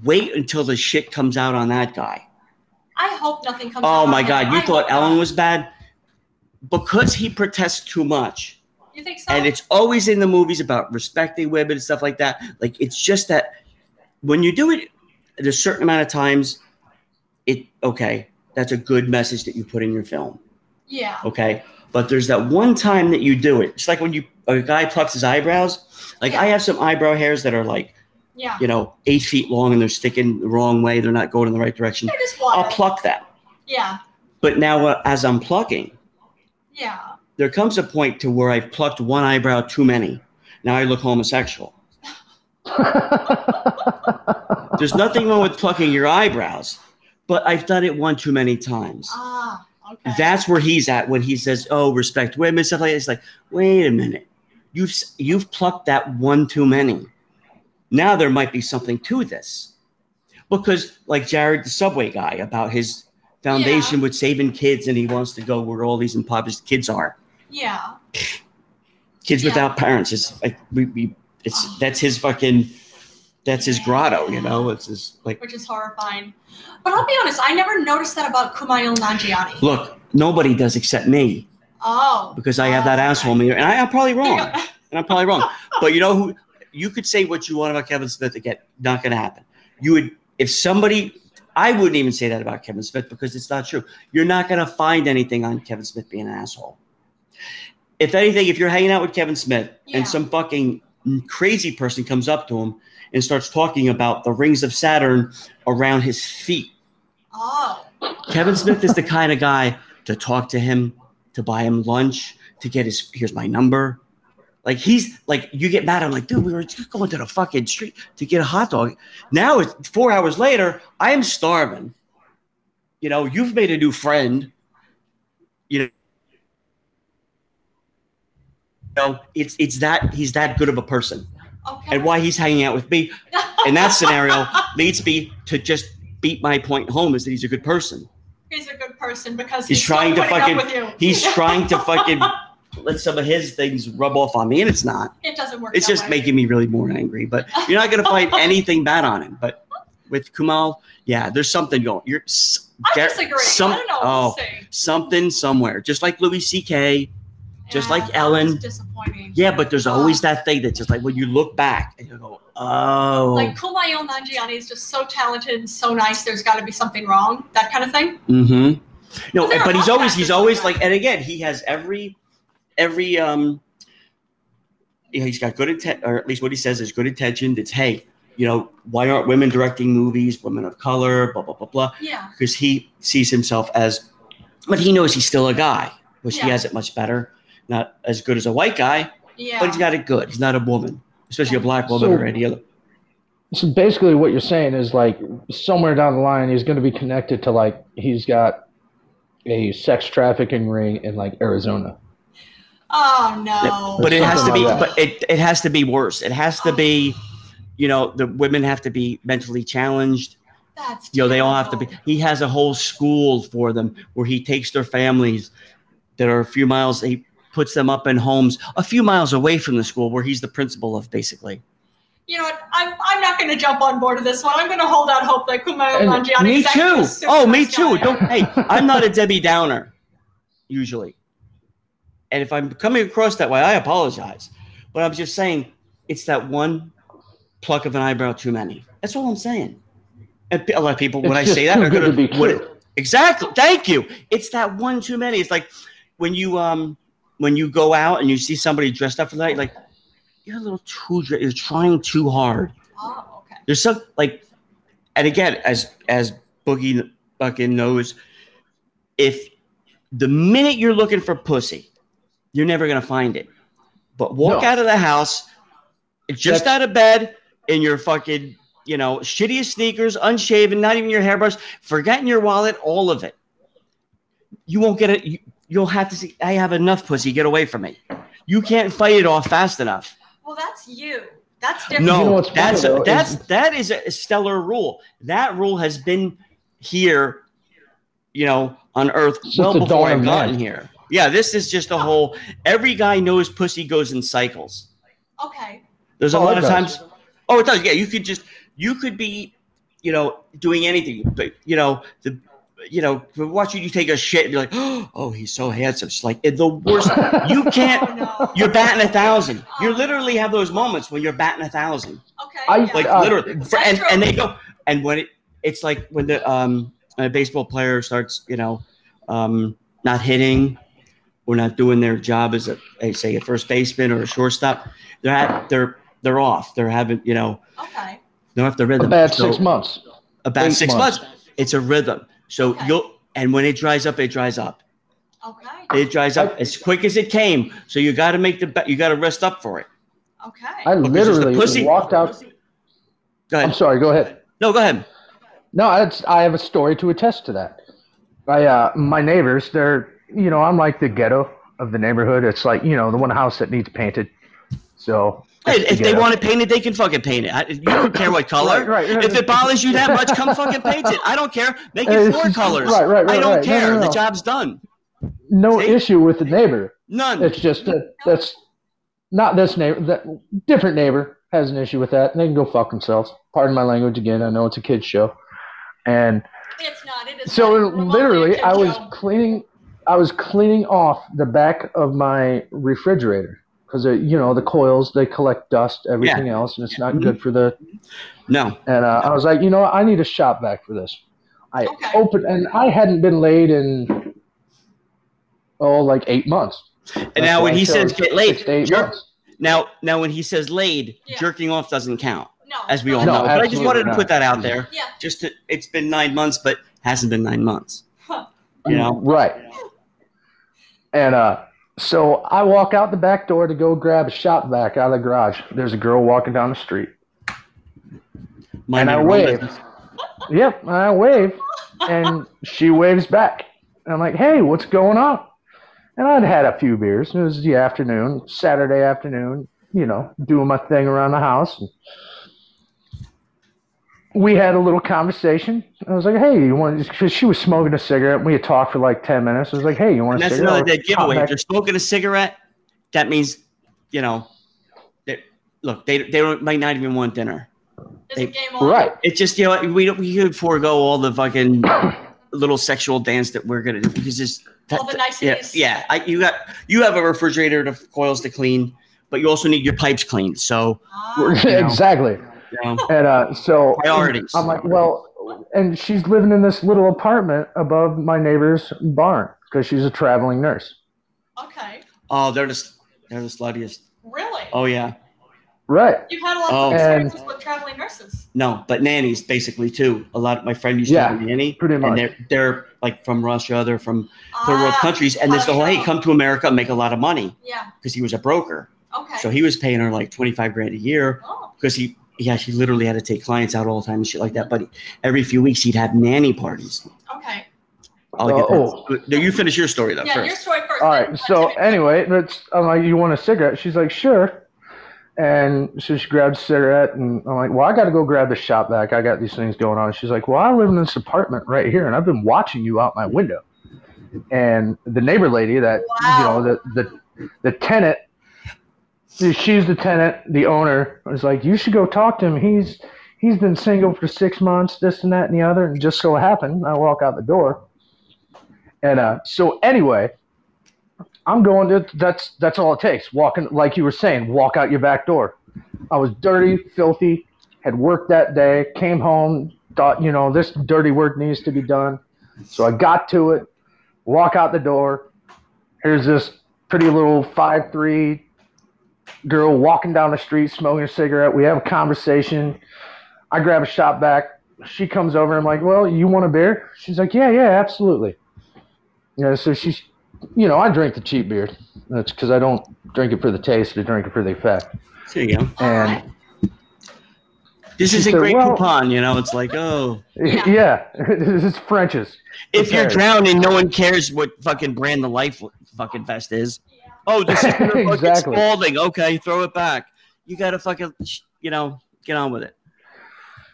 Speaker 1: wait until the shit comes out on that guy.
Speaker 2: I hope nothing comes. out
Speaker 1: Oh
Speaker 2: of
Speaker 1: my
Speaker 2: it.
Speaker 1: God,
Speaker 2: I
Speaker 1: you
Speaker 2: hope
Speaker 1: thought
Speaker 2: not.
Speaker 1: Ellen was bad? Because he protests too much.
Speaker 2: You think so?
Speaker 1: And it's always in the movies about respecting women and stuff like that. Like, it's just that when you do it at a certain amount of times, it, okay, that's a good message that you put in your film
Speaker 2: yeah.
Speaker 1: okay but there's that one time that you do it it's like when you a guy plucks his eyebrows like i have some eyebrow hairs that are like
Speaker 2: Yeah.
Speaker 1: you know eight feet long and they're sticking the wrong way they're not going in the right direction
Speaker 2: They're just
Speaker 1: i'll
Speaker 2: water.
Speaker 1: pluck that
Speaker 2: yeah.
Speaker 1: but now uh, as i'm plucking
Speaker 2: Yeah.
Speaker 1: there comes a point to where i've plucked one eyebrow too many now i look homosexual there's nothing wrong with plucking your eyebrows but i've done it one too many times
Speaker 2: Ah. Okay.
Speaker 1: that's where he's at when he says, "Oh, respect women," stuff like that. It's like, wait a minute, you've you've plucked that one too many. Now there might be something to this, because like Jared, the subway guy, about his foundation with saving kids, and he wants to go where all these impoverished kids are,
Speaker 2: yeah.
Speaker 1: kids
Speaker 2: Yeah.
Speaker 1: without parents. It's like we, we it's that's his fucking, that's his grotto, you know. It's his like,
Speaker 2: Which is horrifying. But I'll be honest, I never noticed that about Kumail Nanjiani.
Speaker 1: look, nobody does except me
Speaker 2: Oh.
Speaker 1: because I have that asshole meter, and I, am probably wrong. and I'm probably wrong. but you know who? You could say what you want about Kevin Smith again. Not going to happen. You would if somebody. I wouldn't even say that about Kevin Smith because it's not true. You're not going to find anything on Kevin Smith being an asshole. If anything, if you're hanging out with Kevin Smith
Speaker 2: Yeah.
Speaker 1: and some fucking crazy person comes up to him and starts talking about the rings of Saturn around his feet,
Speaker 2: Oh.
Speaker 1: Kevin Smith is the kind of guy to talk to him, to buy him lunch, to get his here's my number. Like he's like you get mad. I'm like, dude, we were just going to the fucking street to get a hot dog. Now it's four hours later. I am starving. You know, you've made a new friend. You know, you know, it's it's that he's that good of a person,
Speaker 2: Okay.
Speaker 1: and why he's hanging out with me in that scenario leads me to just beat my point home is that he's a good person.
Speaker 2: he's a good person because
Speaker 1: He's
Speaker 2: he's,
Speaker 1: trying to
Speaker 2: still putting up
Speaker 1: fucking-
Speaker 2: With you.
Speaker 1: He's trying to fucking let some of his things rub off on me, and it's not.
Speaker 2: It doesn't work.
Speaker 1: It's
Speaker 2: that
Speaker 1: just
Speaker 2: way.
Speaker 1: making me really more angry. But you're not gonna find anything bad on him. But with Kumal, yeah, there's something going. You're s-
Speaker 2: I
Speaker 1: Gar-
Speaker 2: disagree.
Speaker 1: some-
Speaker 2: I don't know.
Speaker 1: oh,
Speaker 2: We'll see.
Speaker 1: something somewhere, just like Louis C.K. just like
Speaker 2: that
Speaker 1: Ellen.
Speaker 2: was Disappointing.
Speaker 1: Yeah, but there's always that thing that's just like when you look back and you go, oh,
Speaker 2: Like Kumail Nanjiani is just so talented and so nice. There's got to be something wrong. That kind of thing.
Speaker 1: mm-hmm. No,
Speaker 2: Well, there are
Speaker 1: but he's
Speaker 2: all
Speaker 1: always he's
Speaker 2: factors
Speaker 1: always
Speaker 2: to
Speaker 1: like,
Speaker 2: that.
Speaker 1: and again, he has every every um. yeah, He's got good intent, or at least what he says is good intention. It's hey, you know, why aren't women directing movies? Women of color, blah blah blah blah.
Speaker 2: Yeah.
Speaker 1: Because he sees himself as, but he knows he's still a guy, which he
Speaker 2: Yeah.
Speaker 1: has it much better. Not as good as a white guy,
Speaker 2: Yeah.
Speaker 1: but he's got it good. He's not a woman, especially a black woman
Speaker 3: So-
Speaker 1: or any other.
Speaker 3: So basically, what you're saying is like somewhere down the line, he's going to be connected to like he's got a sex trafficking ring in like Arizona.
Speaker 2: oh no.
Speaker 1: but it has to be
Speaker 3: Something like
Speaker 1: but it, it has to be worse it has to be you know the women have to be mentally challenged
Speaker 2: That's
Speaker 1: you know they all have to be
Speaker 2: terrible.
Speaker 1: he has a whole school for them where he takes their families that are a few miles he puts them up in homes a few miles away from the school where he's the principal of basically
Speaker 2: You know what? I'm, I'm not going to jump on board with this one. I'm going to hold out hope that Kumail
Speaker 3: And
Speaker 2: Nanjiani
Speaker 1: me
Speaker 2: is actually a
Speaker 1: too
Speaker 2: super
Speaker 1: oh me
Speaker 2: nice
Speaker 1: too
Speaker 2: guy.
Speaker 1: don't hey i'm not a debbie downer usually and if i'm coming across that way i apologize but i'm just saying it's that one pluck of an eyebrow too many that's all i'm saying and pe- a lot of people when
Speaker 3: It's
Speaker 1: i
Speaker 3: just
Speaker 1: say that
Speaker 3: too
Speaker 1: are
Speaker 3: good
Speaker 1: gonna
Speaker 3: to be
Speaker 1: would-
Speaker 3: true.
Speaker 1: Exactly. Thank you. It's that one too many. It's like when you um when you go out and you see somebody dressed up for that, you're like you're a little too dre- you're trying too hard.
Speaker 2: Oh, okay.
Speaker 1: There's some like, and again, as as Boogie fucking knows, if the minute you're looking for pussy, you're never gonna find it. But walk
Speaker 3: No.
Speaker 1: out of the house, just out of bed in your fucking you know shittiest sneakers, unshaven, not even your hairbrush, forgetting your wallet, all of it. You won't get it. You, you'll have to see. I have enough pussy. Get away from me. You can't fight it off fast enough.
Speaker 2: Well, that's you. That's different.
Speaker 1: No,
Speaker 3: You know what's funny,
Speaker 1: that's
Speaker 3: though,
Speaker 1: a,
Speaker 3: is-
Speaker 1: that's that is a stellar rule. That rule has been here, you know, on Earth
Speaker 3: Since
Speaker 1: well
Speaker 3: the
Speaker 1: before
Speaker 3: dawn
Speaker 1: I've
Speaker 3: of
Speaker 1: gotten
Speaker 3: man.
Speaker 1: here. Yeah, this is just a whole. Every guy knows pussy goes in cycles.
Speaker 2: Okay.
Speaker 1: There's a
Speaker 3: Oh, it
Speaker 1: lot of
Speaker 3: does.
Speaker 1: times. Oh, it does. Yeah, you could just you could be, you know, doing anything. But you know the. You know, watching you take a shit and be like, oh, he's so handsome. It's like in the worst. You
Speaker 2: Oh,
Speaker 1: can't.
Speaker 2: no.
Speaker 1: You're batting a thousand. You literally have those moments when you're batting a thousand
Speaker 2: Okay.
Speaker 3: I-
Speaker 2: yeah.
Speaker 1: like
Speaker 3: Uh,
Speaker 1: literally
Speaker 2: that's
Speaker 1: for- and,
Speaker 2: true.
Speaker 1: and they go and when it it's like when the um a baseball player starts you know um not hitting or not doing their job as a a- say a first baseman or a shortstop they're at, they're they're off they're having you know
Speaker 2: okay.
Speaker 1: they don't have the
Speaker 3: A
Speaker 1: rhythm
Speaker 3: bad
Speaker 1: So-
Speaker 3: six months.
Speaker 1: about
Speaker 3: eight
Speaker 1: six months.
Speaker 3: months.
Speaker 1: it's a rhythm so
Speaker 2: Okay.
Speaker 1: you'll and when it dries up it dries up
Speaker 2: Okay.
Speaker 1: it dries up as quick as it came so you got to make the be- you got to rest up for it
Speaker 2: Okay.
Speaker 3: I
Speaker 1: Because it's the
Speaker 3: literally
Speaker 1: pussy.
Speaker 3: walked out.
Speaker 1: go
Speaker 3: I'm
Speaker 1: ahead
Speaker 3: sorry. Go ahead.
Speaker 1: no go ahead
Speaker 3: No, it's, I have a story to attest to that. I, uh, my neighbors, they're, you know, I'm like the ghetto of the neighborhood. It's like, you know, the one house that needs painted. So
Speaker 1: Hey,
Speaker 3: it's the
Speaker 1: if they
Speaker 3: ghetto.
Speaker 1: want it painted, they can fucking paint it. I, you don't care what color.
Speaker 3: Right, right.
Speaker 1: If it bothers you that much, come fucking paint it. I don't care. Make
Speaker 3: Hey,
Speaker 1: it
Speaker 3: this
Speaker 1: four
Speaker 3: is-
Speaker 1: colors.
Speaker 3: Uh, right, right,
Speaker 1: I
Speaker 3: right,
Speaker 1: don't
Speaker 3: right. No,
Speaker 1: care.
Speaker 3: no,
Speaker 1: The
Speaker 3: no.
Speaker 1: job's done.
Speaker 3: no
Speaker 1: See?
Speaker 3: issue with the neighbor.
Speaker 1: None.
Speaker 3: It's just that that's not this neighbor. That different neighbor has an issue with that, and they can go fuck themselves. Pardon my language again. I know it's a kids show, and
Speaker 2: It's not. It is.
Speaker 3: so
Speaker 2: not. We're both
Speaker 3: literally,
Speaker 2: active,
Speaker 3: I was
Speaker 2: Joe.
Speaker 3: cleaning, I was cleaning off the back of my refrigerator because you know the coils they collect dust, everything else, and it's not
Speaker 1: Mhm.
Speaker 3: good for the
Speaker 1: no.
Speaker 3: and uh, I was like, you know, what? I need a shop vac for this. I
Speaker 2: Okay.
Speaker 3: opened, and I hadn't been laid in oh, like eight months.
Speaker 1: And
Speaker 3: That's
Speaker 1: now when
Speaker 3: why I
Speaker 1: he says
Speaker 3: chose
Speaker 1: get
Speaker 3: Six
Speaker 1: laid,
Speaker 3: to eight
Speaker 1: jerk,
Speaker 3: months.
Speaker 1: now now when he says laid,
Speaker 2: Yeah.
Speaker 1: jerking off doesn't count,
Speaker 2: no.
Speaker 1: as we all
Speaker 3: No,
Speaker 1: know. But I just
Speaker 3: absolutely
Speaker 1: wanted to
Speaker 3: not.
Speaker 1: put that out there.
Speaker 2: Yeah.
Speaker 1: Just to, it's been nine months, but hasn't been nine months.
Speaker 2: Huh.
Speaker 1: You know.
Speaker 3: Mm-hmm. right? And uh, so I walk out the back door to go grab a shop vac out of the garage. There's a girl walking down the street,
Speaker 1: Mind
Speaker 3: and I
Speaker 1: your own
Speaker 3: wave.
Speaker 1: business.
Speaker 3: Yep, and I wave, and she waves back. And I'm like, "Hey, what's going on?" And I'd had a few beers. It was the afternoon, Saturday afternoon. You know, doing my thing around the house. We had a little conversation. I was like, "Hey, you want?" Because she was smoking a cigarette. We had talked for like ten minutes. I was like, "Hey, you want
Speaker 1: And
Speaker 3: a
Speaker 1: that's
Speaker 3: cigarette?"
Speaker 1: another dead giveaway.
Speaker 3: Hot
Speaker 1: If you're smoking a cigarette, that means, you know, that look, they, they don't, might not even want dinner.
Speaker 2: Is it game
Speaker 3: vac-
Speaker 2: on?
Speaker 3: Right.
Speaker 1: It's just, you know, we don't, we could forego all the fucking little sexual dance that we're going to do because it's,
Speaker 2: All the niceties.
Speaker 1: yeah, yeah. I, you got, you have a refrigerator to coils to clean, but you also need your pipes cleaned. So,
Speaker 2: Ah,
Speaker 1: You know.
Speaker 3: exactly.
Speaker 1: you know,
Speaker 3: And uh, so
Speaker 1: Priorities.
Speaker 3: I'm like, well, and she's living in this little apartment above my neighbor's barn because she's a traveling nurse.
Speaker 2: Okay.
Speaker 1: Oh, they're the they're the sluttiest.
Speaker 2: Really?
Speaker 1: Oh yeah,
Speaker 3: Right.
Speaker 2: You've had a lot
Speaker 1: Oh.
Speaker 2: of
Speaker 1: And-
Speaker 2: experiences with traveling nurses.
Speaker 1: no, but nannies basically too. A lot of my friend used
Speaker 3: Yeah,
Speaker 1: to have a nanny,
Speaker 3: pretty much.
Speaker 1: and they're they're like from Russia, they're from third world
Speaker 2: Ah,
Speaker 1: countries, and there's the whole hey, come to America, and make a lot of money
Speaker 2: Yeah.
Speaker 1: because he was a broker,
Speaker 2: Okay.
Speaker 1: so he was paying her like twenty five grand a year
Speaker 2: oh.
Speaker 1: because he. Yeah, she literally had to take clients out all the time and shit like that. But every few weeks, he'd have nanny parties.
Speaker 2: Okay.
Speaker 1: I'll get
Speaker 3: Oh.
Speaker 1: that. No, you finish your story though
Speaker 2: Yeah,
Speaker 1: first.
Speaker 2: your story first.
Speaker 3: All
Speaker 2: then
Speaker 3: right. So anyway, that's I'm like, you want a cigarette? She's like, sure. And so she grabs a cigarette, and I'm like, well, I got to go grab the shop back. I got these things going on. She's like, well, I live in this apartment right here, and I've been watching you out my window. And the neighbor lady that
Speaker 2: Wow.
Speaker 3: you know the the the tenant, she's the tenant, the owner was like, you should go talk to him. He's he's been single for six months, this and that and the other, and just so happened I walk out the door. And uh, so anyway, I'm going to that's that's all it takes. Walking like you were saying, walk out your back door. I was dirty, filthy, had worked that day, came home, thought, you know, this dirty work needs to be done. So I got to it, walk out the door. Here's this pretty little five three girl walking down the street smoking a cigarette. We have a conversation. I grab a shot back. She comes over. I'm like, well, you want a beer? She's like, yeah, yeah, absolutely. You know, so she's, you know, I drink the cheap beer. That's because I don't drink it for the taste. I drink it for the effect.
Speaker 1: There you go.
Speaker 3: And
Speaker 1: This is a
Speaker 3: So,
Speaker 1: great
Speaker 3: well-
Speaker 1: coupon, you know. It's like, oh,
Speaker 3: yeah, this is French's.
Speaker 1: if you're
Speaker 3: Okay.
Speaker 1: drowning, no one cares what fucking brand the life fucking vest is.
Speaker 2: Yeah.
Speaker 1: Oh, this is your fucking
Speaker 3: Exactly.
Speaker 1: Spalding. Okay, throw it back. You gotta fucking, sh- you know, get on with it.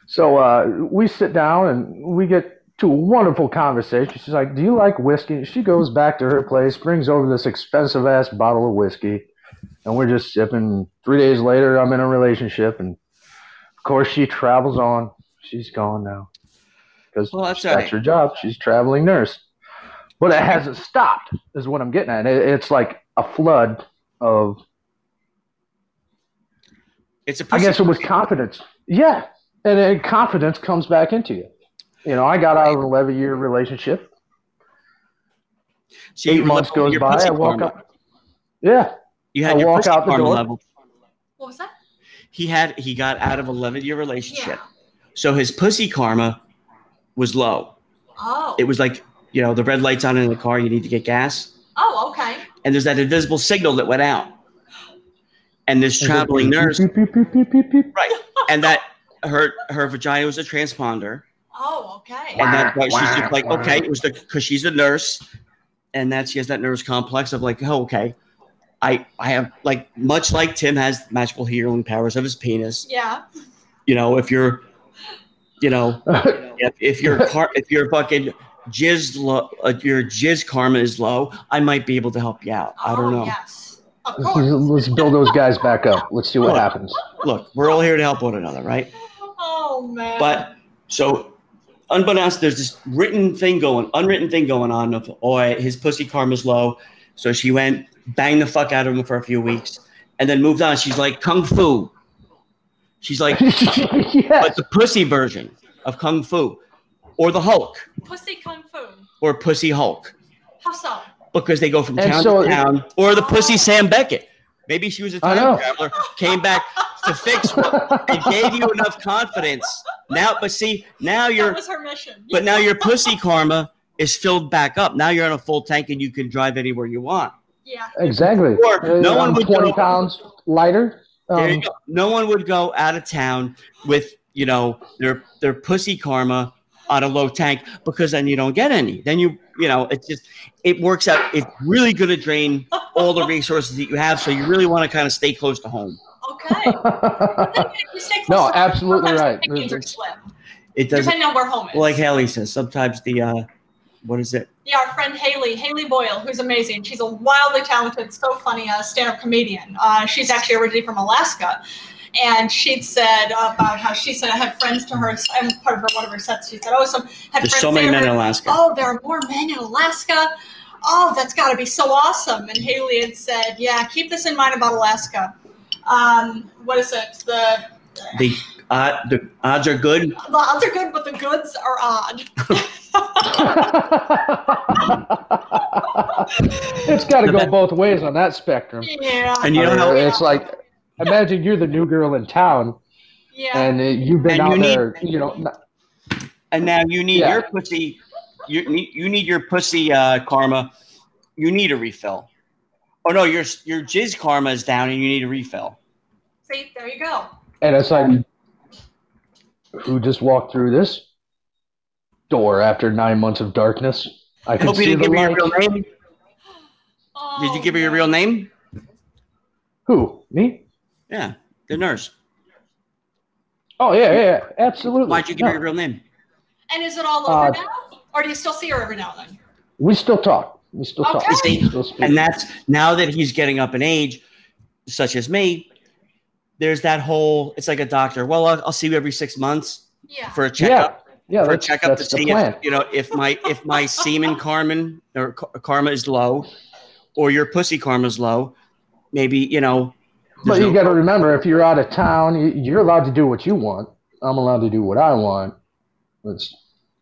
Speaker 3: So uh, we sit down and we get to a wonderful conversation. She's like, "Do you like whiskey?" She goes back to her place, brings over this expensive ass bottle of whiskey, and we're just sipping. Three days later, I'm in a relationship, and of course, she travels on. She's gone now because
Speaker 1: Well, that's all
Speaker 3: that's
Speaker 1: right.
Speaker 3: her job. She's a traveling nurse, but it hasn't stopped. Is what I'm getting at. It, it's like a flood of.
Speaker 1: It's a
Speaker 3: I
Speaker 1: pussy.
Speaker 3: guess it was confidence. Yeah. And then confidence comes back into you. You know, I got out of an 11 year relationship.
Speaker 1: so
Speaker 3: eight
Speaker 1: you
Speaker 3: months
Speaker 1: leveled
Speaker 3: goes
Speaker 1: your
Speaker 3: by.
Speaker 1: pussy
Speaker 3: I walk
Speaker 1: karma.
Speaker 3: up. Yeah.
Speaker 1: You had
Speaker 3: I
Speaker 1: your
Speaker 3: walk
Speaker 1: pussy
Speaker 3: out the
Speaker 1: karma
Speaker 3: door.
Speaker 1: level.
Speaker 2: What was that?
Speaker 1: He had he got out of a 11 year
Speaker 2: Yeah.
Speaker 1: relationship, so his pussy karma was low.
Speaker 2: Oh.
Speaker 1: It was like, you know, the red light's on in the car. You need to get gas.
Speaker 2: oh, okay.
Speaker 1: and there's that invisible signal that went out. And this traveling nurse,
Speaker 3: Beep, beep, beep, beep, beep, beep.
Speaker 1: and that her her vagina was a transponder,
Speaker 2: Oh, okay.
Speaker 1: and that's why she's just like, okay, it was the because she's a nurse, and that she has that nurse complex of like, oh, okay, I I have like much like Tim has magical healing powers of his penis.
Speaker 2: Yeah.
Speaker 1: You know, if you're, you know, if, if your car, if your fucking jizz low, uh, your jizz karma is low, I might be able to help you out. I
Speaker 2: oh,
Speaker 1: don't know.
Speaker 2: Yes. Of
Speaker 3: Let's-
Speaker 2: course.
Speaker 3: Let's build those guys back up. Let's see what
Speaker 1: Look.
Speaker 3: happens.
Speaker 1: Look, we're all here to help one another, right?
Speaker 2: Oh man.
Speaker 1: But so, unbeknownst, there's this written thing going, unwritten thing going on of, oh, his pussy karma's low. So she went, banged the fuck out of him for a few weeks, and then moved on. She's like kung fu. She's like, but
Speaker 3: yes.
Speaker 1: the pussy version of kung fu, or the Hulk,
Speaker 2: pussy kung fu.
Speaker 1: or pussy Hulk,
Speaker 2: How so?
Speaker 1: because they go from
Speaker 3: And
Speaker 1: town
Speaker 3: so-
Speaker 1: to town, or the pussy Sam Beckett. Maybe she was a
Speaker 3: I
Speaker 1: time
Speaker 3: know.
Speaker 1: traveler, came back to fix what and gave you enough confidence. Now, but see, now you're
Speaker 2: that was her mission.
Speaker 1: But now your pussy karma is filled back up. Now you're on a full tank and you can drive anywhere you want.
Speaker 2: yeah.
Speaker 3: Exactly. Uh,
Speaker 1: Or no
Speaker 3: I'm
Speaker 1: one would
Speaker 3: 20
Speaker 1: go-
Speaker 3: pounds lighter.
Speaker 1: There you
Speaker 3: Um,
Speaker 1: go. No one would go out of town with, you know, their their pussy karma on a low tank because then you don't get any. Then you, you know, it's just it works out. It's really going to drain all the resources that you have. So you really want to kind of stay close to home.
Speaker 2: Okay. You stay close
Speaker 3: no,
Speaker 2: to-
Speaker 3: absolutely
Speaker 2: sometimes
Speaker 3: right.
Speaker 2: the fingers are slim,
Speaker 1: It doesn't
Speaker 2: Depending on where home is.
Speaker 1: like Haley says. Sometimes the uh, what is it?
Speaker 2: Yeah, our friend Haley, Haley Boyle, who's amazing. She's a wildly talented, so funny uh, stand-up comedian. Uh, she's actually originally from Alaska, and she'd said about how she said I had friends to her. And part of her one of her sets, she said, "Oh, some had
Speaker 1: There's
Speaker 2: friends
Speaker 1: so many
Speaker 2: say to
Speaker 1: men
Speaker 2: her,
Speaker 1: in Alaska.
Speaker 2: Oh, there are more men in Alaska. Oh, that's got to be so awesome. And Haley had said, "Yeah, keep this in mind about Alaska. Um, what is it? The
Speaker 1: The Uh, the odds are good.
Speaker 2: The odds are good, but the goods are odd.
Speaker 3: it's got to go both ways on that spectrum.
Speaker 2: Yeah.
Speaker 1: And you know how-
Speaker 3: it's like, imagine you're the new girl in town,
Speaker 2: Yeah.
Speaker 3: and uh, you've been
Speaker 1: And
Speaker 3: out
Speaker 1: you need-
Speaker 3: there, you know. n-
Speaker 1: And now you need
Speaker 3: Yeah.
Speaker 1: your pussy. You need you need your pussy uh, karma. You need a refill. Oh no, your your jizz karma is down, and you need a refill.
Speaker 2: See, there you go.
Speaker 3: And it's like, who just walked through this door after nine months of darkness? I
Speaker 1: I
Speaker 3: can
Speaker 1: hope you
Speaker 3: see
Speaker 1: didn't
Speaker 3: the
Speaker 1: give me your
Speaker 3: light.
Speaker 1: real name.
Speaker 2: Oh,
Speaker 1: Did you give her your real
Speaker 2: no.
Speaker 1: name?
Speaker 3: Who me?
Speaker 1: Yeah, the nurse.
Speaker 3: Oh yeah, yeah, yeah, absolutely.
Speaker 1: Why'd you give
Speaker 3: No.
Speaker 1: her your real name?
Speaker 2: And is it all over
Speaker 3: Uh,
Speaker 2: now? Or do you still see her every now and then?
Speaker 3: We still talk. We still talk.
Speaker 2: Okay.
Speaker 3: We still speak.
Speaker 1: And that's now that he's getting up in age, such as me. There's that whole. It's like a doctor. Well, I'll, I'll see you every six months
Speaker 2: Yeah.
Speaker 1: for a checkup.
Speaker 3: yeah, yeah.
Speaker 1: for a
Speaker 3: That's,
Speaker 1: checkup to
Speaker 3: that's the
Speaker 1: see
Speaker 3: plan.
Speaker 1: if you know if my if my semen Carmen or k- karma is low, or your pussy karma is low. Maybe you know.
Speaker 3: But
Speaker 1: there's no-
Speaker 3: you got to remember, if you're out of town, you- you're allowed to do what you want. I'm allowed to do what I want. It's-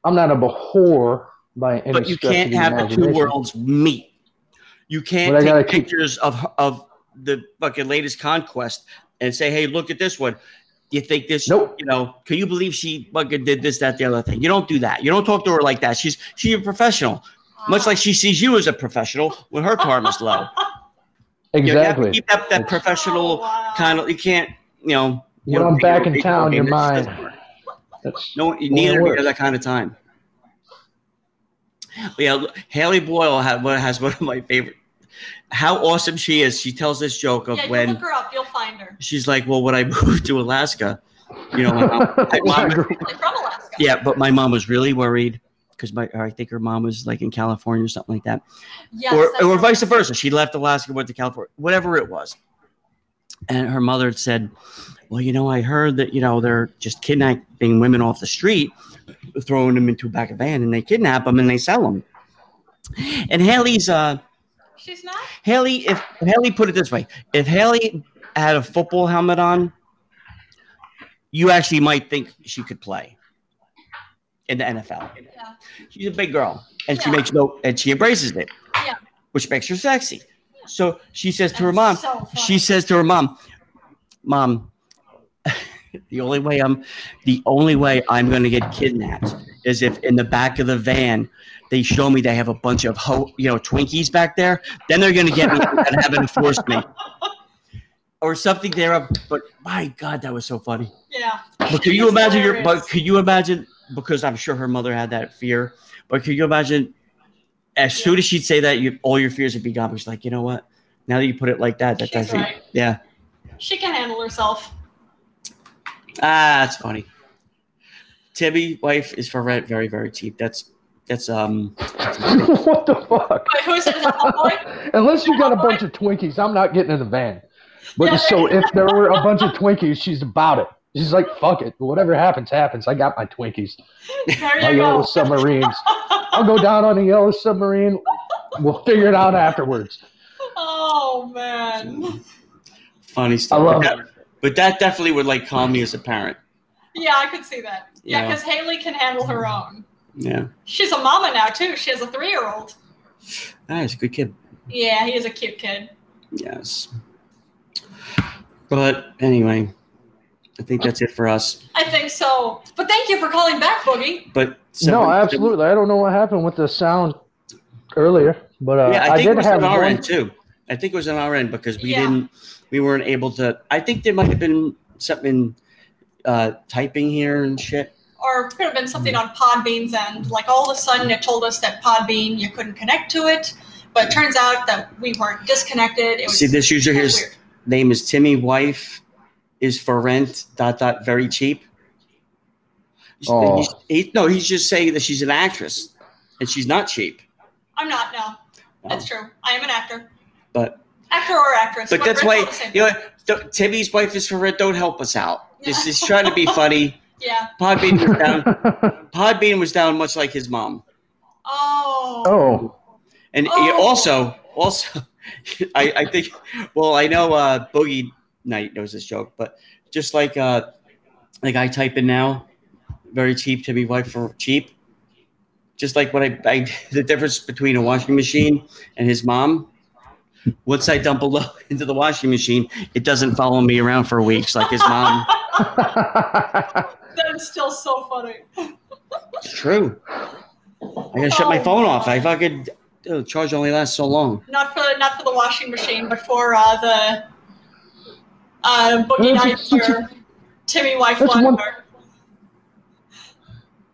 Speaker 3: I'm not a whore by any
Speaker 1: but you
Speaker 3: stretch
Speaker 1: can't
Speaker 3: of the
Speaker 1: have the two
Speaker 3: imagination.
Speaker 1: worlds meet. You
Speaker 3: But I
Speaker 1: can't
Speaker 3: gotta
Speaker 1: take
Speaker 3: keep-
Speaker 1: pictures of of the fucking latest conquest and say, "Hey, look at this one." You think this?
Speaker 3: Nope.
Speaker 1: You know? Can you believe she fucking did this, that, the other thing? You don't do that. You don't talk to her like that. She's she's a professional.
Speaker 2: Uh-huh.
Speaker 1: Much like she sees you as a professional when her karma's low. You have to
Speaker 3: Exactly.
Speaker 1: keep up that
Speaker 2: Oh,
Speaker 3: It's-
Speaker 1: professional kind of you can't you know you
Speaker 3: When
Speaker 1: know,
Speaker 3: I'm
Speaker 1: you know,
Speaker 3: back in
Speaker 1: you
Speaker 3: town,
Speaker 1: know,
Speaker 3: you're
Speaker 1: this
Speaker 3: mine.
Speaker 1: doesn't work.
Speaker 3: That's-
Speaker 1: No, neither
Speaker 3: Well, it
Speaker 1: do you have that kind of time. But yeah, look, Haley Boyle had one has one of my favorite. How awesome she is! She tells this joke of
Speaker 2: yeah, you
Speaker 1: when
Speaker 2: look her up, you'll find her.
Speaker 1: she's like, "Well, when I moved to Alaska, you know, when I-
Speaker 2: Like from Alaska.
Speaker 1: yeah." But my mom was really worried because my or I think her mom was like in California or something like that.
Speaker 2: Yes, that's
Speaker 1: or, or
Speaker 2: right.
Speaker 1: vice versa. She left Alaska, went to California, whatever it was. And her mother had said, Well, you know, I heard that, you know, they're just kidnapping women off the street, throwing them into back of van, and they kidnap them and they sell them. And Haley's, uh,
Speaker 2: She's not?
Speaker 1: Haley, if Haley put it this way, if Haley had a football helmet on, you actually might think she could play in the NFL.
Speaker 2: Yeah.
Speaker 1: She's a big girl, and she
Speaker 2: Yeah.
Speaker 1: makes no, and she embraces it,
Speaker 2: Yeah.
Speaker 1: which makes her sexy. So she says to her
Speaker 2: That's
Speaker 1: mom,
Speaker 2: so funny.
Speaker 1: she says to her mom, "Mom, the only way I'm, the only way I'm going to get kidnapped is if in the back of the van they show me they have a bunch of ho, you know, Twinkies back there. Then they're going to get me and have it forced me." Or something thereof, but my God, that was so funny.
Speaker 2: Yeah.
Speaker 1: But could you
Speaker 2: It's
Speaker 1: imagine your? But
Speaker 2: hilarious.
Speaker 1: could you imagine? Because I'm sure her mother had that fear. But could you imagine? As soon as she'd say that, you, all your fears would be gone. But she's like, you know what? Now that you put it like that, that
Speaker 2: She's
Speaker 1: doesn't.
Speaker 2: right.
Speaker 1: Yeah.
Speaker 2: She can handle herself.
Speaker 1: Ah, that's funny. Tibby wife is for rent very very cheap. That's that's um.
Speaker 3: what the fuck?
Speaker 2: Wait, who is it? Is that Hellboy?
Speaker 3: Unless you got a bunch of Twinkies, I'm not getting in the van. But so if there were a bunch of Twinkies, she's about it. She's like, fuck it. Whatever happens, happens. I got my Twinkies, my
Speaker 2: There you
Speaker 3: yellow
Speaker 2: go.
Speaker 3: submarines. I'll go down on a yellow submarine. We'll figure it out afterwards.
Speaker 2: Oh man.
Speaker 1: Funny stuff.
Speaker 3: I love
Speaker 1: But that- But that definitely would like calm me as a parent.
Speaker 2: Yeah, I could see that. Yeah,
Speaker 1: Yeah.
Speaker 2: because Haley can handle her own.
Speaker 1: Yeah.
Speaker 2: She's a mama now too. She has a three-year-old.
Speaker 1: Ah, he's a good kid.
Speaker 2: Yeah, he is a cute kid.
Speaker 1: Yes. But anyway, I think that's it for us.
Speaker 2: I think so. But thank you for calling back, Boogie.
Speaker 1: But
Speaker 3: no,
Speaker 1: seven-
Speaker 3: absolutely. I don't know what happened with the sound earlier, but uh,
Speaker 1: yeah,
Speaker 3: I,
Speaker 1: I think it
Speaker 3: did
Speaker 1: was
Speaker 3: have
Speaker 1: on our
Speaker 3: one.
Speaker 1: end too. I think it was on our end because we
Speaker 2: Yeah.
Speaker 1: didn't, we weren't able to. I think there might have been something uh, typing here and shit.
Speaker 2: Or it could have been something
Speaker 1: Hmm.
Speaker 2: on Podbean's end. Like all of a sudden it told us that Podbean you couldn't connect to it. But it turns out that we weren't disconnected. It was
Speaker 1: See, this user
Speaker 2: kinda
Speaker 1: here's
Speaker 2: weird.
Speaker 1: name is Timmy. Wife is for rent. Dot dot. Very cheap. He's-
Speaker 3: Oh.
Speaker 1: he's- he- no, he's just saying that she's an actress, and she's not cheap.
Speaker 2: I'm not, no. That's true. I am an actor.
Speaker 1: But
Speaker 2: Actor or actress.
Speaker 1: but that's
Speaker 2: we're
Speaker 1: why
Speaker 2: all the same.
Speaker 1: you know what? Don't- Timmy's wife is for rent. Don't help us out. This is trying to be funny.
Speaker 2: Yeah.
Speaker 1: Podbean was down. Podbean was down, much like his mom.
Speaker 2: Oh.
Speaker 3: oh,
Speaker 1: And
Speaker 2: Oh.
Speaker 1: yeah, also, also, I, I think, well, I know uh, Boogie Knight knows this joke, but just like uh, Like I type in now, very cheap to be wife for cheap. Just like what I, I the difference between a washing machine and his mom. Once I dump a load into the washing machine, it doesn't follow me around for weeks like his mom.
Speaker 2: That is still so funny.
Speaker 1: It's true. I gotta shut my
Speaker 2: Oh,
Speaker 1: phone off. I
Speaker 2: God.
Speaker 1: fucking dude, charge only lasts so long.
Speaker 2: Not for not for the washing machine, but for uh, the uh,
Speaker 3: Well,
Speaker 2: boogie night
Speaker 3: that's a- that's a-
Speaker 2: for Timmy Wife
Speaker 3: that's one-
Speaker 2: Lumber.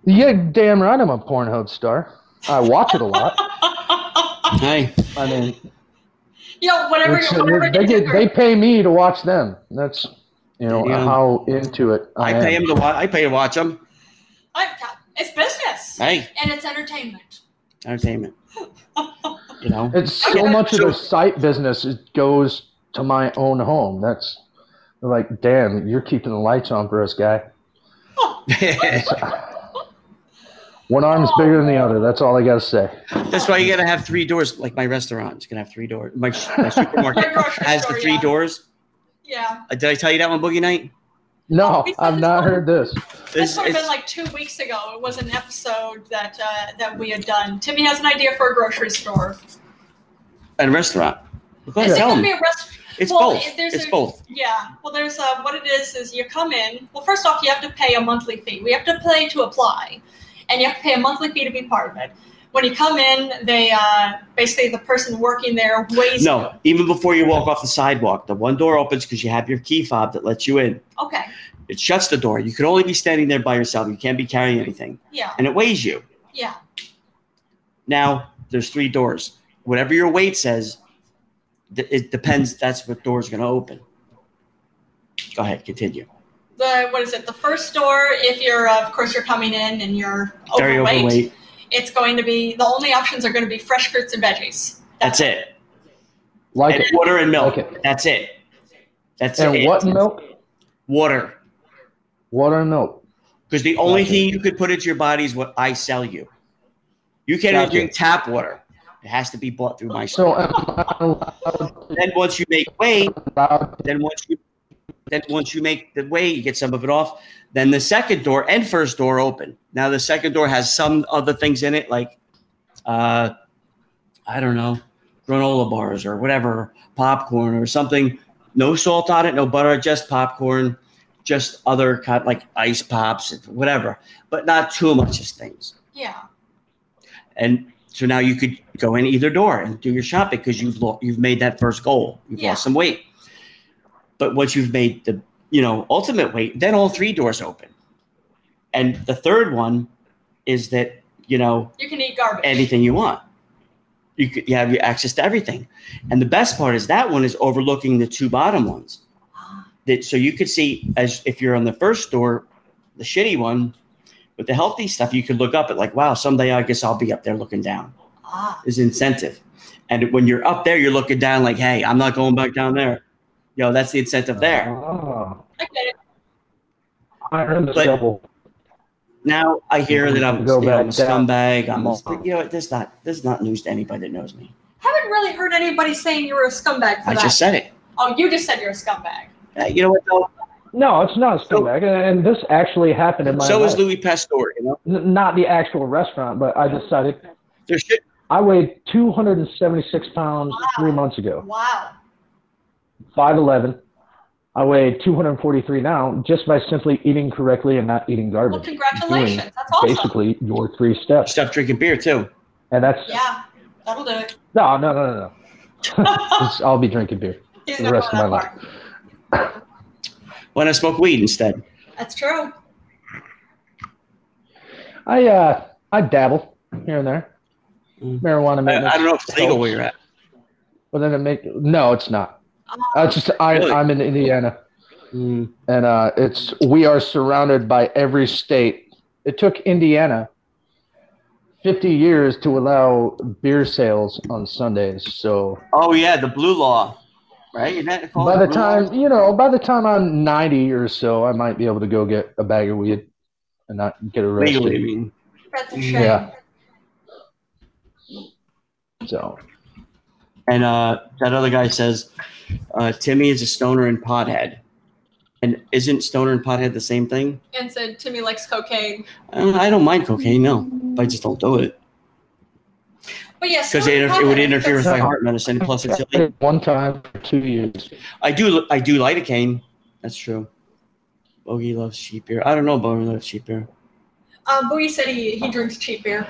Speaker 3: yeah, damn right, I'm a Pornhub star. I watch it a lot.
Speaker 1: Hey,
Speaker 3: I mean,
Speaker 2: Yo, whatever,
Speaker 3: it's-
Speaker 2: whatever
Speaker 3: they
Speaker 2: you do,
Speaker 3: get they pay me to watch them. That's you know
Speaker 1: Yeah.
Speaker 3: how into it
Speaker 1: I
Speaker 3: I, am.
Speaker 1: pay him to watch. I pay to watch him.
Speaker 2: I- it's business
Speaker 1: Hey,
Speaker 2: and it's entertainment.
Speaker 1: entertainment. You know,
Speaker 3: It's so
Speaker 2: Okay,
Speaker 3: much of
Speaker 1: so-
Speaker 3: the site business it goes to my own home. That's like, damn, you're keeping the lights on for us, guy. It's- One arm's bigger than the other. That's all I gotta say.
Speaker 1: that's why you gotta have three doors. Like my restaurant, it's gonna have three doors. My, my
Speaker 2: My
Speaker 1: supermarket
Speaker 2: grocery
Speaker 1: has the
Speaker 2: store,
Speaker 1: three
Speaker 2: yeah.
Speaker 1: doors.
Speaker 2: Yeah,
Speaker 1: Uh, did I tell you that one, Boogie Night?
Speaker 3: No,
Speaker 2: we said
Speaker 3: I've
Speaker 2: this
Speaker 3: not
Speaker 2: one.
Speaker 3: heard this.
Speaker 2: this
Speaker 1: It's-
Speaker 2: would have
Speaker 1: it's-
Speaker 2: been like two weeks ago. It was an episode that uh, that we had done. Timmy has an idea for a grocery store.
Speaker 1: and restaurant. Go ahead,
Speaker 2: Is it
Speaker 1: tell
Speaker 2: gonna
Speaker 1: 'em.
Speaker 2: be a rest-
Speaker 1: It's
Speaker 2: well,
Speaker 1: both.
Speaker 2: it- there's
Speaker 1: It's
Speaker 2: a-
Speaker 1: both.
Speaker 2: Yeah. Well, there's uh, what it is is you come in. Well, first off, you have to pay a monthly fee. We have to pay to apply, and you have to pay a monthly fee to be part of it. When you come in, they uh, basically the person working there weighs.
Speaker 1: No, even before you walk off the sidewalk, the one door opens because you have your key fob that lets you in.
Speaker 2: Okay.
Speaker 1: It shuts the door. You can only be standing there by yourself. You can't be carrying anything,
Speaker 2: Yeah.
Speaker 1: and it weighs you.
Speaker 2: Yeah.
Speaker 1: Now there's three doors. Whatever your weight says, th- it depends. That's what door's going to open. Go ahead, continue.
Speaker 2: The what is it? The first door. If you're uh, of course you're coming in and you're
Speaker 1: Very overweight.
Speaker 2: it's going to be the only options are going to be fresh fruits and veggies.
Speaker 1: That's it.
Speaker 3: Like
Speaker 1: and
Speaker 3: it.
Speaker 1: water and milk.
Speaker 3: Like it.
Speaker 1: That's it. That's
Speaker 3: And
Speaker 1: it.
Speaker 3: what milk?
Speaker 1: Water.
Speaker 3: Water and milk.
Speaker 1: Because the only
Speaker 3: Gotcha.
Speaker 1: thing you could put into your body is what I sell you. You can't even
Speaker 3: Gotcha.
Speaker 1: drink tap water. It has to be bought through my store.
Speaker 3: So am I allowed,
Speaker 1: then once you make weight,
Speaker 3: allowed-
Speaker 1: then once you then once you make the weight, you get some of it off. Then the second door and first door open. Now the second door has some other things in it, like uh, I don't know, granola bars or whatever, popcorn or something. No salt on it, no butter, just popcorn, just other kind like ice pops, whatever, but not too much of things.
Speaker 2: Yeah.
Speaker 1: And so now you could go in either door and do your shopping because you've lo- you've made that first goal. You've
Speaker 2: Yeah.
Speaker 1: lost some weight. But once you've made the you know ultimate weight, then all three doors open. And the third one is that you know
Speaker 2: You can eat garbage.
Speaker 1: anything you want. You could, you have your access to everything, and the best part is that one is overlooking the two bottom ones.
Speaker 2: Ah,
Speaker 1: That so you could see as if you're on the first door, the shitty one, with the healthy stuff, you could look up at like, wow, someday I guess I'll be up there looking down
Speaker 2: Ah.
Speaker 1: is incentive. And when you're up there, you're looking down like, hey, I'm not going back down there. Yo, that's the incentive there.
Speaker 3: Oh,
Speaker 2: I get it.
Speaker 3: I earned the
Speaker 1: But-
Speaker 3: double.
Speaker 1: Now I hear that I'm,
Speaker 3: Go
Speaker 1: you know, I'm a
Speaker 3: back down.
Speaker 1: scumbag. I'm a, you know, this is not this is not news to anybody that knows me.
Speaker 2: Haven't really heard anybody saying you were a scumbag for
Speaker 1: I
Speaker 2: that.
Speaker 1: just said it.
Speaker 2: oh, you just said you're a scumbag.
Speaker 1: Uh, you know what though?
Speaker 3: No, it's not a
Speaker 1: So-
Speaker 3: scumbag, and this actually happened in my
Speaker 1: So
Speaker 3: life.
Speaker 1: is Louis Pasteur. You know,
Speaker 3: N- not the actual restaurant, but I decided
Speaker 1: there should
Speaker 3: I weighed 276 pounds three months ago,
Speaker 2: Wow.
Speaker 3: 5'11. I weighed 243 now just by simply eating correctly and not eating
Speaker 2: Well,
Speaker 3: garbage.
Speaker 2: congratulations.
Speaker 3: Doing
Speaker 2: That's awesome.
Speaker 3: Basically, your three steps.
Speaker 1: stop drinking beer too.
Speaker 3: And that's
Speaker 2: Yeah, that'll do it.
Speaker 3: no, no, no, no, no. It's- I'll be drinking beer.
Speaker 2: He's
Speaker 3: The
Speaker 2: not
Speaker 3: rest
Speaker 2: going
Speaker 3: of
Speaker 2: that
Speaker 3: my
Speaker 2: far.
Speaker 1: Why not smoke weed instead?
Speaker 2: That's true.
Speaker 3: I uh, I dabble here and there.
Speaker 1: Mm.
Speaker 3: Marijuana
Speaker 1: I,
Speaker 3: maintenance.
Speaker 1: I don't know if it's legal where you're at.
Speaker 3: But then it make no, it's not. Uh, it's just I,
Speaker 1: Really?
Speaker 3: I'm in Indiana.
Speaker 1: Mm,
Speaker 3: and uh, it's we are surrounded by every state. It took Indiana 50 years to allow beer sales on Sundays. So
Speaker 1: Oh yeah, the blue law, right? Isn't that called
Speaker 3: by
Speaker 1: the
Speaker 3: the
Speaker 1: blue law?
Speaker 3: time you know, by the time I'm 90 or so, I might be able to go get a bag of weed and not get arrested.
Speaker 1: legally, I mean,
Speaker 2: That's a shame.
Speaker 3: Yeah. So
Speaker 1: And uh, that other guy says, uh, Timmy is a stoner and pothead. And isn't stoner and pothead the same thing?
Speaker 2: and said Timmy likes cocaine.
Speaker 1: Uh, I don't mind cocaine, no, but I just don't do it
Speaker 2: But yes,
Speaker 1: because it, inter- it would interfere with my
Speaker 3: That's-
Speaker 1: heart medicine. Plus, it's illegal.
Speaker 3: one time for two years.
Speaker 1: I do I do lidocaine. That's true. Bogey loves sheep beer. I don't know. Bogey loves sheep beer.
Speaker 2: Um, Bowie said he, he drinks cheap beer.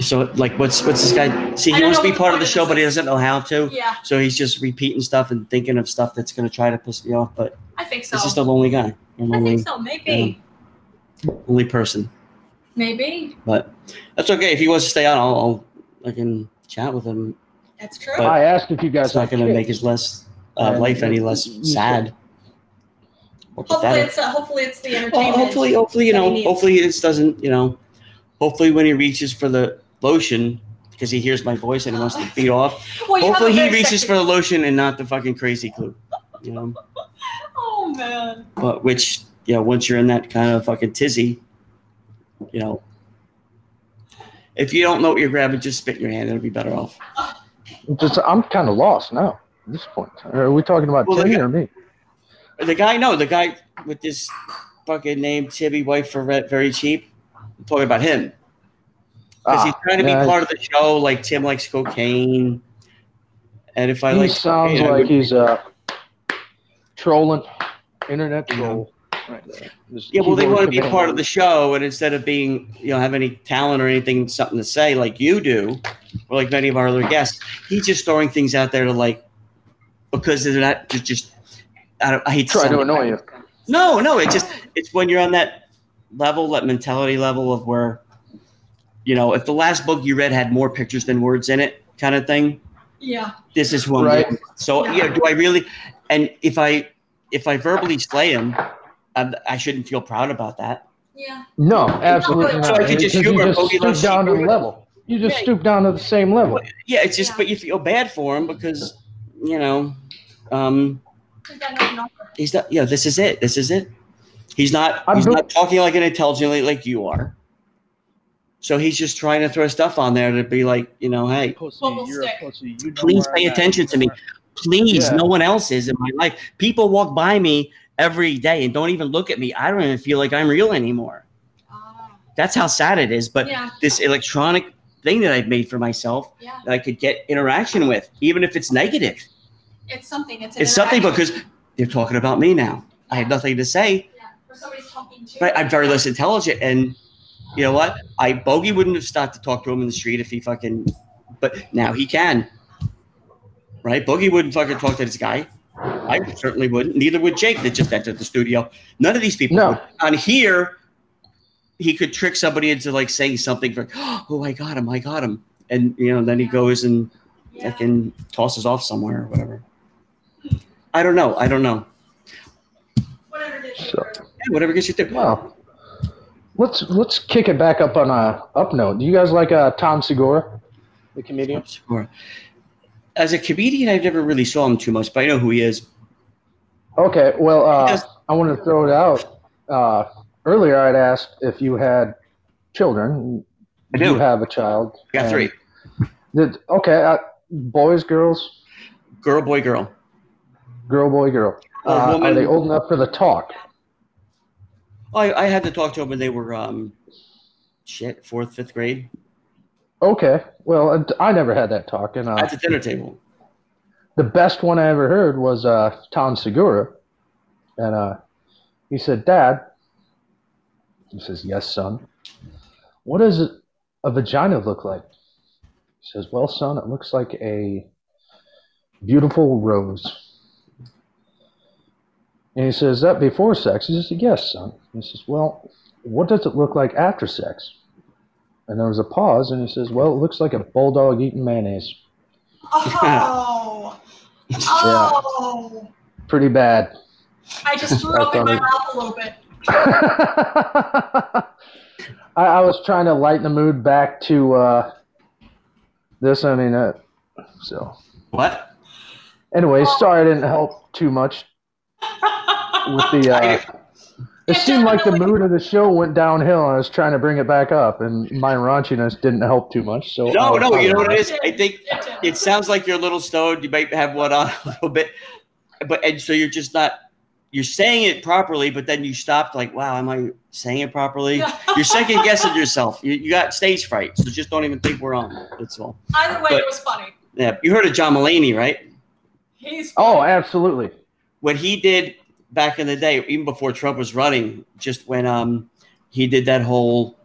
Speaker 1: So, like, what's what's this guy? See,
Speaker 2: I
Speaker 1: he
Speaker 2: don't
Speaker 1: wants to
Speaker 2: know
Speaker 1: be
Speaker 2: what
Speaker 1: part
Speaker 2: the
Speaker 1: of the
Speaker 2: point
Speaker 1: show,
Speaker 2: of
Speaker 1: but he
Speaker 2: this
Speaker 1: doesn't know how to.
Speaker 2: Yeah,
Speaker 1: So he's just repeating stuff and thinking of stuff that's going to try to piss me off. But
Speaker 2: I think so.
Speaker 1: this is the lonely guy. I'm
Speaker 2: I
Speaker 1: only
Speaker 2: think so. Maybe.
Speaker 1: only person.
Speaker 2: Maybe.
Speaker 1: But that's okay. If he wants to stay on, I'll, I'll I can chat with him.
Speaker 2: That's true.
Speaker 1: But-
Speaker 3: I asked if you guys.
Speaker 1: That's not going to
Speaker 3: like
Speaker 1: make his less uh,
Speaker 3: Yeah,
Speaker 1: life any
Speaker 3: you-
Speaker 1: less
Speaker 3: you-
Speaker 1: sad. Or
Speaker 2: hopefully
Speaker 1: pathetic.
Speaker 2: it's uh, hopefully it's the
Speaker 1: Well,
Speaker 2: entertainment.
Speaker 1: hopefully, hopefully, you
Speaker 2: that he
Speaker 1: know,
Speaker 2: needs.
Speaker 1: hopefully this doesn't, you know, hopefully when he reaches for the lotion because he hears my voice and he wants to beat off.
Speaker 2: Well, you have
Speaker 1: hopefully
Speaker 2: a
Speaker 1: he
Speaker 2: very
Speaker 1: reaches
Speaker 2: sexy-
Speaker 1: for the lotion and not the fucking crazy glue, you know.
Speaker 2: Oh man.
Speaker 1: But which, you know, once you're in that kind of fucking tizzy, you know, if you don't know what you're grabbing, just spit in your hand. It'll be better off.
Speaker 3: Just, I'm kind of lost now. At this point, are we talking about
Speaker 1: Well, the
Speaker 3: Timmy
Speaker 1: guy-
Speaker 3: or me?
Speaker 1: The guy, no, the guy with this fucking name, Tibby, wife for rent, very cheap. I'm talking about him. Because he's
Speaker 3: Ah,
Speaker 1: trying to be
Speaker 3: yeah,
Speaker 1: part of the show, like Tim likes cocaine. And if I
Speaker 3: he
Speaker 1: like,
Speaker 3: sounds
Speaker 1: cocaine, I
Speaker 3: like
Speaker 1: would-
Speaker 3: he's uh, trolling, internet troll. Right there. Just
Speaker 1: yeah, well, they
Speaker 3: keyboard
Speaker 1: want to be
Speaker 3: command.
Speaker 1: part of the show, and instead of being, you know, have any talent or anything, something to say like you do, or like many of our other guests, he's just throwing things out there to like, because they're not just, just I, don't, I hate to
Speaker 3: Try
Speaker 1: sound
Speaker 3: to
Speaker 1: like-
Speaker 3: annoy you.
Speaker 1: No, no, it's just it's when you're on that level, that mentality level of where, you know, if the last book you read had more pictures than words in it, kind of thing.
Speaker 2: Yeah.
Speaker 1: this is who I'm
Speaker 3: Right.
Speaker 1: with. So yeah, do I really? And if I if I verbally slay him, I'm, I shouldn't feel proud about that.
Speaker 2: Yeah.
Speaker 3: No, absolutely
Speaker 2: So
Speaker 3: not.
Speaker 1: I could just
Speaker 3: Because you
Speaker 1: humor
Speaker 3: just
Speaker 1: Bogey
Speaker 3: stoop
Speaker 1: Loves
Speaker 3: down to the
Speaker 1: Secret.
Speaker 3: level. You just
Speaker 2: Yeah.
Speaker 3: stoop down to the same level.
Speaker 1: Yeah, it's just
Speaker 2: Yeah.
Speaker 1: but you feel bad for him because you know um,
Speaker 2: We've got nothing else.
Speaker 1: he's not. You know, this is it. This is it. He's not.
Speaker 3: I'm
Speaker 1: he's
Speaker 3: doing-
Speaker 1: not talking like an intelligently like you are. So he's just trying to throw stuff on there to be like, you know, hey,
Speaker 3: Pussy,
Speaker 2: What will you're a stick?
Speaker 3: pussy.
Speaker 1: Please where pay I'm at. attention to me. please,
Speaker 3: Yeah.
Speaker 1: no one else is in my life. People walk by me every day and don't even look at me. I don't even feel like I'm real anymore.
Speaker 2: Ah,
Speaker 1: That's how sad it is. But
Speaker 2: yeah.
Speaker 1: this electronic thing that I've made for myself
Speaker 2: Yeah.
Speaker 1: that I could get interaction with, even if it's negative.
Speaker 2: It's something. It's, an
Speaker 1: It's something
Speaker 2: interaction.
Speaker 1: because they're talking about me now. I had nothing to say,
Speaker 2: Yeah. Or somebody's talking to.
Speaker 1: but I'm
Speaker 2: you.
Speaker 1: very less intelligent. And you know what? I Bogey wouldn't have stopped to talk to him in the street if he fucking, but now he can. Right? Bogey wouldn't fucking talk to this guy. I certainly wouldn't. Neither would Jake that just entered the studio. None of these people
Speaker 3: No.
Speaker 1: would. on here. He could trick somebody into like saying something for, oh, I got him, I got him. And you know, then he goes and
Speaker 2: Yeah.
Speaker 1: fucking tosses off somewhere or whatever. I don't know. I don't know.
Speaker 2: Whatever it is.
Speaker 3: So-
Speaker 1: Yeah, whatever gets you through.
Speaker 3: Well, let's let's kick it back up on a up note. Do you guys like uh, Tom Segura, the comedian?
Speaker 1: Sure. As a comedian, I've never really saw him too much, but I know who he is.
Speaker 3: Okay, well, uh,
Speaker 1: Yes.
Speaker 3: I want to throw it out. Uh, earlier, I'd asked if you had children.
Speaker 1: I do.
Speaker 3: You have a child.
Speaker 1: I got
Speaker 3: and-
Speaker 1: three
Speaker 3: Did, okay, uh, boys, girls,
Speaker 1: girl, boy, girl.
Speaker 3: girl, boy, girl.
Speaker 1: Or
Speaker 3: Uh, are
Speaker 1: woman.
Speaker 3: they old enough for the talk?
Speaker 1: I, I had to talk to him when they were, um, shit, fourth, fifth grade
Speaker 3: Okay, well, I I never had that talk, and uh,
Speaker 1: at the dinner table.
Speaker 3: the best one I ever heard was uh, Tom Segura, and uh, he said, "Dad," he says, "Yes, son. What does it- a vagina look like?" He says, "Well, son, it looks like a beautiful rose." And he says, "That before sex?" He says, "Yes, son." He says, "Well, what does it look like after sex?" And there was a pause, and he says, "Well, it looks like a bulldog eating mayonnaise.
Speaker 2: Oh. Oh.
Speaker 3: Pretty bad."
Speaker 2: I just threw up in my mouth a little bit.
Speaker 3: I, I was trying to lighten the mood back to uh, this. I mean, uh, so
Speaker 1: What?
Speaker 3: anyway, sorry I didn't help too much with the. Uh, it seemed like the mood of the show went downhill, and I was trying to bring it back up, and my raunchiness didn't help too much. So
Speaker 1: No,
Speaker 3: I'll
Speaker 1: no, you know what
Speaker 3: apologize.
Speaker 1: it is? I think
Speaker 2: It did.
Speaker 1: it sounds like you're a little stoned. You might have one on a little bit, but, and so you're just not, you're saying it properly, but then you stopped. Like, wow, am I saying it properly? You're second guessing yourself. You, you got stage fright, so just don't even think we're on. That's all.
Speaker 2: Either way,
Speaker 1: But-
Speaker 2: it was funny.
Speaker 1: Yeah, you heard of John Mulaney, right?
Speaker 2: He's
Speaker 3: Oh, absolutely.
Speaker 1: what he did back in the day, even before Trump was running, just when um he did that whole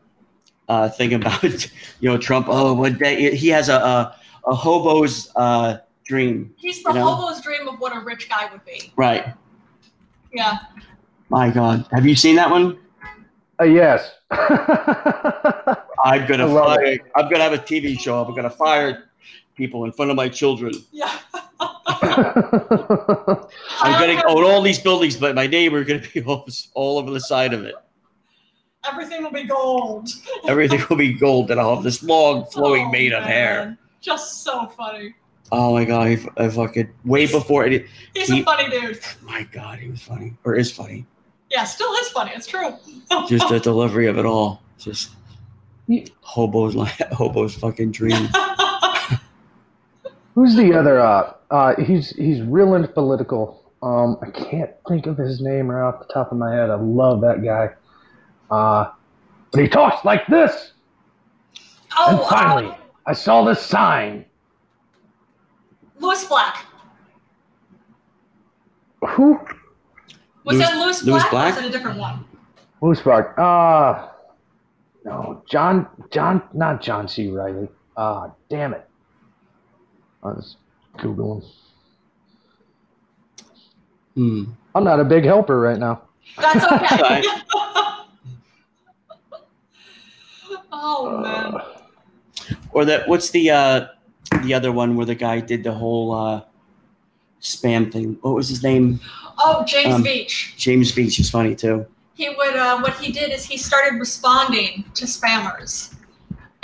Speaker 1: uh, thing about you know Trump. Oh, what day he has a a, a hobo's uh, dream,
Speaker 2: he's the
Speaker 1: you know?
Speaker 2: hobo's dream of what a rich guy would be.
Speaker 1: right?
Speaker 2: Yeah.
Speaker 1: My God, have you seen that one?
Speaker 3: Uh, yes.
Speaker 1: I'm gonna
Speaker 3: I love
Speaker 1: fire. I'm gonna have a TV show. I'm gonna fire people in front of my children.
Speaker 2: Yeah.
Speaker 1: I'm
Speaker 2: I
Speaker 1: gonna
Speaker 2: have
Speaker 1: own all these buildings, but my neighbor gonna be all, all over the side of it.
Speaker 2: everything will be gold.
Speaker 1: Everything will be gold, and I'll have this long flowing
Speaker 2: Oh,
Speaker 1: mane of hair.
Speaker 2: man. Just so funny.
Speaker 1: Oh my God, I, I fucking way before any,
Speaker 2: He's
Speaker 1: He-
Speaker 2: a funny dude.
Speaker 1: My God, he was funny, or is funny.
Speaker 2: Yeah, still is funny. It's true.
Speaker 1: Just the delivery of it all, just
Speaker 3: Yeah.
Speaker 1: hobo's li- hobo's fucking dream.
Speaker 2: Oh,
Speaker 3: Who's the other? Uh, uh, he's he's real into political. Um, I can't think of his name right off the top of my head. I love that guy. Uh, but he talks like this.
Speaker 2: oh,
Speaker 3: and finally,
Speaker 2: uh,
Speaker 3: I saw this sign.
Speaker 2: Louis Black.
Speaker 3: Who?
Speaker 2: Was
Speaker 1: Louis-
Speaker 2: that Louis
Speaker 1: Louis Black?
Speaker 2: Black, or was it a different one?
Speaker 3: Who's Park? Uh, no, John. John, not John C. Riley. Ah, damn it. I was googling.
Speaker 1: Hmm.
Speaker 3: I'm not a big helper right now.
Speaker 2: That's okay.
Speaker 1: Sorry.
Speaker 2: oh man.
Speaker 3: Uh,
Speaker 1: Or that? What's the uh, the other one where the guy did the whole uh, spam thing? What was his name?
Speaker 2: Oh, James
Speaker 1: um,
Speaker 2: Beach.
Speaker 1: James Beach is funny too.
Speaker 2: He would. Uh, what he did is he started responding to spammers,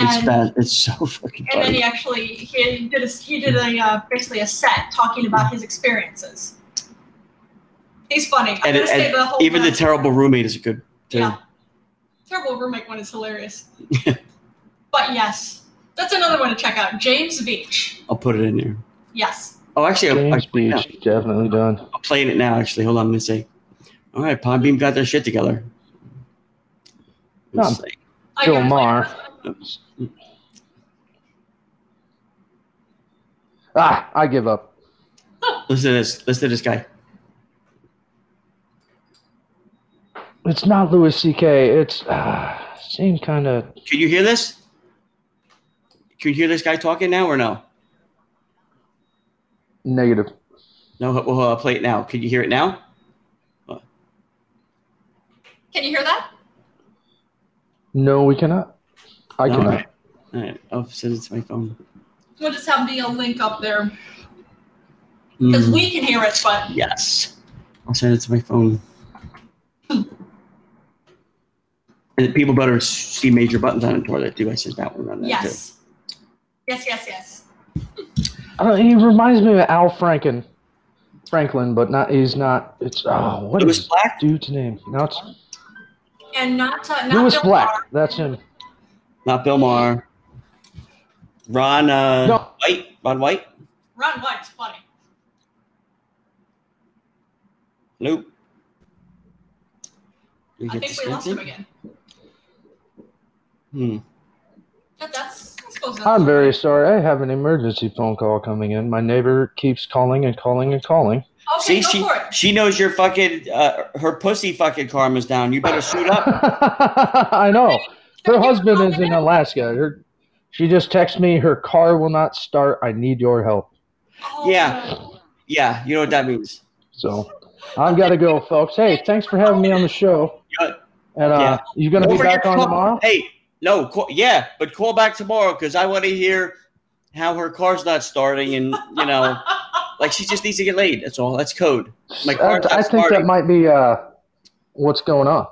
Speaker 1: It's
Speaker 2: and
Speaker 1: bad. It's so fucking
Speaker 2: Um, and then
Speaker 1: funny.
Speaker 2: he actually he did a he did a uh, basically a set talking about his experiences. He's funny. I'm
Speaker 1: And,
Speaker 2: gonna say
Speaker 1: and
Speaker 2: the whole
Speaker 1: even the
Speaker 2: time.
Speaker 1: terrible roommate is good too.
Speaker 2: Yeah. Terrible roommate one is hilarious. but yes, that's another one to check out. James Beach.
Speaker 1: I'll put it in there.
Speaker 2: Yes.
Speaker 1: Oh, actually, I'm,
Speaker 3: James
Speaker 1: I'm playing it now.
Speaker 3: Beach, definitely done.
Speaker 1: I'm playing it now. Actually, hold on, let me see. All right, Podbeam got their shit together. Let's
Speaker 3: Um,
Speaker 1: see.
Speaker 2: I
Speaker 3: Bill
Speaker 2: guarantee-
Speaker 3: Maher. Ah, I give up.
Speaker 1: Listen to this. Listen to this guy.
Speaker 3: It's not Louis C.K. It's uh, same kind of.
Speaker 1: Can you hear this? Can you hear this guy talking now or no?
Speaker 3: Negative.
Speaker 1: No, we'll uh, play it now. Can you hear it now?
Speaker 2: Can you hear that?
Speaker 3: No, we cannot. I
Speaker 1: No.
Speaker 3: cannot.
Speaker 1: All right, I'll send it to my phone.
Speaker 2: We'll just have the uh, link up there because
Speaker 1: Mm,
Speaker 2: we can hear it, but
Speaker 1: yes, I'll send it to my phone. And the people better see major buttons on it toward that too. I sent that one on that too.
Speaker 2: yes, yes, yes, yes.
Speaker 3: I don't, he reminds me of Al Franken, Franklin, but not. He's not. It's oh, what
Speaker 1: Louis
Speaker 3: is
Speaker 1: Black.
Speaker 3: dude's name? No, it's
Speaker 2: And not uh, not
Speaker 3: Louis
Speaker 2: Bill
Speaker 3: Black.
Speaker 2: Maher.
Speaker 3: That's him.
Speaker 1: Not Bill Maher. Ron uh,
Speaker 3: No.
Speaker 1: White. Ron White.
Speaker 2: Ron White's funny.
Speaker 1: Nope. You
Speaker 2: I
Speaker 1: get
Speaker 2: think we lost him
Speaker 1: disconnected?
Speaker 2: again.
Speaker 1: Hmm.
Speaker 2: That, that's I suppose that's
Speaker 3: I'm very sorry. I have an emergency phone call coming in. My neighbor keeps calling and calling and calling.
Speaker 1: See,
Speaker 2: okay. go
Speaker 1: she
Speaker 2: for it.
Speaker 1: she knows your fucking uh, her pussy fucking karma's down. You better suit up.
Speaker 3: I know. Her husband is in Alaska. Her, she just texted me. Her car will not start. I need your help.
Speaker 2: Oh,
Speaker 1: Yeah.
Speaker 2: no.
Speaker 1: Yeah, you know what that means.
Speaker 3: So I've got to go, folks. Hey, thanks for having me on the show.
Speaker 1: Yeah.
Speaker 3: And uh, you gonna be
Speaker 1: Don't forget
Speaker 3: back on
Speaker 1: to call-
Speaker 3: tomorrow?
Speaker 1: Hey, no, call, yeah, but call back tomorrow because I want to hear how her car's not starting and you know, like she just needs to get laid. That's all. That's code. My car's not
Speaker 3: That- I think that
Speaker 1: starting.
Speaker 3: might be uh, what's going on.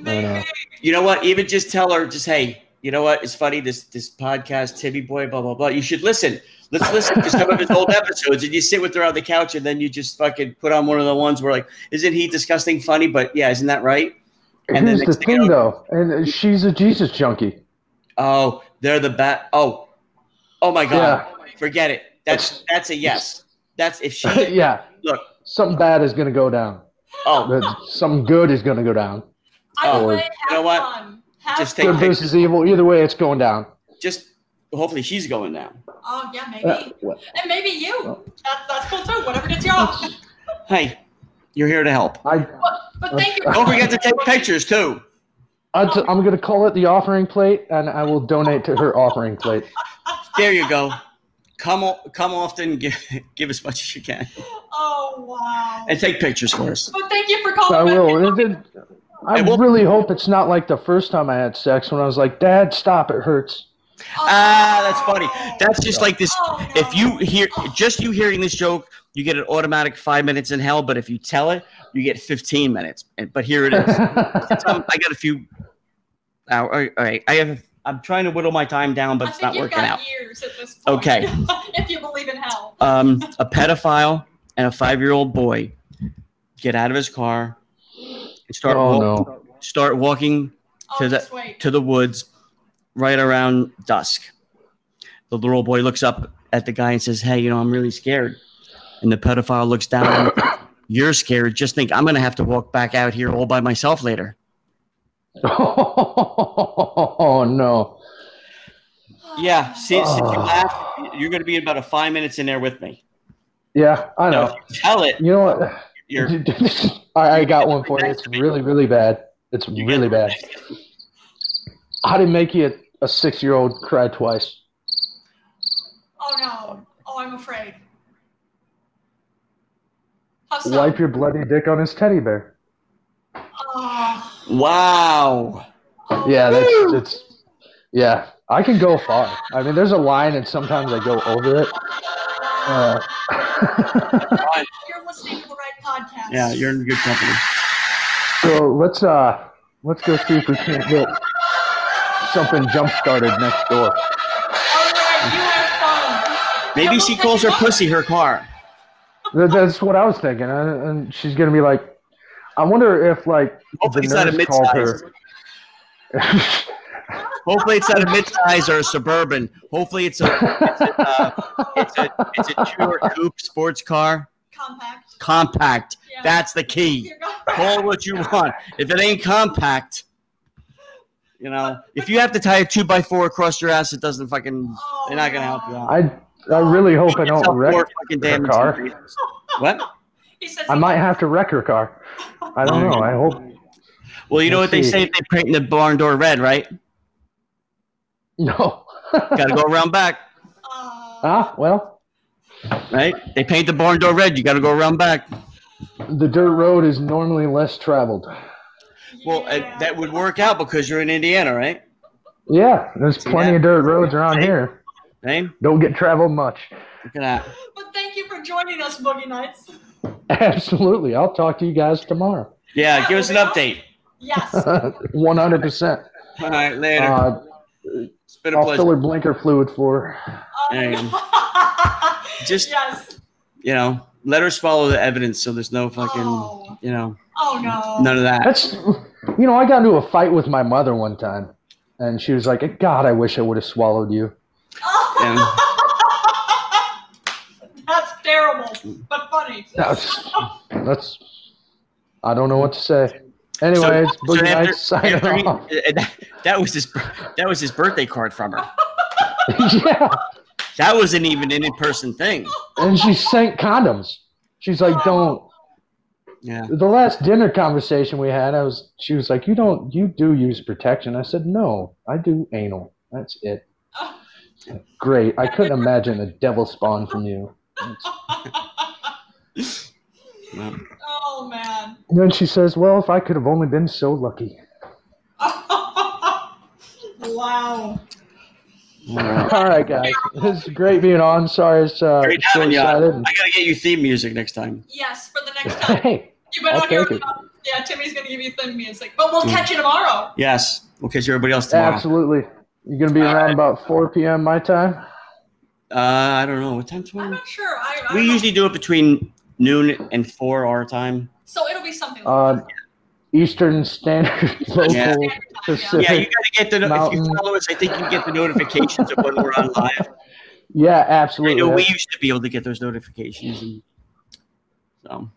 Speaker 2: Maybe.
Speaker 3: I know.
Speaker 1: You know what? Even just tell her, just hey, you know what? It's funny this this podcast, Timmy Boy, blah blah blah. You should listen. Let's listen to some of his old episodes, and you sit with her on the couch, and then you just fucking put on one of the ones where like, isn't he disgusting funny? But yeah, isn't that right? And then
Speaker 3: Here's the
Speaker 1: next thing you
Speaker 3: thing, though, and uh, she's a Jesus junkie.
Speaker 1: Oh, they're the bat. Oh, oh my god,
Speaker 3: Yeah,
Speaker 1: forget it. That's that's a yes. That's if she
Speaker 3: yeah.
Speaker 1: Look.
Speaker 3: something bad is gonna go down.
Speaker 1: Oh,
Speaker 3: That some good is going to go down.
Speaker 2: Either
Speaker 3: Oh,
Speaker 2: way,
Speaker 3: you
Speaker 2: have
Speaker 1: know what?
Speaker 2: fun. Have
Speaker 1: Just take
Speaker 2: fun.
Speaker 3: Good versus evil. Either way, it's going down.
Speaker 1: just hopefully she's going down.
Speaker 2: Oh yeah, maybe.
Speaker 3: Uh, well,
Speaker 2: and maybe you.
Speaker 3: Well.
Speaker 2: That's that's cool too. Whatever gets you off.
Speaker 3: uh,
Speaker 1: Hey, you're here to help.
Speaker 3: I,
Speaker 2: But thank
Speaker 3: uh,
Speaker 2: you.
Speaker 1: Don't forget to take pictures too.
Speaker 3: I t- I'm going to call it the offering plate, and I will donate to her offering plate.
Speaker 1: There you go. Come o- come often, give, give as much as you can,
Speaker 2: Oh wow.
Speaker 1: and take pictures for us.
Speaker 2: But thank you for calling.
Speaker 3: I
Speaker 2: back. Oh.
Speaker 3: will. It did- I
Speaker 1: It will-
Speaker 3: really hope it's not like the first time I had sex when I was like, "Dad, stop! It hurts."
Speaker 1: Ah, that's funny. That's just
Speaker 3: Yeah.
Speaker 1: like this.
Speaker 2: Oh, no.
Speaker 1: If you hear just you hearing this joke, you get an automatic five minutes in hell. But if you tell it, you get fifteen minutes. And But here it is. Um, I got a few. Hour, all right, all right, I have. I'm trying to whittle my time down, but
Speaker 2: I
Speaker 1: it's
Speaker 2: think
Speaker 1: not
Speaker 2: you've
Speaker 1: working
Speaker 2: got
Speaker 1: out.
Speaker 2: years at this point.
Speaker 1: Okay.
Speaker 2: if you believe in hell.
Speaker 1: Um, a pedophile and a five-year-old boy get out of his car and start
Speaker 3: oh
Speaker 1: walk-
Speaker 3: no!
Speaker 1: start walking
Speaker 2: Oh,
Speaker 1: To the-
Speaker 2: just wait.
Speaker 1: to the woods right around dusk. The little boy looks up at the guy and says, "Hey, you know, I'm really scared." And the pedophile looks down. You're scared. Just think, I'm gonna have to walk back out here all by myself later.
Speaker 3: Oh no!
Speaker 1: Yeah, see, since you
Speaker 3: Oh.
Speaker 1: laugh, you're gonna be about a five minutes in there with me.
Speaker 3: Yeah, I
Speaker 1: Now, if
Speaker 3: know.
Speaker 1: you tell it,
Speaker 3: You know what?
Speaker 1: you're
Speaker 3: I, I got one for you. It's really, really bad. It's
Speaker 1: You get
Speaker 3: really bad. How did make you a, a six-year-old cry twice?
Speaker 2: Oh no. Oh, I'm afraid. How so?
Speaker 3: Wipe your bloody dick on his teddy bear.
Speaker 2: Oh,
Speaker 1: wow.
Speaker 2: oh,
Speaker 3: Yeah, that's
Speaker 1: Woo!
Speaker 3: it's. Yeah, I can go far. I mean, there's a line, and sometimes I go over it. Uh,
Speaker 2: You're listening to the right podcast.
Speaker 1: Yeah, you're in good company.
Speaker 3: so let's uh, let's go see if we can't get something jump started next door.
Speaker 2: All right, you have fun.
Speaker 1: Maybe she calls her pussy her car.
Speaker 3: That, that's what I was thinking, and, and she's gonna be like, I wonder if like
Speaker 1: Hopefully, it's not a
Speaker 3: nurse
Speaker 1: mid
Speaker 3: called
Speaker 1: size. Hopefully, it's not a mid size or a suburban. Hopefully, it's a uh, it's a it's a two or coupe sports car,
Speaker 2: Compact.
Speaker 1: compact.
Speaker 2: Yeah.
Speaker 1: That's the key.
Speaker 2: You're not-
Speaker 1: Call it what you want. If it ain't compact, you know, if you have to tie a two by four across your ass, it doesn't fucking.
Speaker 2: Oh,
Speaker 1: They're not gonna help you out.
Speaker 3: I I really hope I
Speaker 1: It's
Speaker 3: don't
Speaker 1: up
Speaker 3: wreck.
Speaker 1: for fucking
Speaker 3: her
Speaker 1: damage
Speaker 3: car.
Speaker 1: increases. What?
Speaker 2: He says
Speaker 3: I might have to wreck her car. I don't know. I hope.
Speaker 1: Well, you know what
Speaker 3: Let's
Speaker 1: they
Speaker 3: see.
Speaker 1: say if they paint the barn door red, right?
Speaker 3: No.
Speaker 1: Gotta go around back,
Speaker 2: Uh,
Speaker 3: ah, well,
Speaker 1: right? They paint the barn door red. You gotta go around back.
Speaker 3: the dirt road is normally less traveled.
Speaker 1: Well, uh,
Speaker 2: yeah.
Speaker 1: that would work out because you're in Indiana, right?
Speaker 3: Yeah, there's
Speaker 1: See
Speaker 3: plenty
Speaker 1: that?
Speaker 3: of dirt roads around here.
Speaker 1: Right?
Speaker 3: Don't get traveled much.
Speaker 1: Look at that.
Speaker 2: But thank you for joining us, Boogie Nights.
Speaker 3: Absolutely. I'll talk to you guys tomorrow.
Speaker 1: Yeah, give us an update.
Speaker 2: Yes.
Speaker 3: 100%.
Speaker 1: All right, later.
Speaker 3: Uh,
Speaker 1: it's been a
Speaker 3: I'll
Speaker 1: pleasure.
Speaker 3: fill her blinker fluid for her.
Speaker 2: Oh,
Speaker 1: And
Speaker 2: no.
Speaker 1: just-
Speaker 2: yes.
Speaker 1: you know, let her swallow the evidence so there's no fucking,
Speaker 2: Oh.
Speaker 1: you know,
Speaker 2: Oh no.
Speaker 1: none of that.
Speaker 3: That's, you know, I got into a fight with my mother one time, and she was like, God, I wish I would have swallowed you.
Speaker 2: That's terrible, but funny.
Speaker 3: That's, that's, I don't know what to say. Anyways,
Speaker 1: So
Speaker 3: Boogie
Speaker 1: after-
Speaker 3: Nights signing
Speaker 1: after he-
Speaker 3: off.
Speaker 1: and that, that was his bir- that was his birthday card from her.
Speaker 3: yeah.
Speaker 1: That wasn't even an in-person thing.
Speaker 3: And she sent condoms. She's like, don't,
Speaker 1: Yeah.
Speaker 3: the last dinner conversation we had, I was she was like, "You don't you do use protection?" I said, "No, I do anal. That's it." Great. I couldn't imagine a devil spawn from you.
Speaker 1: Well,
Speaker 2: oh man.
Speaker 3: And then she says, "Well, if I could have only been so lucky."
Speaker 2: wow.
Speaker 1: all right.
Speaker 3: All right, guys. It's great being on. Sorry, it's uh,
Speaker 1: Great
Speaker 3: so
Speaker 1: having you on.
Speaker 3: excited.
Speaker 1: I gotta get you theme music next time.
Speaker 2: Yes, for the next time.
Speaker 3: Hey,
Speaker 2: You've been
Speaker 3: I'll
Speaker 2: on your
Speaker 3: take it.
Speaker 2: Yeah, Timmy's gonna give you thin music, but we'll catch you tomorrow.
Speaker 1: Yes. We'll catch everybody else tomorrow.
Speaker 3: absolutely. You're gonna be around about 4 p.m. my time.
Speaker 1: Uh, I don't know what time
Speaker 2: I'm
Speaker 3: Hmm.
Speaker 1: tomorrow.
Speaker 2: not sure. I, I
Speaker 1: We usually do it between noon and four our time.
Speaker 2: so it'll be something. Like
Speaker 3: Uh, Eastern Standard Local
Speaker 1: Yeah.
Speaker 3: Pacific.
Speaker 1: Yeah, you gotta get the no- if you
Speaker 3: Mountain.
Speaker 1: follow us. I think you get the notifications of when we're on live.
Speaker 3: Yeah,
Speaker 1: I
Speaker 3: absolutely.
Speaker 1: know we used to be able to get those notifications, and so
Speaker 2: that.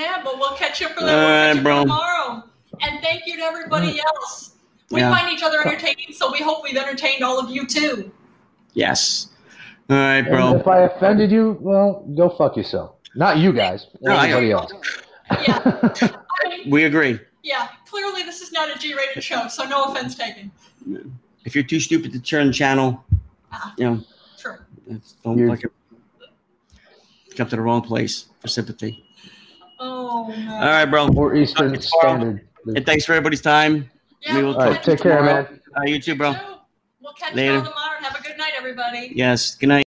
Speaker 2: Yeah, but we'll catch up for
Speaker 1: All
Speaker 2: that.
Speaker 1: right,
Speaker 2: We'll catch
Speaker 1: bro.
Speaker 2: up tomorrow. And thank you to
Speaker 3: Hmm.
Speaker 2: everybody else. We
Speaker 1: Yeah.
Speaker 2: find each other entertaining, so we hope we've entertained all of you too.
Speaker 1: Yes. All right,
Speaker 3: And
Speaker 1: bro.
Speaker 3: if I offended you, well, go fuck yourself. Not you guys.
Speaker 1: No, I-
Speaker 3: everybody else.
Speaker 2: Yeah. I mean,
Speaker 1: We agree.
Speaker 2: yeah. Clearly, this is not a G rated show, so no offense taken.
Speaker 1: If you're too stupid to turn channel,
Speaker 2: Ah,
Speaker 1: you know,
Speaker 2: true.
Speaker 1: it's- don't
Speaker 3: You're-
Speaker 1: fucking come to the wrong place for sympathy.
Speaker 2: Oh, man.
Speaker 1: All right, bro.
Speaker 3: or Eastern
Speaker 1: It's horrible.
Speaker 3: Standard.
Speaker 1: And thanks for everybody's time.
Speaker 2: Yeah,
Speaker 1: we will
Speaker 2: we'll
Speaker 3: All right,
Speaker 2: catch
Speaker 3: take
Speaker 2: you
Speaker 3: care,
Speaker 1: tomorrow.
Speaker 3: man.
Speaker 1: Uh, you too, bro.
Speaker 2: tomorrow. We'll catch
Speaker 1: Later.
Speaker 2: you all tomorrow and have a good night, everybody.
Speaker 1: Yes. Good night.